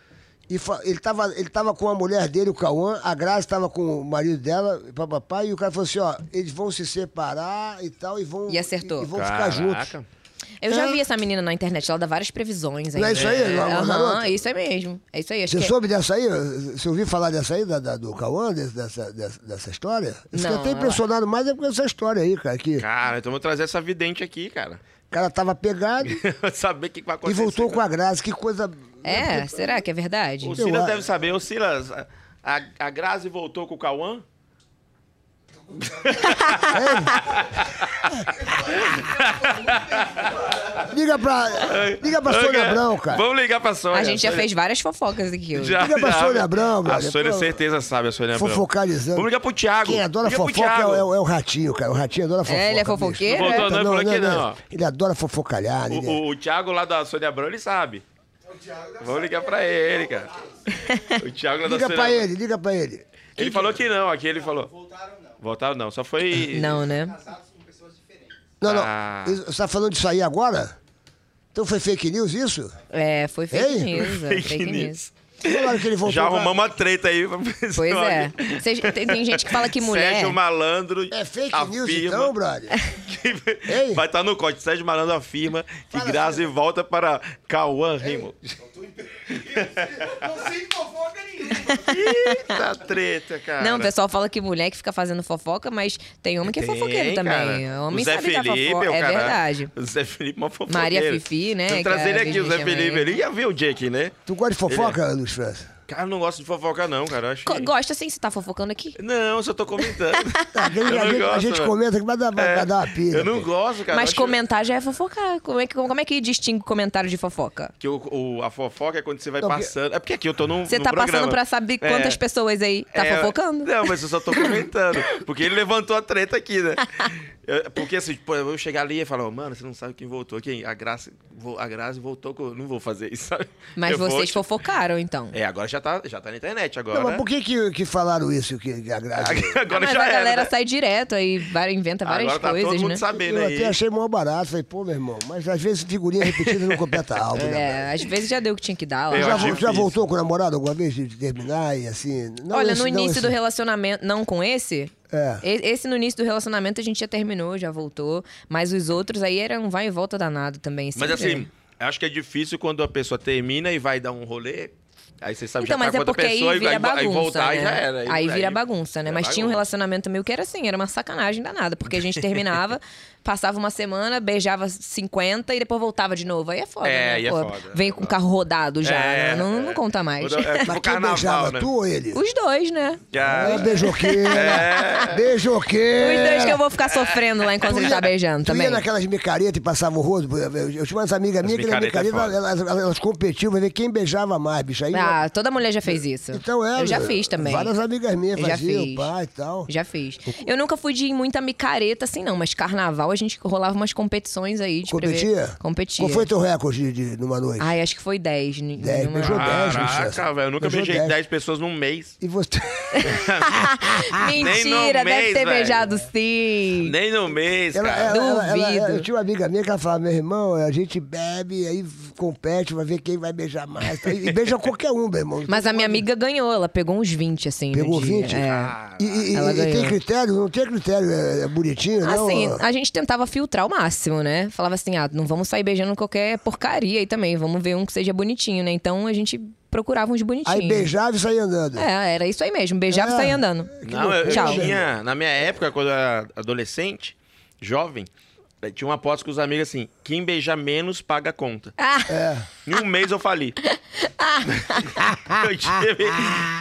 Speaker 1: e fa- ele, tava, ele tava com a mulher dele, o Cauã, a Grazi tava com o marido dela, e papapá, e o cara falou assim: ó, eles vão se separar e tal, e vão.
Speaker 3: E acertou.
Speaker 1: E, e vão
Speaker 2: Caraca.
Speaker 1: ficar juntos.
Speaker 3: Eu já vi essa menina na internet, ela dá várias previsões.
Speaker 1: É. Não é
Speaker 3: ainda.
Speaker 1: isso aí, uma- uma
Speaker 3: Aham,
Speaker 1: garota?
Speaker 3: é isso aí mesmo. É isso aí, acho
Speaker 1: Você
Speaker 3: que é.
Speaker 1: soube dessa aí? Você ouviu falar dessa aí, da, da- do Cauã, desse- dessa, dessa, dessa história? Isso que eu
Speaker 3: Não,
Speaker 1: tô
Speaker 3: ela-
Speaker 1: impressionado mais é com essa história aí, cara. Que o
Speaker 2: Cara, então eu vou trazer essa vidente aqui, cara.
Speaker 1: cara tava pegado e
Speaker 2: Saber o que vai acontecer.
Speaker 1: voltou com a graça. Que coisa.
Speaker 3: É, será que é verdade?
Speaker 2: O
Speaker 1: Eu
Speaker 2: Silas
Speaker 1: acho.
Speaker 2: deve saber. Ô, Silas, a, a Grazi voltou com o Cauã?
Speaker 1: Liga pra, liga pra Sônia Abrão, cara.
Speaker 2: Vamos ligar pra Sônia.
Speaker 3: A gente já fez várias fofocas aqui hoje.
Speaker 1: Liga pra Sônia Abrão,
Speaker 2: A
Speaker 1: brother.
Speaker 2: Sônia
Speaker 1: Pô,
Speaker 2: certeza sabe, a Sônia Abrão.
Speaker 1: Fofocalizando.
Speaker 2: Vamos ligar pro Thiago.
Speaker 1: Quem adora
Speaker 2: Liga pro
Speaker 1: fofoca é, o-
Speaker 2: Thiago.
Speaker 1: é o- é o ratinho, cara. O ratinho adora fofoca.
Speaker 3: ele é
Speaker 1: bicho.
Speaker 3: fofoqueiro,
Speaker 2: Não é? voltou não,
Speaker 1: Não,
Speaker 2: por aqui
Speaker 1: não,
Speaker 2: não.
Speaker 1: não. Ele adora fofocalhar.
Speaker 2: O,
Speaker 1: ele é-
Speaker 2: o- o Thiago lá da Sônia Abrão, ele sabe. Vamos ligar pra ele, cara. O Thiago lá da
Speaker 1: Liga
Speaker 2: Sônia
Speaker 1: pra
Speaker 2: Abrão.
Speaker 1: ele, liga pra ele.
Speaker 2: Ele falou que não, aqui ele falou. Voltaram não. Voltaram não, só foi...
Speaker 3: Não, né?
Speaker 1: Não, não.
Speaker 2: Ah.
Speaker 1: Você tá falando disso aí agora? Então foi fake news isso?
Speaker 3: É, foi fake
Speaker 1: Ei?
Speaker 3: news. é,
Speaker 2: Fake
Speaker 3: fake
Speaker 2: news.
Speaker 3: news.
Speaker 1: Falaram que ele voltou.
Speaker 2: Já
Speaker 1: pra-
Speaker 2: arrumamos uma treta aí. pra ver se
Speaker 3: Pois
Speaker 2: olha.
Speaker 3: é. Vocês- tem, tem gente que fala que mulher.
Speaker 2: Sérgio Malandro
Speaker 1: É fake news
Speaker 2: afirma
Speaker 1: então, brother?
Speaker 2: que-
Speaker 1: Ei.
Speaker 2: Vai estar no corte. Sérgio Malandro afirma que
Speaker 1: Fala,
Speaker 2: Grazi volta para Cauã Rimo.
Speaker 7: Não sei de fofoca nenhuma.
Speaker 2: Eita treta, cara.
Speaker 3: Não, o pessoal fala que mulher que fica fazendo fofoca, mas tem homem que é
Speaker 2: Tem,
Speaker 3: fofoqueiro também.
Speaker 2: cara.
Speaker 3: Homem
Speaker 2: o Zé
Speaker 3: sabe dar
Speaker 2: Felipe,
Speaker 3: fofoca.
Speaker 2: o
Speaker 3: É
Speaker 2: cara-
Speaker 3: verdade.
Speaker 2: O Zé Felipe, é uma fofoca.
Speaker 3: Maria Fifi, né, que
Speaker 2: trazer
Speaker 3: a
Speaker 2: ele aqui, o Zé
Speaker 3: Virgínia chama
Speaker 2: Felipe.
Speaker 3: ele.
Speaker 2: Ele ia ver o Jake, né?
Speaker 1: Tu gosta de fofoca, Luiz França?
Speaker 2: Cara, eu não gosto de fofoca, não, cara. Eu acho
Speaker 3: Co-
Speaker 2: que-
Speaker 3: Gosta assim? Você tá fofocando aqui?
Speaker 2: Não, eu só tô comentando.
Speaker 1: Tá, a gente,
Speaker 2: Eu
Speaker 1: a
Speaker 2: não
Speaker 1: gente- a
Speaker 2: gosto,
Speaker 1: gente
Speaker 2: mano.
Speaker 1: comenta que vai dar, vai
Speaker 2: É,
Speaker 1: dar uma pilha.
Speaker 2: Eu não
Speaker 1: pô.
Speaker 2: gosto, cara.
Speaker 3: Mas
Speaker 2: Eu acho
Speaker 3: comentar já é fofocar. Como é que, como é que distingue comentário de fofoca?
Speaker 2: Que o, o- a fofoca é quando você vai
Speaker 1: Não, porque-
Speaker 2: passando. É porque aqui eu tô num.
Speaker 3: Você
Speaker 2: num
Speaker 3: tá
Speaker 2: programa.
Speaker 3: passando pra saber
Speaker 2: É.
Speaker 3: quantas pessoas aí tá
Speaker 2: É,
Speaker 3: fofocando?
Speaker 2: Não, mas eu só tô comentando. Porque ele levantou a treta aqui, né? Eu- porque assim, tipo, eu chegar ali e falar, "Ô, mano, você não sabe quem voltou. Quem? A Graça, vo- a Graça voltou. com- Não vou fazer isso, sabe?
Speaker 3: Mas
Speaker 2: Eu vou,
Speaker 3: vocês
Speaker 2: tipo-
Speaker 3: fofocaram, então.
Speaker 2: É, agora já tá, já tá na internet agora.
Speaker 1: Não, mas por que, que, que falaram isso? Que, que a Grazi-
Speaker 2: Agora
Speaker 3: Ah, mas
Speaker 2: já
Speaker 3: a
Speaker 2: era,
Speaker 3: galera
Speaker 2: né?
Speaker 3: sai direto aí, vai- inventa várias
Speaker 2: Agora tá
Speaker 3: coisas,
Speaker 2: todo mundo
Speaker 3: né?
Speaker 2: sabendo
Speaker 1: Eu
Speaker 2: aí.
Speaker 1: até achei mó barato. Falei, pô, meu irmão, mas às vezes figurinha repetida não completa álbum, né?
Speaker 3: É, às vezes já deu o que tinha que dar lá.
Speaker 2: Eu
Speaker 1: Já,
Speaker 2: acho
Speaker 1: vo- já
Speaker 2: difícil.
Speaker 1: voltou com o namorado alguma vez de de terminar e assim? Não
Speaker 3: Olha,
Speaker 1: esse, não
Speaker 3: no início
Speaker 1: esse.
Speaker 3: do relacionamento, não com esse?
Speaker 1: É.
Speaker 3: E- Esse no início do relacionamento a gente já terminou, já voltou. Mas os outros aí era um vai e volta danado também.
Speaker 2: Mas
Speaker 3: sempre.
Speaker 2: assim, eu acho que é difícil quando a pessoa termina e vai dar um rolê. Aí você sabe já
Speaker 3: Então, mas
Speaker 2: tá
Speaker 3: é
Speaker 2: com outra
Speaker 3: porque
Speaker 2: pessoa
Speaker 3: aí
Speaker 2: e vai,
Speaker 3: vira bagunça.
Speaker 2: aí voltar
Speaker 3: né?
Speaker 2: e já era.
Speaker 3: Aí, vira bagunça, né?
Speaker 2: é
Speaker 3: Mas tinha um
Speaker 2: bagunça.
Speaker 3: relacionamento meu que era assim, era uma sacanagem danada. Porque a gente terminava, passava uma semana, beijava 50 e depois voltava de novo. Aí é foda,
Speaker 2: É,
Speaker 3: né?
Speaker 2: aí é
Speaker 3: Pô,
Speaker 2: foda.
Speaker 3: Vem com o carro rodado já,
Speaker 2: É,
Speaker 3: né? Não,
Speaker 2: é.
Speaker 3: não conta mais.
Speaker 2: Quando- É,
Speaker 1: Mas
Speaker 2: tipo
Speaker 1: quem beijava,
Speaker 2: carnaval, né?
Speaker 1: tu ou ele?
Speaker 3: Os dois, né?
Speaker 2: Já-
Speaker 1: É, beijoqueira.
Speaker 2: É.
Speaker 1: Beijoqueira.
Speaker 3: Os dois é que eu vou ficar sofrendo lá enquanto ele tá beijando
Speaker 1: tu
Speaker 3: também.
Speaker 1: ia naquelas micaretas e passava o rodo. Eu, eu tinha umas amigas minhas que na
Speaker 2: micareta é
Speaker 1: micareta, elas, elas, elas competiam pra ver quem beijava mais, bicho. Aí,
Speaker 3: Ah, toda mulher já fez isso.
Speaker 1: então é.
Speaker 3: Eu já fiz também.
Speaker 1: Várias amigas minhas
Speaker 3: Eu já
Speaker 1: faziam,
Speaker 3: fiz.
Speaker 1: pai e tal.
Speaker 3: Já fiz. Eu nunca fui de muita micareta, assim, não. Mas carnaval, a gente rolava umas competições aí. De prever-
Speaker 1: Competia?
Speaker 3: Competia.
Speaker 1: Qual foi teu recorde de, de, numa noite?
Speaker 3: Ai, acho que foi 10. n- é?
Speaker 1: Dez,
Speaker 3: numa-
Speaker 1: beijou dez.
Speaker 2: Caraca,
Speaker 1: Luciano.
Speaker 2: velho. Eu nunca
Speaker 1: Beijou
Speaker 2: beijei
Speaker 1: dez.
Speaker 2: 10 pessoas num mês.
Speaker 1: E você.
Speaker 2: Ah, Nem no
Speaker 3: Mentira, deve
Speaker 2: mês,
Speaker 3: ter
Speaker 2: velho.
Speaker 3: beijado sim.
Speaker 2: Nem num mês,
Speaker 1: Ela,
Speaker 2: cara.
Speaker 1: ela, ela, ela-
Speaker 3: Duvido.
Speaker 1: eu tinha uma amiga minha que ela falava, meu irmão, a gente bebe, aí compete, vai ver quem vai beijar mais. tá?" E beija qualquer um, meu irmão.
Speaker 3: Mas a minha amiga ganhou, ela pegou uns 20, assim. no
Speaker 1: Pegou Ah.
Speaker 3: dia.
Speaker 1: 20?
Speaker 3: É.
Speaker 1: E, e- e-
Speaker 3: Ela
Speaker 1: e tem
Speaker 3: ganhou.
Speaker 1: critério? Não tem critério, é, é bonitinho, não?
Speaker 3: Assim, a gente tentava filtrar o máximo, né? Falava assim, ah, não vamos sair beijando qualquer porcaria aí também, vamos ver um que seja bonitinho, né? Então a gente procurava uns bonitinhos.
Speaker 1: Aí beijava e saía andando.
Speaker 3: É, era isso aí mesmo, beijava
Speaker 1: É.
Speaker 3: e saía andando.
Speaker 2: Não, eu, eu
Speaker 3: Tchau.
Speaker 2: tinha, na minha época, quando eu era adolescente, jovem, eh, tinha uma aposta com os amigos assim: quem beijar menos paga a conta.
Speaker 3: Ah,
Speaker 1: É.
Speaker 2: Em um mês eu fali. eu, tive,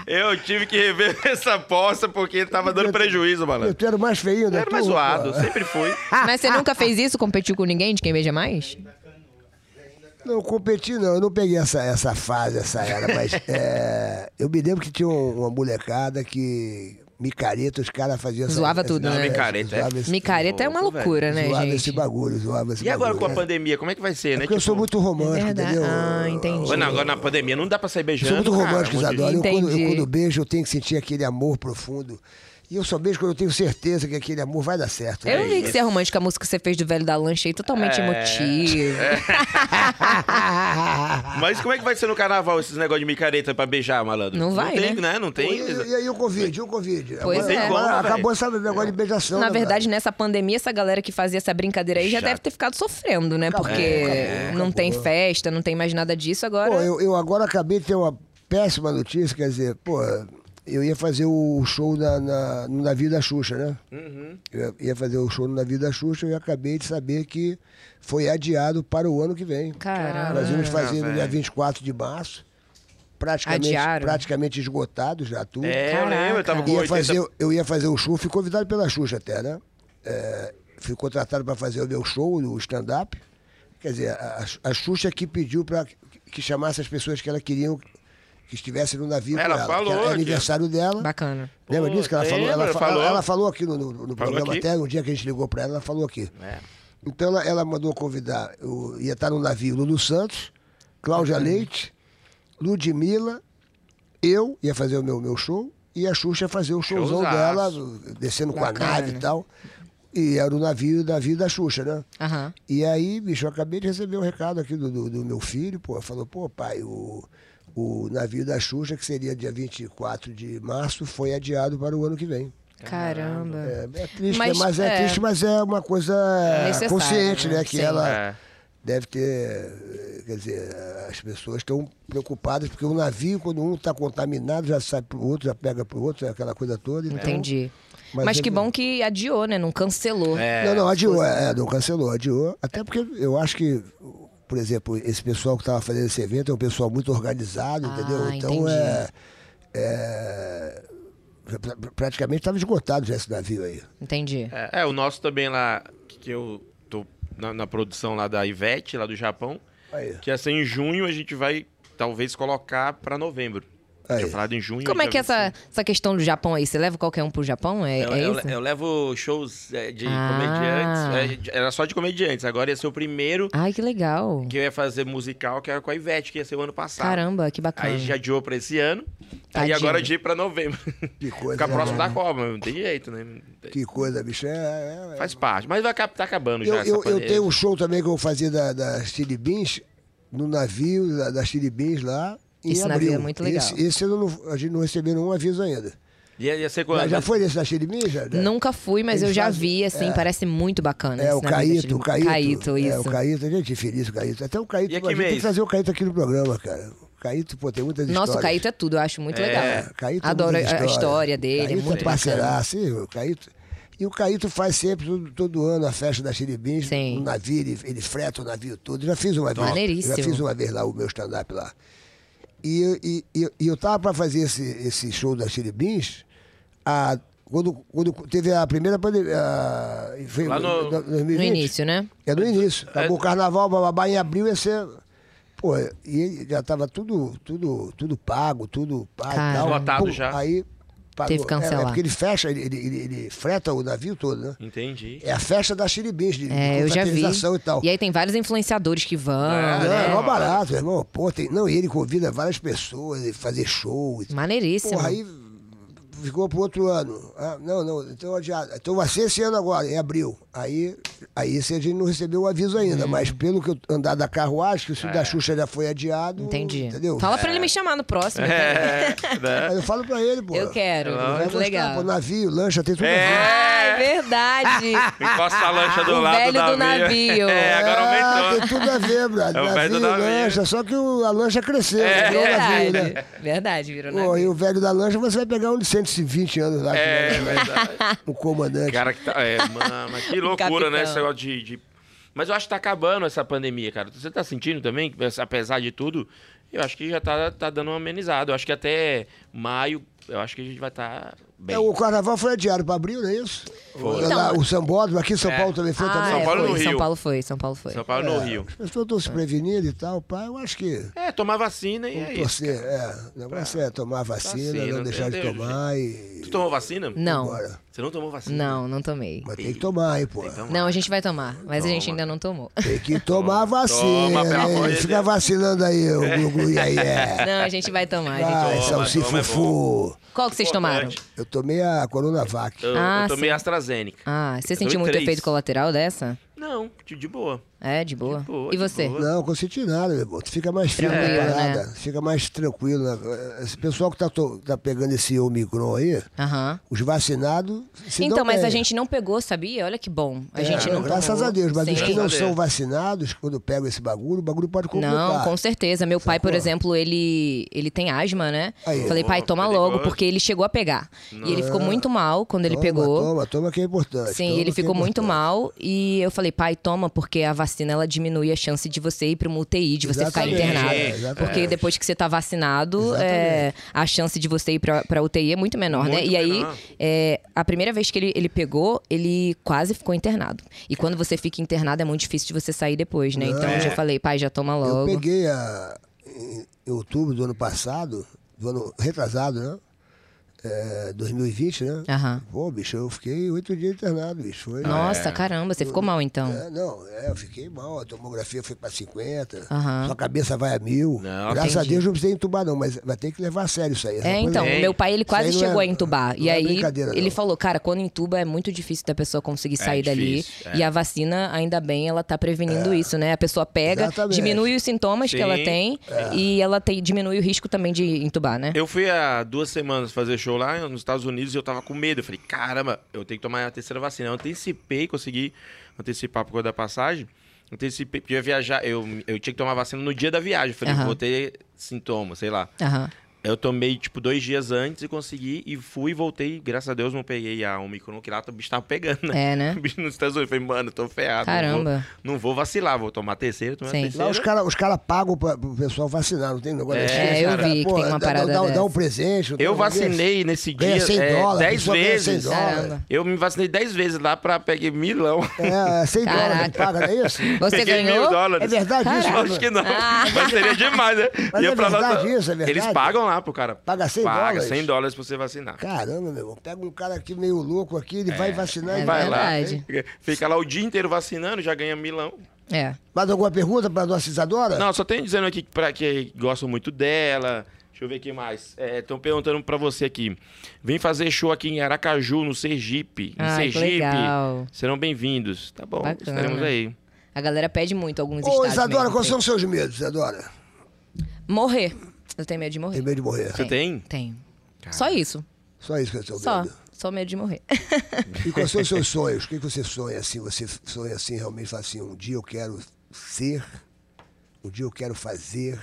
Speaker 2: eu tive que rever essa aposta porque tava dando prejuízo,
Speaker 1: Eu é.
Speaker 2: malandro.
Speaker 1: tu era o mais feio
Speaker 2: Eu
Speaker 1: da
Speaker 2: era mais
Speaker 1: turma,
Speaker 2: zoado,
Speaker 1: pô.
Speaker 2: sempre fui.
Speaker 3: mas você nunca fez isso? Competiu com ninguém de quem beija mais?
Speaker 1: Não, competi não, eu não peguei essa, essa fase, essa era, mas é, eu me lembro que tinha um- uma molecada que micareta, os caras faziam essa-
Speaker 3: Zoava
Speaker 1: essa-
Speaker 3: tudo, né?
Speaker 1: essa-
Speaker 2: Micareta, é.
Speaker 1: zoava esse-
Speaker 3: Micareta é uma
Speaker 2: Louco, velho.
Speaker 3: loucura, né,
Speaker 1: zoava esse
Speaker 3: gente?
Speaker 1: bagulho, zoava esse
Speaker 2: E agora com
Speaker 1: bagulho,
Speaker 2: a
Speaker 1: né?
Speaker 2: pandemia, como é que vai ser, né?
Speaker 1: Porque eu sou muito romântico,
Speaker 3: Verdade.
Speaker 1: entendeu?
Speaker 3: Ah, entendi.
Speaker 2: Mas não, agora na pandemia não dá pra sair
Speaker 1: Eu
Speaker 2: beijando.
Speaker 1: sou muito
Speaker 2: cara, é
Speaker 1: romântico,
Speaker 2: muito
Speaker 1: Isadora. Eu quando, eu
Speaker 3: Entendi.
Speaker 1: quando beijo, eu tenho que sentir aquele amor profundo. E eu só beijo quando eu tenho certeza que aquele amor vai dar certo.
Speaker 3: Eu
Speaker 1: né?
Speaker 3: vi que você é romântica, a música que você fez do Velho da Lancha aí, totalmente
Speaker 2: É.
Speaker 3: emotiva.
Speaker 2: Mas como é que vai ser no carnaval esses negócios de micareta pra beijar, malandro?
Speaker 3: Não vai,
Speaker 2: não tem,
Speaker 3: né?
Speaker 2: né? Não
Speaker 1: E,
Speaker 2: tem.
Speaker 1: e- e aí o Covid, e o Covid?
Speaker 3: Pois
Speaker 1: agora,
Speaker 3: é.
Speaker 1: agora
Speaker 2: Tem
Speaker 1: acabou
Speaker 2: como,
Speaker 1: esse negócio de beijação.
Speaker 3: Na
Speaker 1: né,
Speaker 3: verdade,
Speaker 1: brother?
Speaker 3: nessa pandemia, essa galera que fazia essa brincadeira aí já,
Speaker 2: Já.
Speaker 3: deve ter ficado sofrendo, né? Porque
Speaker 1: acabou,
Speaker 3: não
Speaker 1: acabou.
Speaker 3: tem festa, não tem mais nada disso agora.
Speaker 1: Pô, eu, eu agora acabei de ter uma péssima notícia, quer dizer, pô, eu ia fazer o show na, na- no navio da Xuxa, né?
Speaker 2: Uhum.
Speaker 1: Eu ia fazer o show no navio da Xuxa e eu acabei de saber que foi adiado para o ano que vem.
Speaker 3: Caramba.
Speaker 1: Nós íamos fazer no dia
Speaker 2: É, velho.
Speaker 1: 24 de março. praticamente,
Speaker 3: Adiaram.
Speaker 1: praticamente esgotado já tudo.
Speaker 2: É, eu
Speaker 3: Caraca.
Speaker 2: lembro, eu tava com
Speaker 1: Ia
Speaker 2: 80...
Speaker 1: fazer, eu ia fazer um show, fui convidado pela Xuxa até, né? É, fui contratado para fazer o meu show, o stand-up. Quer dizer, a, a Xuxa que pediu para que chamasse as pessoas que ela queria que estivessem no navio
Speaker 2: Ela
Speaker 1: com ela.
Speaker 2: falou
Speaker 1: que era
Speaker 2: que-
Speaker 1: aniversário dela.
Speaker 3: Bacana.
Speaker 1: Lembra
Speaker 2: Pô,
Speaker 1: disso que ela falou?
Speaker 2: lembro,
Speaker 1: Ela, fa-
Speaker 2: falou.
Speaker 1: ela- ela falou aqui no, no- no programa
Speaker 2: aqui.
Speaker 1: até, um dia que a gente ligou para ela, ela falou aqui.
Speaker 2: É.
Speaker 1: Então ela, ela mandou convidar, eu ia estar no navio Lulu Santos,
Speaker 2: Uhum.
Speaker 1: Cláudia Leite, Ludmilla, eu ia fazer o meu, meu show e a Xuxa fazer o showzão
Speaker 2: Showzaço. né?
Speaker 1: dela, descendo com a
Speaker 3: Bacana.
Speaker 1: nave e tal. E era o navio, o navio da Xuxa, né?
Speaker 3: Aham.
Speaker 1: E aí, bicho, eu acabei de receber um recado aqui do, do, do meu filho, pô, falou, pô, pai, o, o navio da Xuxa, que seria dia 24 de março, foi adiado para o ano que vem.
Speaker 3: Caramba.
Speaker 1: É, é triste, mas,
Speaker 3: Ah. Mas,
Speaker 1: mas é,
Speaker 3: é.
Speaker 1: triste, mas é uma coisa
Speaker 3: Necessário,
Speaker 1: consciente, né?
Speaker 3: né?
Speaker 1: Que
Speaker 3: Sim.
Speaker 1: ela
Speaker 2: É.
Speaker 1: deve ter. eh, Quer dizer, as pessoas estão preocupadas, porque o navio, quando um está contaminado, já sai pro outro, já pega pro outro, aquela coisa toda. então-
Speaker 3: Entendi.
Speaker 1: Mas
Speaker 3: Mas,
Speaker 1: é
Speaker 3: que
Speaker 1: mesmo.
Speaker 3: bom que adiou, né? Não cancelou.
Speaker 2: É.
Speaker 1: Não, não, adiou, é, não cancelou, adiou. Até porque eu acho que, por exemplo, esse pessoal que estava fazendo esse evento é um pessoal muito organizado,
Speaker 3: Ah,
Speaker 1: entendeu? Então
Speaker 3: entendi.
Speaker 1: é. é, pra- pra- praticamente estava esgotado já esse navio aí.
Speaker 3: Entendi.
Speaker 2: É, é, o nosso também lá, que que eu tô na, na produção lá da Ivete, lá do Japão,
Speaker 1: Aí.
Speaker 2: que ia ser em junho, a gente vai talvez colocar pra novembro.
Speaker 1: Aí.
Speaker 2: Tinha falado em junho.
Speaker 3: Como é
Speaker 2: dia
Speaker 3: que é essa, essa questão do Japão aí? Você leva qualquer um pro Japão? É,
Speaker 2: 25. Eu,
Speaker 3: é
Speaker 2: eu-
Speaker 3: isso?
Speaker 2: eu levo shows é, de
Speaker 3: Ah.
Speaker 2: comediantes. é, de- era só de comediantes. Agora ia ser o primeiro
Speaker 3: Ai, que legal.
Speaker 2: que eu ia fazer musical, que era com a Ivete, que ia ser o ano passado.
Speaker 3: Caramba, que bacana.
Speaker 2: Aí já adiou pra esse ano. Aí
Speaker 3: Tadinho.
Speaker 2: agora adiou pra novembro.
Speaker 1: Que coisa.
Speaker 2: Ficar
Speaker 1: né,
Speaker 2: próximo
Speaker 1: cara?
Speaker 2: da Copa, não tem jeito, né? Não tem-
Speaker 1: Que coisa, bicho. É, é, é.
Speaker 2: Faz parte. Mas vai cap- tá acabando
Speaker 1: Eu,
Speaker 2: já essa
Speaker 1: eu, eu
Speaker 2: pandemia.
Speaker 1: tenho um show também que eu fazia da, da Chili Beans, no navio da, da Chili Beans lá. Em
Speaker 3: Esse
Speaker 1: abril.
Speaker 3: navio é muito legal.
Speaker 1: Esse, esse eu não- a gente não recebeu nenhum aviso ainda.
Speaker 2: Ia, ia ser quando?
Speaker 1: Mas já foi nesse da Chili Beans? Já, né?
Speaker 3: Nunca fui, mas
Speaker 1: Eles
Speaker 3: eu já
Speaker 1: fazem-
Speaker 3: vi, assim, parece muito bacana.
Speaker 1: É,
Speaker 3: esse
Speaker 1: o
Speaker 3: navio da
Speaker 1: Caíto, o
Speaker 3: Chile.
Speaker 1: Caíto.
Speaker 3: isso.
Speaker 1: É, o Caíto, a gente feliz, o Caíto. Até o Caíto,
Speaker 2: E
Speaker 1: a
Speaker 2: aqui
Speaker 1: gente tem que
Speaker 2: mês?
Speaker 1: trazer o Caíto aqui no programa, cara. O Caíto, pô, tem muitas histórias. É,
Speaker 3: Nossa, o Caíto é tudo, eu acho muito legal.
Speaker 1: Caíto
Speaker 3: Adoro a-
Speaker 1: tem muita
Speaker 3: a, história dele,
Speaker 1: Caíto
Speaker 3: é muito bacana.
Speaker 1: parceiraço, sim, o Caíto. E o Caíto faz sempre, todo, todo ano, a festa da Chiribins,
Speaker 3: Sim.
Speaker 1: no navio, ele, ele freta o navio todo. Já fiz uma vez.
Speaker 3: Maneiríssimo.
Speaker 1: Já fiz uma vez lá o meu stand-up lá. E, eu- e, e, e eu tava para fazer esse, esse show da Chiribins, a, quando, quando teve a primeira pandemia. a- Foi
Speaker 2: Lá no-
Speaker 1: 2020.
Speaker 3: No início, né?
Speaker 1: É no início. Acabou o carnaval, bababá, em abril ia ser. Pô, e ele já tava tudo, tudo, tudo pago, tudo pago. e
Speaker 3: Cara.
Speaker 1: tal.
Speaker 2: Lotado
Speaker 1: Pum,
Speaker 2: já.
Speaker 1: Aí pagou.
Speaker 3: Teve que cancelar.
Speaker 1: É, é porque ele fecha, ele, ele, ele- ele freta o navio todo, né?
Speaker 2: Entendi.
Speaker 1: É a festa da Chiribins, de
Speaker 3: É,
Speaker 1: de
Speaker 3: eu já vi.
Speaker 1: confraternização e tal.
Speaker 3: aí tem vários influenciadores que vão,
Speaker 2: É,
Speaker 1: Não, é
Speaker 3: né?
Speaker 1: mó barato, meu irmão. Pô, tem, não, e ele convida várias pessoas, ele fazer show. e-
Speaker 3: Maneiríssimo.
Speaker 1: Porra, aí ficou pro outro ano. Ah, não, não, então adiado. Então vai ser esse ano agora, em abril. Aí, aí se a gente não recebeu o aviso ainda, mas
Speaker 3: Hum.
Speaker 1: pelo que eu andar da carruagem, que o é. da Xuxa já foi adiado.
Speaker 3: Entendi.
Speaker 1: Entendeu?
Speaker 3: Fala pra ele me chamar no próximo.
Speaker 2: É, né?
Speaker 1: Aí eu falo pra ele, pô.
Speaker 3: Eu quero.
Speaker 1: Ele vai
Speaker 3: Muito
Speaker 1: gostar,
Speaker 3: legal.
Speaker 1: Pô, navio, lancha, tem tudo
Speaker 2: É.
Speaker 1: a ver.
Speaker 3: Ai, verdade.
Speaker 2: Encosta a lancha do
Speaker 3: O
Speaker 2: lado
Speaker 3: velho
Speaker 2: da
Speaker 3: do navio.
Speaker 2: É, agora
Speaker 1: É,
Speaker 2: aumentou.
Speaker 1: tem tudo a ver, brother.
Speaker 2: É o velho
Speaker 1: navio,
Speaker 2: do navio.
Speaker 1: lancha, só que o- a lancha cresceu,
Speaker 2: É.
Speaker 1: virou navio,
Speaker 3: verdade.
Speaker 1: né?
Speaker 3: Verdade, virou
Speaker 1: Pô, e
Speaker 3: navio.
Speaker 1: o velho da lancha, você vai pegar um de 120 anos lá,
Speaker 2: É,
Speaker 1: que vai-
Speaker 2: verdade.
Speaker 1: o comandante.
Speaker 2: Cara, que tá. É, mano, mas que loucura,
Speaker 3: Capitão.
Speaker 2: né? Esse negócio de, de- Mas eu acho que tá acabando essa pandemia, cara. Você tá sentindo também, que, apesar de tudo, eu acho que já tá, tá dando uma amenizada. Eu acho que até maio, eu acho que a gente vai estar tá bem.
Speaker 1: É, o carnaval foi adiado para abril, não é isso?
Speaker 2: Foi.
Speaker 1: Lá- lá,
Speaker 3: Então,
Speaker 1: o Sambódromo aqui em São
Speaker 2: É.
Speaker 1: Paulo também foi.
Speaker 3: Ah,
Speaker 1: também.
Speaker 2: São
Speaker 3: é,
Speaker 2: Paulo
Speaker 3: foi,
Speaker 2: no Rio.
Speaker 3: São Paulo foi, São Paulo foi.
Speaker 2: São Paulo é no Rio.
Speaker 1: As pessoas estão se prevenindo e tal, pá. Eu acho que
Speaker 2: É, tomar vacina e é isso. Tá
Speaker 1: você, é, o negócio é tomar vacina,
Speaker 2: Vacina,
Speaker 1: não deixar de
Speaker 2: entendeu,
Speaker 1: tomar e.
Speaker 2: Tu tomou vacina?
Speaker 3: Não,
Speaker 1: Bora.
Speaker 2: Você não tomou vacina?
Speaker 3: não, não tomei.
Speaker 1: Mas tem que tomar, hein, pô.
Speaker 2: Então,
Speaker 3: Não, a gente vai tomar, mas a gente ainda não tomou.
Speaker 1: Tem que tomar a vacina.
Speaker 2: Toma, pelo amor
Speaker 1: hein?
Speaker 2: de
Speaker 1: Fica
Speaker 2: Deus.
Speaker 1: vacinando aí, o glu glu e aí é.
Speaker 3: Não, a gente vai tomar. a
Speaker 1: Vai,
Speaker 3: gente...
Speaker 2: toma, toma, é
Speaker 1: salsifufu.
Speaker 3: Qual que vocês tomaram?
Speaker 2: Importante.
Speaker 1: Eu tomei a Coronavac.
Speaker 2: Eu,
Speaker 3: Ah,
Speaker 2: eu tomei AstraZeneca.
Speaker 3: Ah, você
Speaker 2: Eu tomei
Speaker 3: sentiu muito
Speaker 2: três.
Speaker 3: efeito colateral dessa?
Speaker 2: Não, de, de boa.
Speaker 3: É, de boa.
Speaker 2: De boa,
Speaker 3: e
Speaker 2: de
Speaker 3: você?
Speaker 2: boa.
Speaker 1: Não, eu consenti nada, meu irmão. Tu fica mais firme na
Speaker 3: Tranquilo,
Speaker 1: parada.
Speaker 3: né?
Speaker 1: né? tá
Speaker 3: Então,
Speaker 1: É, é
Speaker 3: né? vacina, ela diminui a chance de você ir para uma UTI, de você
Speaker 1: Exatamente,
Speaker 3: ficar internado.
Speaker 1: é, exatamente.
Speaker 3: Porque depois que você tá vacinado, é, a chance de você ir pra, pra UTI é muito menor, né?
Speaker 2: Muito
Speaker 3: E aí,
Speaker 2: menor.
Speaker 3: é, a primeira vez que ele, ele pegou, ele quase ficou internado. E quando você fica internado, é muito difícil de você sair depois, né? Então eu já falei, pai, já toma
Speaker 1: é. Eu
Speaker 3: logo.
Speaker 1: peguei a, em em outubro do ano passado, do ano retrasado, né? É, 2020, né?
Speaker 3: Aham.
Speaker 1: Pô, bicho, eu fiquei oito dias internado, bicho. Foi,
Speaker 3: Nossa, caramba, você ficou mal então.
Speaker 1: É, não, é, eu fiquei mal. A tomografia foi para 50,
Speaker 3: Aham.
Speaker 1: sua cabeça vai a mil.
Speaker 2: Não,
Speaker 1: Graças a
Speaker 3: entendi.
Speaker 1: Deus não precisei entubar, não, mas vai ter que levar a sério isso aí. essa
Speaker 3: É,
Speaker 1: coisa
Speaker 3: então,
Speaker 2: Tem.
Speaker 3: meu pai ele quase
Speaker 1: Isso aí não
Speaker 3: chegou
Speaker 1: é-
Speaker 3: a entubar. E
Speaker 1: não é
Speaker 3: aí
Speaker 1: brincadeira, não.
Speaker 3: ele falou, cara, quando entuba é muito difícil da pessoa conseguir sair dali.
Speaker 2: difícil, é.
Speaker 3: E a vacina, ainda bem, ela tá prevenindo isso, né? A pessoa pega,
Speaker 1: É. Exatamente. É.
Speaker 3: diminui os sintomas
Speaker 2: Sim.
Speaker 3: que ela tem e ela tem, diminui o risco também de entubar, né?
Speaker 2: Eu fui há duas semanas fazer show lá nos Estados Unidos e eu tava com medo. Eu falei, caramba, eu tenho que tomar a terceira vacina. Eu antecipei, consegui antecipar por causa da passagem. Antecipei, porque eu ia viajar, eu, eu tinha que tomar a vacina no dia da viagem. Eu falei,
Speaker 3: Aham.
Speaker 2: vou ter sintomas, sei lá.
Speaker 3: Aham.
Speaker 2: Eu tomei, tipo, dois dias antes e consegui, e fui e voltei. Graças a Deus não peguei a Omicron, que lá o bicho tava pegando, né?
Speaker 3: É, né?
Speaker 2: O bicho nos Estados Unidos. Eu falei, mano, eu tô ferrado. Não
Speaker 3: Caramba.
Speaker 2: vou, não vou vacilar, vou tomar a terceira, tomar a
Speaker 3: Sim.
Speaker 1: Lá os
Speaker 2: terceira.
Speaker 1: caras os cara pagam pra, pro pessoal vacinar, não tem um negócio
Speaker 2: É,
Speaker 1: desse?
Speaker 2: É, eu
Speaker 1: Os caras,
Speaker 3: vi que
Speaker 1: pô,
Speaker 3: tem uma
Speaker 1: dá-
Speaker 3: parada
Speaker 1: Dá, dá, dá um
Speaker 3: dessa.
Speaker 1: presente. não tem
Speaker 2: Eu
Speaker 1: um negócio
Speaker 2: vacinei nesse
Speaker 1: Ganha
Speaker 2: dia
Speaker 1: 100
Speaker 2: é,
Speaker 1: dólares, a
Speaker 2: 10
Speaker 1: pessoa ganha 100
Speaker 2: vezes.
Speaker 1: dólares.
Speaker 3: Caramba.
Speaker 2: Eu me vacinei 10 vezes lá pra peguei milão.
Speaker 1: desse. É, 100 dólares,
Speaker 3: Caraca.
Speaker 1: paga, não é isso?
Speaker 3: Você
Speaker 2: Peguei mil
Speaker 3: ganhou? Ah.
Speaker 2: dólares.
Speaker 1: É verdade isso?
Speaker 2: Eu Acho
Speaker 1: mano?
Speaker 2: que não. Mas seria demais, né?
Speaker 1: Mas
Speaker 2: Ia
Speaker 1: é
Speaker 2: pra lá,
Speaker 1: verdade
Speaker 2: tá-
Speaker 1: isso, é verdade?
Speaker 2: Eles pagam lá pro cara.
Speaker 1: Paga 100
Speaker 2: Paga
Speaker 1: dólares?
Speaker 2: 100 dólares pra você vacinar.
Speaker 1: Caramba, meu irmão. Pega um cara aqui meio louco aqui, ele vai vacinar e
Speaker 3: É
Speaker 1: vai.
Speaker 2: Vai lá.
Speaker 3: verdade.
Speaker 2: Fica lá o dia inteiro vacinando, já ganha milão.
Speaker 3: É.
Speaker 1: Mais alguma pergunta pra nossa Isadora?
Speaker 2: Não, só tenho dizendo aqui pra que gostam muito dela. Deixa eu ver aqui mais. Estão perguntando pra você aqui. Vem fazer show aqui em Aracaju, no Sergipe. Em
Speaker 3: Ai, que
Speaker 2: Sergipe.
Speaker 3: legal.
Speaker 2: Serão bem-vindos. Tá bom,
Speaker 3: Bacana.
Speaker 2: estaremos aí.
Speaker 3: A galera pede muito alguns
Speaker 1: Ô,
Speaker 3: estados.
Speaker 1: Isadora,
Speaker 3: mesmo.
Speaker 1: quais são os seus medos, Isadora?
Speaker 3: Morrer. Eu tenho medo de morrer.
Speaker 1: Tem medo de morrer.
Speaker 2: Você tem?
Speaker 3: Tenho. Só isso.
Speaker 1: Só isso que é o seu
Speaker 3: Só.
Speaker 1: medo.
Speaker 3: Só medo de morrer.
Speaker 1: E quais são os seus sonhos? O que que você sonha assim? Você sonha assim, realmente fala assim, um dia eu quero ser, um dia eu quero fazer.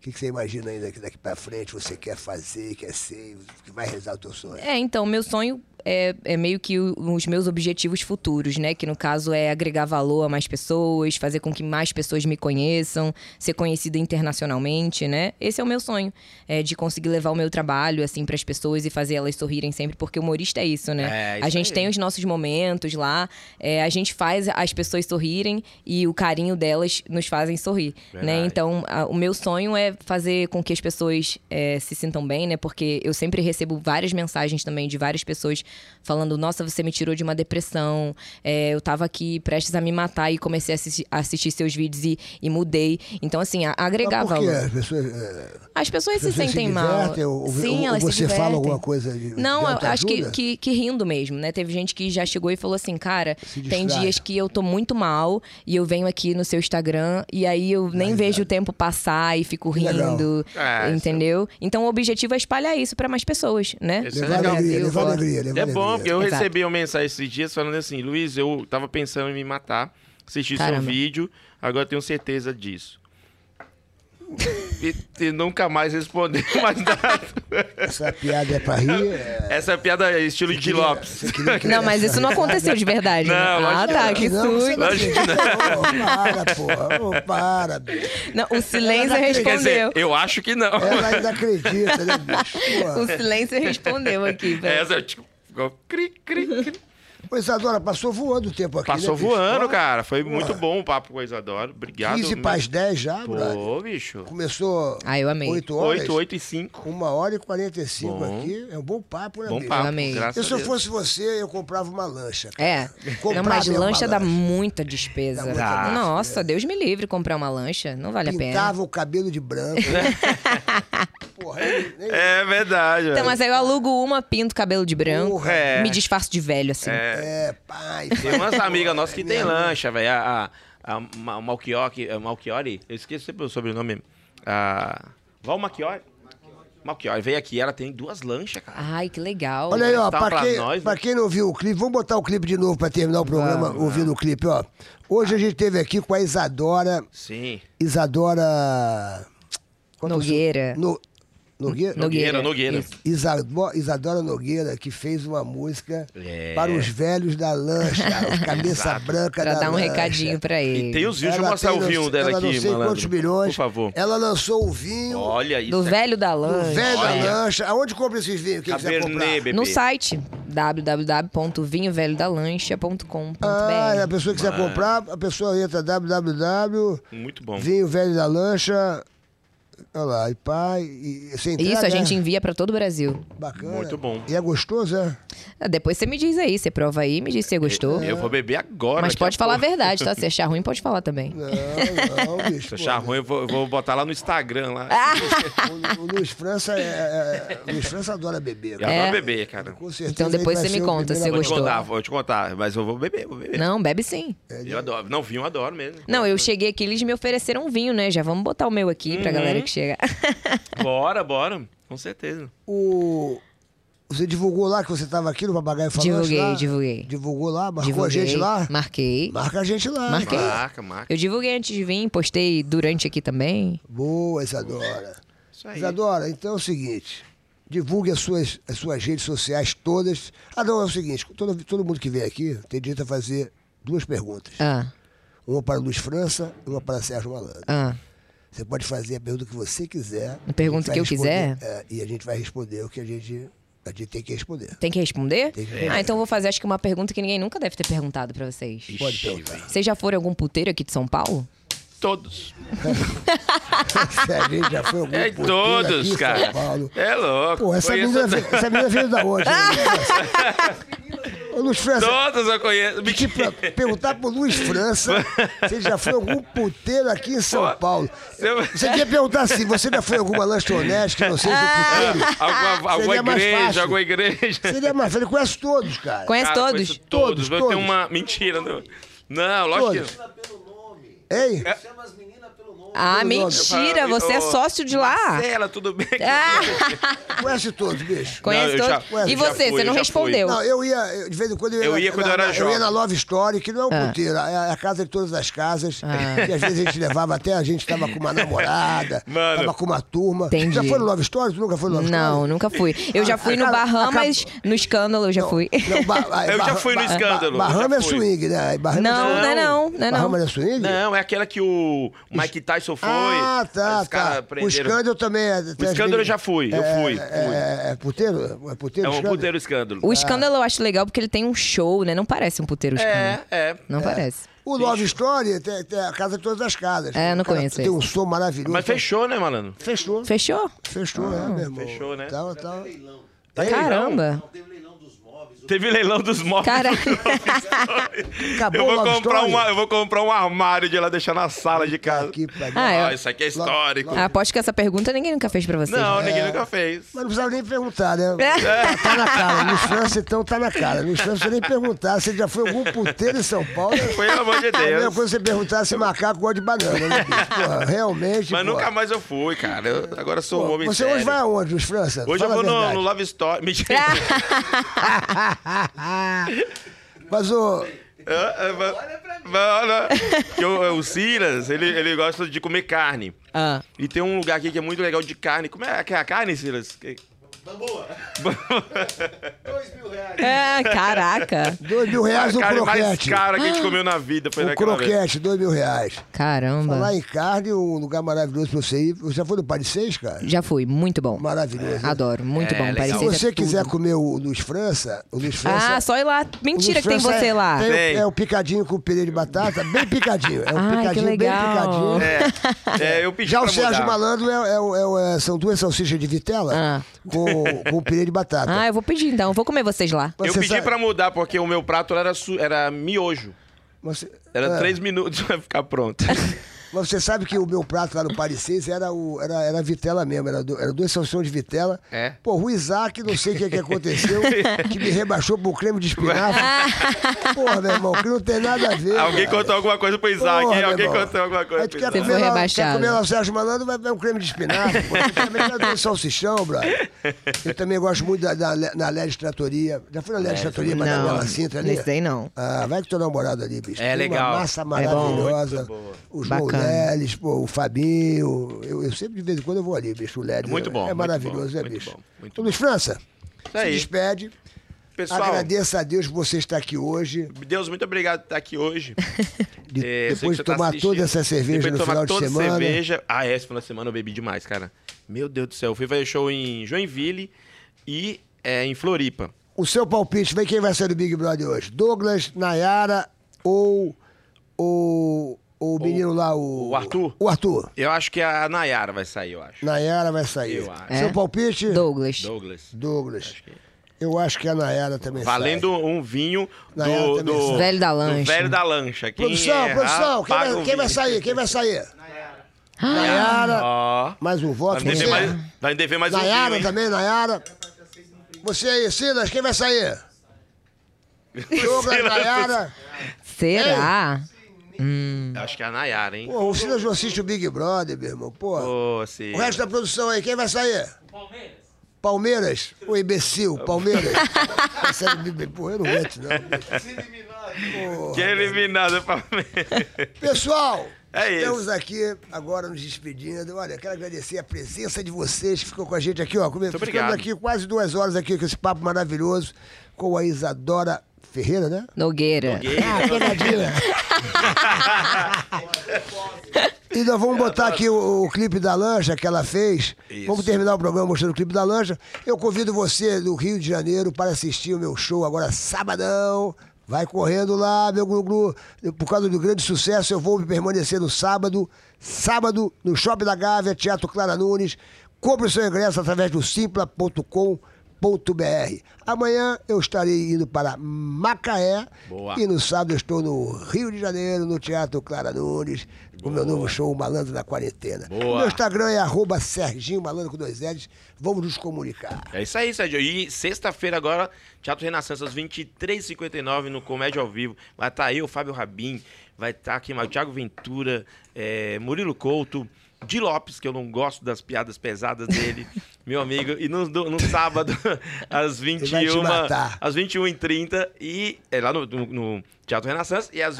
Speaker 1: O que que você imagina ainda que daqui pra frente você quer fazer, quer ser, que vai realizar o teu sonho?
Speaker 3: É, então, meu sonho é, é meio que o- os meus objetivos futuros, né? Que no caso é agregar valor a mais pessoas, fazer com que mais pessoas me conheçam, ser conhecida internacionalmente, né? Esse é o meu sonho, é de conseguir levar o meu trabalho, assim, para as pessoas e fazer elas sorrirem sempre, porque humorista é isso, né?
Speaker 2: É, isso
Speaker 3: a gente
Speaker 2: aí.
Speaker 3: tem os nossos momentos lá, é, a gente faz as pessoas sorrirem e o carinho delas nos fazem sorrir, né?
Speaker 2: Verdade.
Speaker 3: Então, então, a- o meu sonho é fazer com que as pessoas eh, se sintam bem, né? Porque eu sempre recebo várias mensagens também de várias pessoas falando: Nossa, você me tirou de uma depressão, eh, eu tava aqui prestes a me matar e comecei a assisti- a assistir seus vídeos e, e mudei. Então, assim, a- agregar
Speaker 1: Mas por quê?
Speaker 3: valor.
Speaker 1: As pessoas, é,
Speaker 3: As pessoas se
Speaker 1: As pessoas se
Speaker 3: sentem mal.
Speaker 1: divertem, ou- ou-
Speaker 3: Sim,
Speaker 1: ou
Speaker 3: elas se
Speaker 1: você fala
Speaker 3: divertem.
Speaker 1: alguma coisa de- de
Speaker 3: Não, eu acho que,
Speaker 1: autoajuda?
Speaker 3: que, que rindo mesmo, né? Teve gente que já chegou e falou assim, cara,
Speaker 1: Se
Speaker 3: tem
Speaker 1: distrai.
Speaker 3: dias que eu tô muito mal e eu venho aqui no seu Instagram e aí eu nem vejo o tempo passar e fico
Speaker 1: legal.
Speaker 3: rindo,
Speaker 2: Ah, isso
Speaker 3: entendeu? Então o objetivo é espalhar isso pra mais pessoas, né?
Speaker 2: Isso é
Speaker 1: levar
Speaker 2: legal.
Speaker 1: alegria,
Speaker 3: Brasil,
Speaker 1: levar
Speaker 3: fora.
Speaker 1: alegria, levar
Speaker 2: É
Speaker 1: alegria.
Speaker 2: bom, porque eu
Speaker 3: Exato.
Speaker 2: recebi uma mensagem esses dias falando assim, Luiz, eu tava pensando em me matar, assisti seu
Speaker 3: Caramba.
Speaker 2: vídeo, agora eu tenho certeza disso. e, e nunca mais respondeu mais nada.
Speaker 1: Essa piada é pra rir. é-
Speaker 2: Essa piada é estilo de Lopes.
Speaker 1: Você queria que-
Speaker 3: Não, mas isso não aconteceu de verdade. né?
Speaker 2: Não, lógico
Speaker 3: ah,
Speaker 2: que
Speaker 3: tá,
Speaker 2: não.
Speaker 3: que
Speaker 1: Não, você
Speaker 3: susto.
Speaker 1: não
Speaker 2: Lógico que
Speaker 1: acredita. Ô, para, porra. Ô, para, bicho.
Speaker 3: Não, o silêncio
Speaker 2: Quer dizer,
Speaker 3: respondeu.
Speaker 2: eu acho que não.
Speaker 1: Ela ainda acredita, né, bicho? Porra.
Speaker 3: O silêncio respondeu aqui. pra-
Speaker 2: Essa, tipo, ficou cri, cri, cri.
Speaker 1: Ô, Isadora, passou voando o tempo aqui.
Speaker 2: Passou
Speaker 1: né, bicho?
Speaker 2: voando,
Speaker 1: Ó,
Speaker 2: cara. Foi muito bom o papo com a Isadora. Obrigado.
Speaker 1: 15 para as 10 já, brother.
Speaker 2: Pô, bicho.
Speaker 1: Começou
Speaker 3: Ah, eu amei.
Speaker 1: 8 horas.
Speaker 2: 8, 8 e 5.
Speaker 1: 1 hora e 45
Speaker 2: Bom.
Speaker 1: aqui. É um bom papo, né,
Speaker 2: Bom
Speaker 1: bicho?
Speaker 2: papo,
Speaker 3: amei.
Speaker 2: graças
Speaker 1: Eu, se
Speaker 2: a
Speaker 1: eu
Speaker 2: Deus.
Speaker 1: fosse você, eu comprava uma lancha. cara.
Speaker 3: É.
Speaker 1: Comprar
Speaker 3: Não, mas
Speaker 1: mesmo
Speaker 3: lancha
Speaker 1: uma
Speaker 3: dá muita despesa.
Speaker 1: Dá muita despesa.
Speaker 3: Nossa, Deus me livre comprar uma lancha. Não vale a né, pena.
Speaker 1: Pintava o cabelo de branco. Porra, nem, nem
Speaker 2: É verdade, velho.
Speaker 3: Então,
Speaker 1: assim,
Speaker 3: mas aí eu alugo uma, pinto cabelo de branco,
Speaker 1: Porra.
Speaker 2: É.
Speaker 3: me disfarço de velho, assim.
Speaker 1: É, pai. é
Speaker 2: Tem umas amigas nossas que tem lancha, velho. A, a, a Ma- Malchior, que- a Malchiori, eu esqueci sempre o sobrenome. A Val Malchiori. Malchiori veio aqui, ela tem duas lanchas, cara.
Speaker 3: Ai, que legal.
Speaker 1: Olha aí, ó,
Speaker 2: Tá
Speaker 1: pra
Speaker 2: pra
Speaker 1: quem,
Speaker 2: nós, né?
Speaker 1: pra quem não viu o clipe, vamos botar o clipe de novo pra terminar o programa ouvindo o clipe, ó. Hoje a gente teve aqui com a Isadora,
Speaker 2: Sim.
Speaker 1: Isadora... Qual que é o seu-
Speaker 3: Nogueira.
Speaker 1: No... Nogueira?
Speaker 2: Nogueira, Nogueira.
Speaker 3: Isso.
Speaker 1: Isado- Isadora Nogueira, que fez uma música
Speaker 2: É.
Speaker 1: para os velhos da lancha, os cabeça
Speaker 2: Exato.
Speaker 1: branca
Speaker 3: Pra
Speaker 1: da
Speaker 3: dar um
Speaker 1: lancha.
Speaker 3: recadinho pra ele.
Speaker 2: E tem os vinhos, deixa eu
Speaker 1: Ela
Speaker 2: mostrar
Speaker 1: tem
Speaker 2: o
Speaker 1: não-
Speaker 2: vinho dela
Speaker 1: ela
Speaker 2: aqui,
Speaker 1: não sei
Speaker 2: malandro.
Speaker 1: quantos milhões.
Speaker 2: Por favor.
Speaker 1: Ela um lançou o vinho
Speaker 2: Olha isso. é
Speaker 3: Do velho da lancha.
Speaker 1: né? Velho da
Speaker 2: Olha.
Speaker 1: Lancha. Aonde compra esses vinhos? Quem quiser comprar?
Speaker 2: Cabernet, bebê.
Speaker 3: No site www.vinhovelhodalancha.com.br
Speaker 1: Ah, a pessoa quiser comprar, a pessoa entra www.
Speaker 2: Muito bom.
Speaker 1: Vinho Velho da Lancha. Olha lá, e pai. E, e você entrega,
Speaker 3: É Isso a
Speaker 1: né?
Speaker 3: gente envia pra todo o Brasil.
Speaker 1: Bacana.
Speaker 2: Muito bom.
Speaker 1: E é gostoso, é?
Speaker 3: Ah, Depois você me diz aí, você prova aí, me diz se você gostou.
Speaker 2: Eu vou beber agora.
Speaker 3: Mas
Speaker 2: daqui a
Speaker 3: pode falar a
Speaker 2: pouco.
Speaker 3: verdade, tá? Se achar ruim, pode falar também.
Speaker 1: É. Não, não, bicho.
Speaker 2: Se achar ruim, eu vou, eu vou botar lá no Instagram. Lá.
Speaker 3: Ah,
Speaker 1: O, o Luiz França é, é, é- o Luiz França adora beber.
Speaker 2: Eu
Speaker 1: cara.
Speaker 2: adoro beber, cara.
Speaker 1: Com certeza
Speaker 3: É. Então depois
Speaker 1: ele vai
Speaker 3: você me
Speaker 1: ser o
Speaker 3: conta se
Speaker 2: Vou
Speaker 1: primeiro
Speaker 2: te
Speaker 3: gostou.
Speaker 2: contar, vou te contar. Mas eu vou beber, vou beber.
Speaker 3: Não, bebe sim.
Speaker 2: Eu adoro. Não, vinho eu adoro mesmo.
Speaker 3: Não, eu cheguei aqui, eles me ofereceram um vinho, né? Já vamos botar o meu aqui
Speaker 1: Uhum.
Speaker 3: pra galera que chega.
Speaker 2: Bora, bora. Com certeza.
Speaker 1: O... Você divulgou lá que você estava aqui no Papagaio Falante?
Speaker 3: Divulguei,
Speaker 1: lá?
Speaker 3: divulguei.
Speaker 1: Divulgou lá, marcou
Speaker 3: Divulguei,
Speaker 1: a gente lá?
Speaker 3: Marquei.
Speaker 1: Marca a gente lá.
Speaker 3: Marquei.
Speaker 2: Marca, marca.
Speaker 3: Eu divulguei antes de vir, postei durante aqui também.
Speaker 1: Boa, Isadora.
Speaker 2: Isso aí.
Speaker 1: Isadora, então é o seguinte. Divulgue as suas, as suas redes sociais todas. Ah, não, é o seguinte. Todo, todo mundo que vem aqui tem direito a fazer duas perguntas.
Speaker 3: Ah,
Speaker 1: Uma para Luiz França e uma para Sérgio Malandro.
Speaker 3: ah.
Speaker 1: Você pode fazer a pergunta que você quiser.
Speaker 3: A pergunta
Speaker 1: A gente
Speaker 3: que eu
Speaker 1: vai responder,
Speaker 3: quiser?
Speaker 1: é, e a gente vai responder o que a gente, a gente tem que responder.
Speaker 3: Tem que responder?
Speaker 1: Tem que responder.
Speaker 3: Ah, então eu vou fazer acho que uma pergunta que ninguém nunca deve ter perguntado pra vocês.
Speaker 1: Pode perguntar.
Speaker 3: Vocês já foram em algum puteiro aqui de São Paulo?
Speaker 2: Todos.
Speaker 1: Se a gente já foi algum
Speaker 2: É
Speaker 1: puteiro
Speaker 2: em
Speaker 1: aqui em
Speaker 2: todos,
Speaker 1: São
Speaker 2: cara.
Speaker 1: Paulo.
Speaker 2: É louco.
Speaker 1: Pô, essa
Speaker 2: Conheço
Speaker 1: menina, veio- essa menina veio da onde? né, Luiz França? Ô, Luiz França,
Speaker 2: Todos eu conheço.
Speaker 1: te pra- perguntar pro Luiz França se ele já foi em algum puteiro aqui em São
Speaker 2: Pô,
Speaker 1: Paulo.
Speaker 2: seu-
Speaker 1: Você queria perguntar assim, você já foi em alguma lanchonete que não seja um puteiro?
Speaker 2: Alguma, alguma
Speaker 1: Seria mais
Speaker 2: igreja,
Speaker 1: fácil.
Speaker 2: alguma igreja.
Speaker 1: Seria mais fácil, ele conhece todos, cara.
Speaker 3: Conhece
Speaker 2: Cara,
Speaker 3: todos?
Speaker 2: conheço Todos.
Speaker 1: Todos,
Speaker 2: Eu
Speaker 1: todos.
Speaker 2: tenho uma... Mentira. Não, não lógico que...
Speaker 1: Todos. Ei,
Speaker 3: Ah,
Speaker 1: Todos.
Speaker 3: mentira,
Speaker 2: Eu falo,
Speaker 3: você é
Speaker 2: ô,
Speaker 3: sócio de lá.
Speaker 2: Marcela, tudo bem?
Speaker 3: Ah,
Speaker 1: conhece todos, bicho.
Speaker 3: conhece
Speaker 2: eu já-
Speaker 3: todos.
Speaker 1: eu
Speaker 3: e
Speaker 1: já
Speaker 3: você,
Speaker 2: fui,
Speaker 3: você
Speaker 2: eu
Speaker 3: não
Speaker 2: já
Speaker 3: respondeu.
Speaker 1: Não, eu ia, eu- de vez em quando eu ia,
Speaker 2: Eu
Speaker 1: na-
Speaker 2: ia quando
Speaker 1: na,
Speaker 2: eu era
Speaker 1: na- Eu
Speaker 2: jovem.
Speaker 1: ia na Love Story, que não é um
Speaker 3: Ah.
Speaker 1: puteiro, é a casa de todas as casas.
Speaker 3: Ah.
Speaker 1: Que às vezes a gente levava até, a gente tava com uma namorada,
Speaker 2: Mano.
Speaker 1: tava com uma turma.
Speaker 3: Entendi.
Speaker 1: Já foi no Love Story? Tu nunca foi no Love
Speaker 3: Não,
Speaker 1: Story?
Speaker 3: nunca fui. Eu já fui no
Speaker 1: Acaba-
Speaker 3: Bahamas, no escândalo eu já fui.
Speaker 1: Não, ba- ah,
Speaker 2: Eu já
Speaker 1: Barra-
Speaker 2: fui no
Speaker 1: Ba-
Speaker 2: escândalo,
Speaker 1: Ba-
Speaker 2: eu já
Speaker 1: Bahamas é
Speaker 2: fui.
Speaker 1: swing, né? Bahamas
Speaker 3: Não,
Speaker 1: é
Speaker 3: não é não, não é não.
Speaker 1: Bahamas é swing?
Speaker 2: Não, é aquela que o Mike Tyson foi.
Speaker 1: Ah, tá,
Speaker 2: os caras
Speaker 1: tá. O
Speaker 2: prenderam.
Speaker 1: escândalo também é.
Speaker 2: O escândalo eu já fui, eu fui. fui. É,
Speaker 1: É, é puteiro? É puteiro?
Speaker 2: um
Speaker 1: escândalo?
Speaker 2: puteiro escândalo.
Speaker 1: Ah.
Speaker 3: O escândalo eu acho legal porque ele tem um show, né? Não parece um puteiro escândalo.
Speaker 2: É, é.
Speaker 3: Não parece.
Speaker 1: O Love Story tem, tem a casa de todas as casas.
Speaker 3: É, eu não
Speaker 1: O cara
Speaker 3: conheço
Speaker 1: Tem um som maravilhoso.
Speaker 2: Mas fechou, né, malandro?
Speaker 1: Fechou.
Speaker 3: Fechou?
Speaker 1: Fechou,
Speaker 3: Ah.
Speaker 1: é, tá. meu irmão.
Speaker 2: fechou, né?
Speaker 1: Tava, tava.
Speaker 2: Tá em
Speaker 3: Caramba.
Speaker 2: leilão. Teve leilão dos móveis.
Speaker 3: Caralho.
Speaker 1: Acabou
Speaker 2: Eu vou,
Speaker 1: o Love
Speaker 2: comprar
Speaker 1: Story?
Speaker 2: uma, eu vou comprar um armário de lá, deixar na sala de casa.
Speaker 1: Aqui, pai.
Speaker 3: Ah, é.
Speaker 2: Ó, isso aqui é histórico.
Speaker 1: Love-
Speaker 3: Aposto que essa pergunta ninguém nunca fez pra vocês.
Speaker 2: Não,
Speaker 1: é.
Speaker 3: né?
Speaker 2: ninguém nunca fez.
Speaker 1: Mas não precisava nem perguntar, né?
Speaker 3: É.
Speaker 1: Tá, tá na cara. No França, então, tá na cara. No França, nem perguntar. Você já foi algum puteiro em São Paulo?
Speaker 2: Foi, pelo amor de
Speaker 1: A mesma
Speaker 2: Deus.
Speaker 1: coisa é você perguntar se macaco gosta de banana, né, bicho? Porra, realmente,
Speaker 2: Mas
Speaker 1: pô.
Speaker 2: nunca mais eu fui, cara. Eu- agora sou um
Speaker 1: Pô,
Speaker 2: homem
Speaker 1: Você
Speaker 2: sério.
Speaker 1: hoje vai aonde, Luiz França?
Speaker 2: Hoje eu
Speaker 1: Fala
Speaker 2: vou
Speaker 1: a
Speaker 2: no,
Speaker 1: verdade.
Speaker 2: no Love Story. Mentira.
Speaker 1: Mas, ô...
Speaker 2: É, é, mas- mas olha, que o, o Silas, ele, ele gosta de comer carne.
Speaker 3: Ah.
Speaker 2: E tem um lugar aqui que é muito legal de carne. Como é que é a carne, Silas? Que-
Speaker 3: Ah, caraca.
Speaker 1: Dois mil reais
Speaker 2: a
Speaker 1: o
Speaker 2: carne
Speaker 1: um croquete. Um
Speaker 2: mais né, cara que a gente comeu na vida. Foi
Speaker 1: O
Speaker 2: naquela vez.
Speaker 1: croquete, dois mil reais.
Speaker 3: Caramba.
Speaker 1: Lá em carne, um lugar maravilhoso pra você ir. Você já foi no Paris 6, cara?
Speaker 3: Já fui, muito bom.
Speaker 1: Maravilhoso. né?
Speaker 3: Adoro, muito
Speaker 2: É,
Speaker 3: bom.
Speaker 2: legal.
Speaker 1: Se
Speaker 3: Parecia
Speaker 1: você
Speaker 3: tudo.
Speaker 1: quiser comer o Luiz França, o Luiz França.
Speaker 3: Ah, só ir lá.
Speaker 1: o Luiz
Speaker 3: Mentira que tem
Speaker 1: França
Speaker 3: você
Speaker 1: é-
Speaker 3: lá.
Speaker 1: tem o-
Speaker 2: Tem.
Speaker 1: é o picadinho com purê de batata, bem picadinho. É um
Speaker 3: Ai, que
Speaker 1: picadinho
Speaker 3: legal.
Speaker 1: bem picadinho.
Speaker 2: É, é, eu pedi
Speaker 1: Já o
Speaker 2: pra
Speaker 1: Sérgio
Speaker 2: mudar.
Speaker 1: Malandro é, é o- é o- é- são duas salsichas de vitela
Speaker 3: Ah.
Speaker 1: com, com purê de batata.
Speaker 3: Ah, eu vou pedir então. Vou comer vocês lá.
Speaker 2: Eu
Speaker 1: Você
Speaker 2: pedi
Speaker 1: sabe-
Speaker 2: pra mudar, porque o meu prato era, su- era miojo.
Speaker 1: Você-
Speaker 2: Era
Speaker 1: é,
Speaker 2: três minutos pra ficar pronto.
Speaker 1: Mas você sabe que o meu prato lá no Paris 6 era, o, era, era vitela mesmo, era, do- era duas salsichas de vitela.
Speaker 2: É.
Speaker 1: Pô, o Isaac, não sei o que, é que aconteceu, que me rebaixou pro creme de espinafre.
Speaker 3: Ah.
Speaker 1: Porra, meu irmão, que não tem nada a ver.
Speaker 2: alguém
Speaker 1: cara.
Speaker 2: contou alguma coisa pro Isaac,
Speaker 1: É. Porra,
Speaker 2: hein?
Speaker 1: meu
Speaker 2: Alguém
Speaker 1: irmão. É
Speaker 2: contou alguma coisa
Speaker 1: Aí
Speaker 2: pro
Speaker 1: tu quer
Speaker 2: Isaac.
Speaker 3: Você
Speaker 1: comer,
Speaker 3: foi
Speaker 1: lá, quer
Speaker 3: rebaixado.
Speaker 1: comer lá o Sérgio Malandro, vai ver um creme de espinafre. pô. Eu também quero ver um salsichão, brother. Eu também gosto muito da, da, na Led Tratoria. Já fui na Led Tratoria, mas na
Speaker 3: É, Não,
Speaker 1: Bela Cinta ali?
Speaker 3: nesse daí não.
Speaker 1: Ah, vai com teu namorado ali, bicho.
Speaker 2: É
Speaker 1: Tem
Speaker 2: legal.
Speaker 1: Uma massa
Speaker 2: É bom.
Speaker 1: maravilhosa.
Speaker 2: Muito boa.
Speaker 1: Os
Speaker 3: Bacana.
Speaker 1: Leles, pô, o Fabinho. Eu, eu sempre, de vez em quando, eu vou ali, bicho, o Leles.
Speaker 2: É muito bom,
Speaker 1: É
Speaker 2: muito
Speaker 1: maravilhoso,
Speaker 2: bom,
Speaker 1: é,
Speaker 2: muito
Speaker 1: bicho.
Speaker 2: bom, muito
Speaker 1: Então, Luiz França,
Speaker 2: Isso
Speaker 1: se
Speaker 2: aí.
Speaker 1: despede.
Speaker 2: Pessoal,
Speaker 1: Agradeço a Deus que você está aqui hoje.
Speaker 2: Deus, muito obrigado por estar aqui hoje.
Speaker 1: De-
Speaker 2: É, eu sei
Speaker 1: depois
Speaker 2: que você
Speaker 1: de
Speaker 2: tá
Speaker 1: tomar
Speaker 2: assistindo.
Speaker 1: toda essa cerveja
Speaker 2: Depois
Speaker 1: no final de
Speaker 2: toda
Speaker 1: semana.
Speaker 2: cerveja. Ah, é, esse final de semana eu bebi demais, cara. Meu Deus do céu. Eu fui fazer show em Joinville e é, em Floripa.
Speaker 1: O seu palpite, vem quem vai ser do Big Brother hoje? Douglas, Nayara ou, ou o menino lá, o.
Speaker 2: o Arthur?
Speaker 1: O Arthur.
Speaker 2: Eu acho que a Nayara vai sair, eu acho.
Speaker 1: Nayara vai sair.
Speaker 2: Eu acho.
Speaker 1: Seu
Speaker 3: É?
Speaker 1: palpite?
Speaker 3: Douglas.
Speaker 2: Douglas.
Speaker 1: Douglas.
Speaker 2: Acho que-
Speaker 1: Eu acho que é a Nayara também
Speaker 2: Valendo um vinho
Speaker 1: Nayara
Speaker 2: do,
Speaker 1: também
Speaker 2: do-
Speaker 1: sai.
Speaker 3: Velho da
Speaker 2: do
Speaker 3: lancha.
Speaker 2: velho da lancha. Quem
Speaker 1: sai. Produção,
Speaker 2: errar,
Speaker 1: produção, quem
Speaker 2: paga
Speaker 1: vai,
Speaker 2: o
Speaker 1: quem vai
Speaker 2: vinho. Ah,
Speaker 1: sair? Quem vai sair? Nayara. Nayara.
Speaker 2: Ó.
Speaker 1: Mais um
Speaker 2: Vai
Speaker 1: voto.
Speaker 2: me dever
Speaker 1: você?
Speaker 2: mais, vai me dever mais um vinho,
Speaker 1: Nayara
Speaker 2: hein?
Speaker 1: também, Nayara. Você aí, Silas, quem vai sair? Douglas,
Speaker 2: Silas.
Speaker 1: Nayara.
Speaker 3: Será? Hum.
Speaker 2: Acho que é a Nayara, hein?
Speaker 1: Pô, o Silas não assiste o Big Brother, meu irmão. Pô.
Speaker 2: Ô, Ciro.
Speaker 1: O resto da produção aí, quem vai sair? Palmeiras. Palmeiras? O imbecil, Palmeiras. Essa- é Pô, eu não aguento, não. é-
Speaker 2: Que eliminado, Palmeiras.
Speaker 1: Pessoal,
Speaker 2: É isso.
Speaker 1: estamos aqui agora nos despedindo. Olha, quero agradecer a presença de vocês que ficou com a gente aqui, ó. Come- Ficamos
Speaker 2: obrigado.
Speaker 1: aqui quase duas horas aqui com esse papo maravilhoso com a Isadora Ferreira, né?
Speaker 3: Nogueira.
Speaker 1: Ah, pegadinha. e nós vamos botar aqui o, o clipe da lancha que ela fez.
Speaker 2: Isso.
Speaker 1: Vamos terminar o programa mostrando o clipe da lancha. Eu convido você do Rio de Janeiro para assistir o meu show agora sabadão. Vai correndo lá, meu glu-glu. Por causa do grande sucesso, eu vou permanecer no sábado. Sábado, no Shopping da Gávea, Teatro Clara Nunes. Compre o seu ingresso através do simpla.com www.cultura.br. Amanhã eu estarei indo para Macaé
Speaker 2: Boa.
Speaker 1: e no sábado eu estou no Rio de Janeiro, no Teatro Clara Nunes, com o meu novo show o Malandro na Quarentena.
Speaker 2: Boa.
Speaker 1: O meu Instagram é arroba Serginho Malandro com dois L's. Vamos nos comunicar.
Speaker 2: É isso aí, Sérgio. E sexta-feira agora, Teatro Renascença, às 23h59, no Comédia ao Vivo. Vai estar eu, Fábio Rabin, vai estar aqui mais o Thiago Ventura, eh, Murilo Couto, Di Lopes, que eu não gosto das piadas pesadas dele, meu amigo. E no, do- no sábado, às
Speaker 1: vai te
Speaker 2: 21
Speaker 1: matar.
Speaker 2: às 21h30, e, é lá no, no- no Teatro Renascença, e às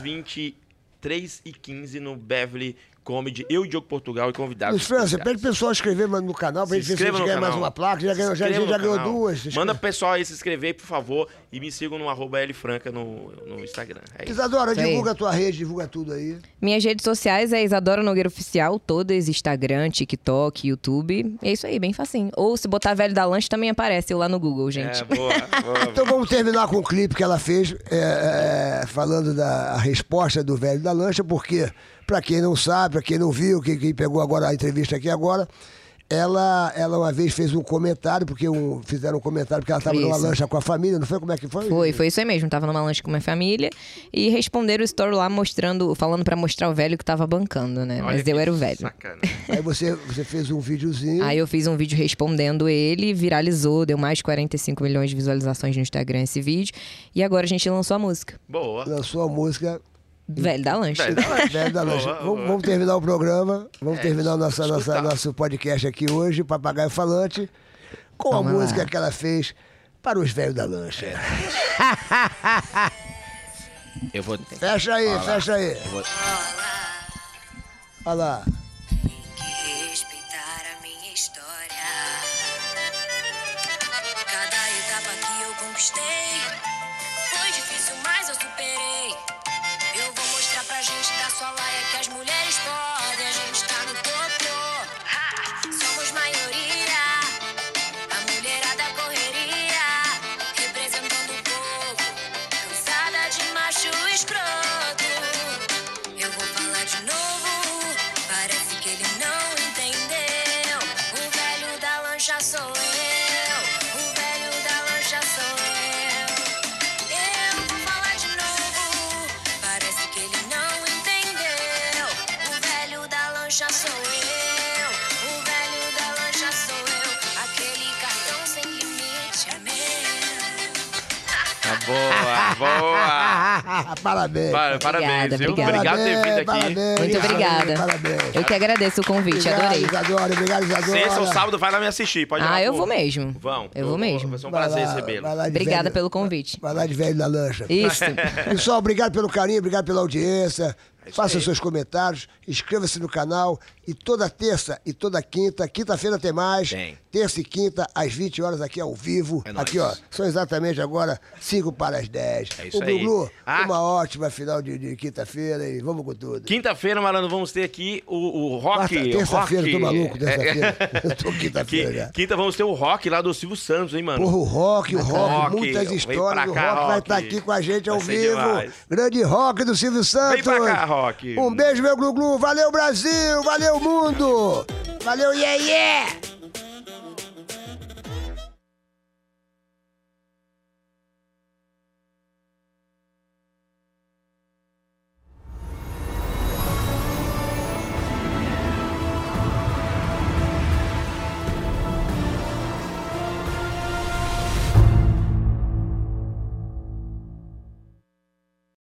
Speaker 2: 23h15 no Beverly Comedy. Eu, Diogo Portugal e convidados.
Speaker 1: Luiz França,
Speaker 2: especiais.
Speaker 1: pede pro pessoal inscrever no canal pra
Speaker 2: Se
Speaker 1: gente ver se a
Speaker 2: inscreva
Speaker 1: gente
Speaker 2: no
Speaker 1: ganha
Speaker 2: canal.
Speaker 1: mais uma placa. Já ganhou,
Speaker 2: Se
Speaker 1: já, a gente
Speaker 2: inscreva
Speaker 1: já
Speaker 2: no
Speaker 1: ganhou
Speaker 2: canal.
Speaker 1: duas. Se
Speaker 2: Manda pro pessoal aí se inscrever, aí, por favor, e me sigam no arroba Lfranca no, no Instagram. É isso.
Speaker 1: Isadora,
Speaker 3: Isso aí.
Speaker 1: divulga a tua rede, divulga tudo aí.
Speaker 3: Minhas redes sociais é Isadora Nogueira Oficial, todas, Instagram, TikTok, YouTube. É isso aí, bem facinho. Ou se botar velho da lanche também aparece eu lá no Google, gente.
Speaker 2: É, boa, boa.
Speaker 1: Então vamos terminar com o clipe que ela fez, é, é, falando da resposta do velho da lancha, porque, pra quem não sabe, pra quem não viu, quem, quem pegou agora a entrevista aqui agora, ela, ela uma vez fez um comentário, porque um- fizeram um comentário porque ela estava numa
Speaker 3: Isso.
Speaker 1: lancha com a família, não foi? Como é que foi?
Speaker 3: Foi, foi isso aí mesmo. Tava numa lanche com minha família e responderam o story lá mostrando, falando pra mostrar o velho que tava bancando, né?
Speaker 2: Olha
Speaker 3: Mas
Speaker 2: que
Speaker 3: eu era o velho.
Speaker 2: Sacana.
Speaker 1: Aí você, você fez um videozinho.
Speaker 3: Aí eu fiz um vídeo respondendo ele, viralizou, deu mais de 45 milhões de visualizações no Instagram esse vídeo. E agora a gente lançou a música.
Speaker 2: Boa.
Speaker 1: Lançou a música
Speaker 3: Velho da lanche.
Speaker 2: Velho da lancha.
Speaker 1: Velho da Lancha.
Speaker 2: Boa,
Speaker 1: Né, Vamos,
Speaker 2: boa. É,
Speaker 1: vamos terminar o programa. Vamos terminar o nosso, nossa-
Speaker 2: escutar.
Speaker 1: nosso podcast aqui hoje, Papagaio Falante, com a
Speaker 3: Vamos lá.
Speaker 1: música que ela fez para os velhos da lancha.
Speaker 2: Eu vou.
Speaker 1: Fecha aí, fecha aí.
Speaker 2: vou-
Speaker 1: Olha lá.
Speaker 4: que respeitar a minha história. Cada etapa que eu conquistei foi difícil, mas eu superei. Eu vou mostrar pra gente da sua laia é que as mulheres podem. A gente tá no topo, somos maioria. A mulherada correria, representando o povo. Cansada de macho escroto. Eu vou falar de novo, parece que ele não entendeu. O velho da lancha sou eu, o velho da lancha sou eu. Eu vou falar de novo, parece que ele não entendeu. O velho da lancha sou eu, o velho da lancha sou eu. Aquele cartão sem limite é meu.
Speaker 2: Tá boa, boa.
Speaker 3: Ah.
Speaker 1: Ah, Parabéns.
Speaker 2: Para- parabéns,
Speaker 3: Obrigada,
Speaker 2: viu?
Speaker 3: obrigada.
Speaker 2: Obrigado por ter vindo aqui.
Speaker 1: Parabéns,
Speaker 3: Muito obrigada.
Speaker 1: Parabéns.
Speaker 3: Eu que agradeço o convite,
Speaker 1: Obrigado,
Speaker 3: adorei.
Speaker 1: Isadora. Obrigado, Isadora.
Speaker 2: Sexta ou sábado, vai lá me assistir. Pode ir lá
Speaker 3: Ah, eu
Speaker 2: pro-
Speaker 3: vou mesmo.
Speaker 2: Vão.
Speaker 3: Eu vou mesmo.
Speaker 2: Vai ser um
Speaker 1: Vai
Speaker 2: prazer
Speaker 1: lá,
Speaker 2: recebê-lo.
Speaker 1: vai lá de
Speaker 3: Obrigada
Speaker 1: velho-
Speaker 3: pelo convite.
Speaker 1: Vai lá de velho da lancha.
Speaker 3: Isso.
Speaker 1: Pessoal, obrigado pelo carinho, obrigado pela audiência.
Speaker 2: É isso
Speaker 1: Faça
Speaker 2: aí.
Speaker 1: seus comentários, inscreva-se no canal e toda terça e toda quinta, quinta-feira tem mais.
Speaker 2: Tem.
Speaker 1: Terça e quinta, às 20 horas, aqui ao vivo.
Speaker 2: É
Speaker 1: aqui,
Speaker 2: nóis.
Speaker 1: ó. São exatamente agora 5 para as 10.
Speaker 2: É isso
Speaker 1: o
Speaker 2: aí.
Speaker 1: Blue,
Speaker 2: Ah.
Speaker 1: uma ótima final de, de quinta-feira e vamos com tudo.
Speaker 2: Quinta-feira, Marano, vamos ter aqui o, o rock.
Speaker 1: Quarta-
Speaker 2: o
Speaker 1: terça-feira, eu tô
Speaker 2: rock-
Speaker 1: maluco, terça-feira.
Speaker 2: É, é.
Speaker 1: Eu tô quinta-feira
Speaker 2: Qui-
Speaker 1: já.
Speaker 2: Quinta, vamos ter o rock lá do Silvio Santos, hein, mano?
Speaker 1: Porra, o rock, o rock,
Speaker 2: Rock,
Speaker 1: muitas
Speaker 2: vem
Speaker 1: histórias.
Speaker 2: pra
Speaker 1: do rock,
Speaker 2: cá,
Speaker 1: vai
Speaker 2: Rock.
Speaker 1: estar aqui com a gente ao
Speaker 2: Vai ser
Speaker 1: vivo.
Speaker 2: demais.
Speaker 1: Grande rock do Silvio Santos.
Speaker 2: pra cá, Rock.
Speaker 1: Um beijo, meu Glu-Glu. Valeu, Brasil. Valeu, mundo. Valeu, yeah, yeah.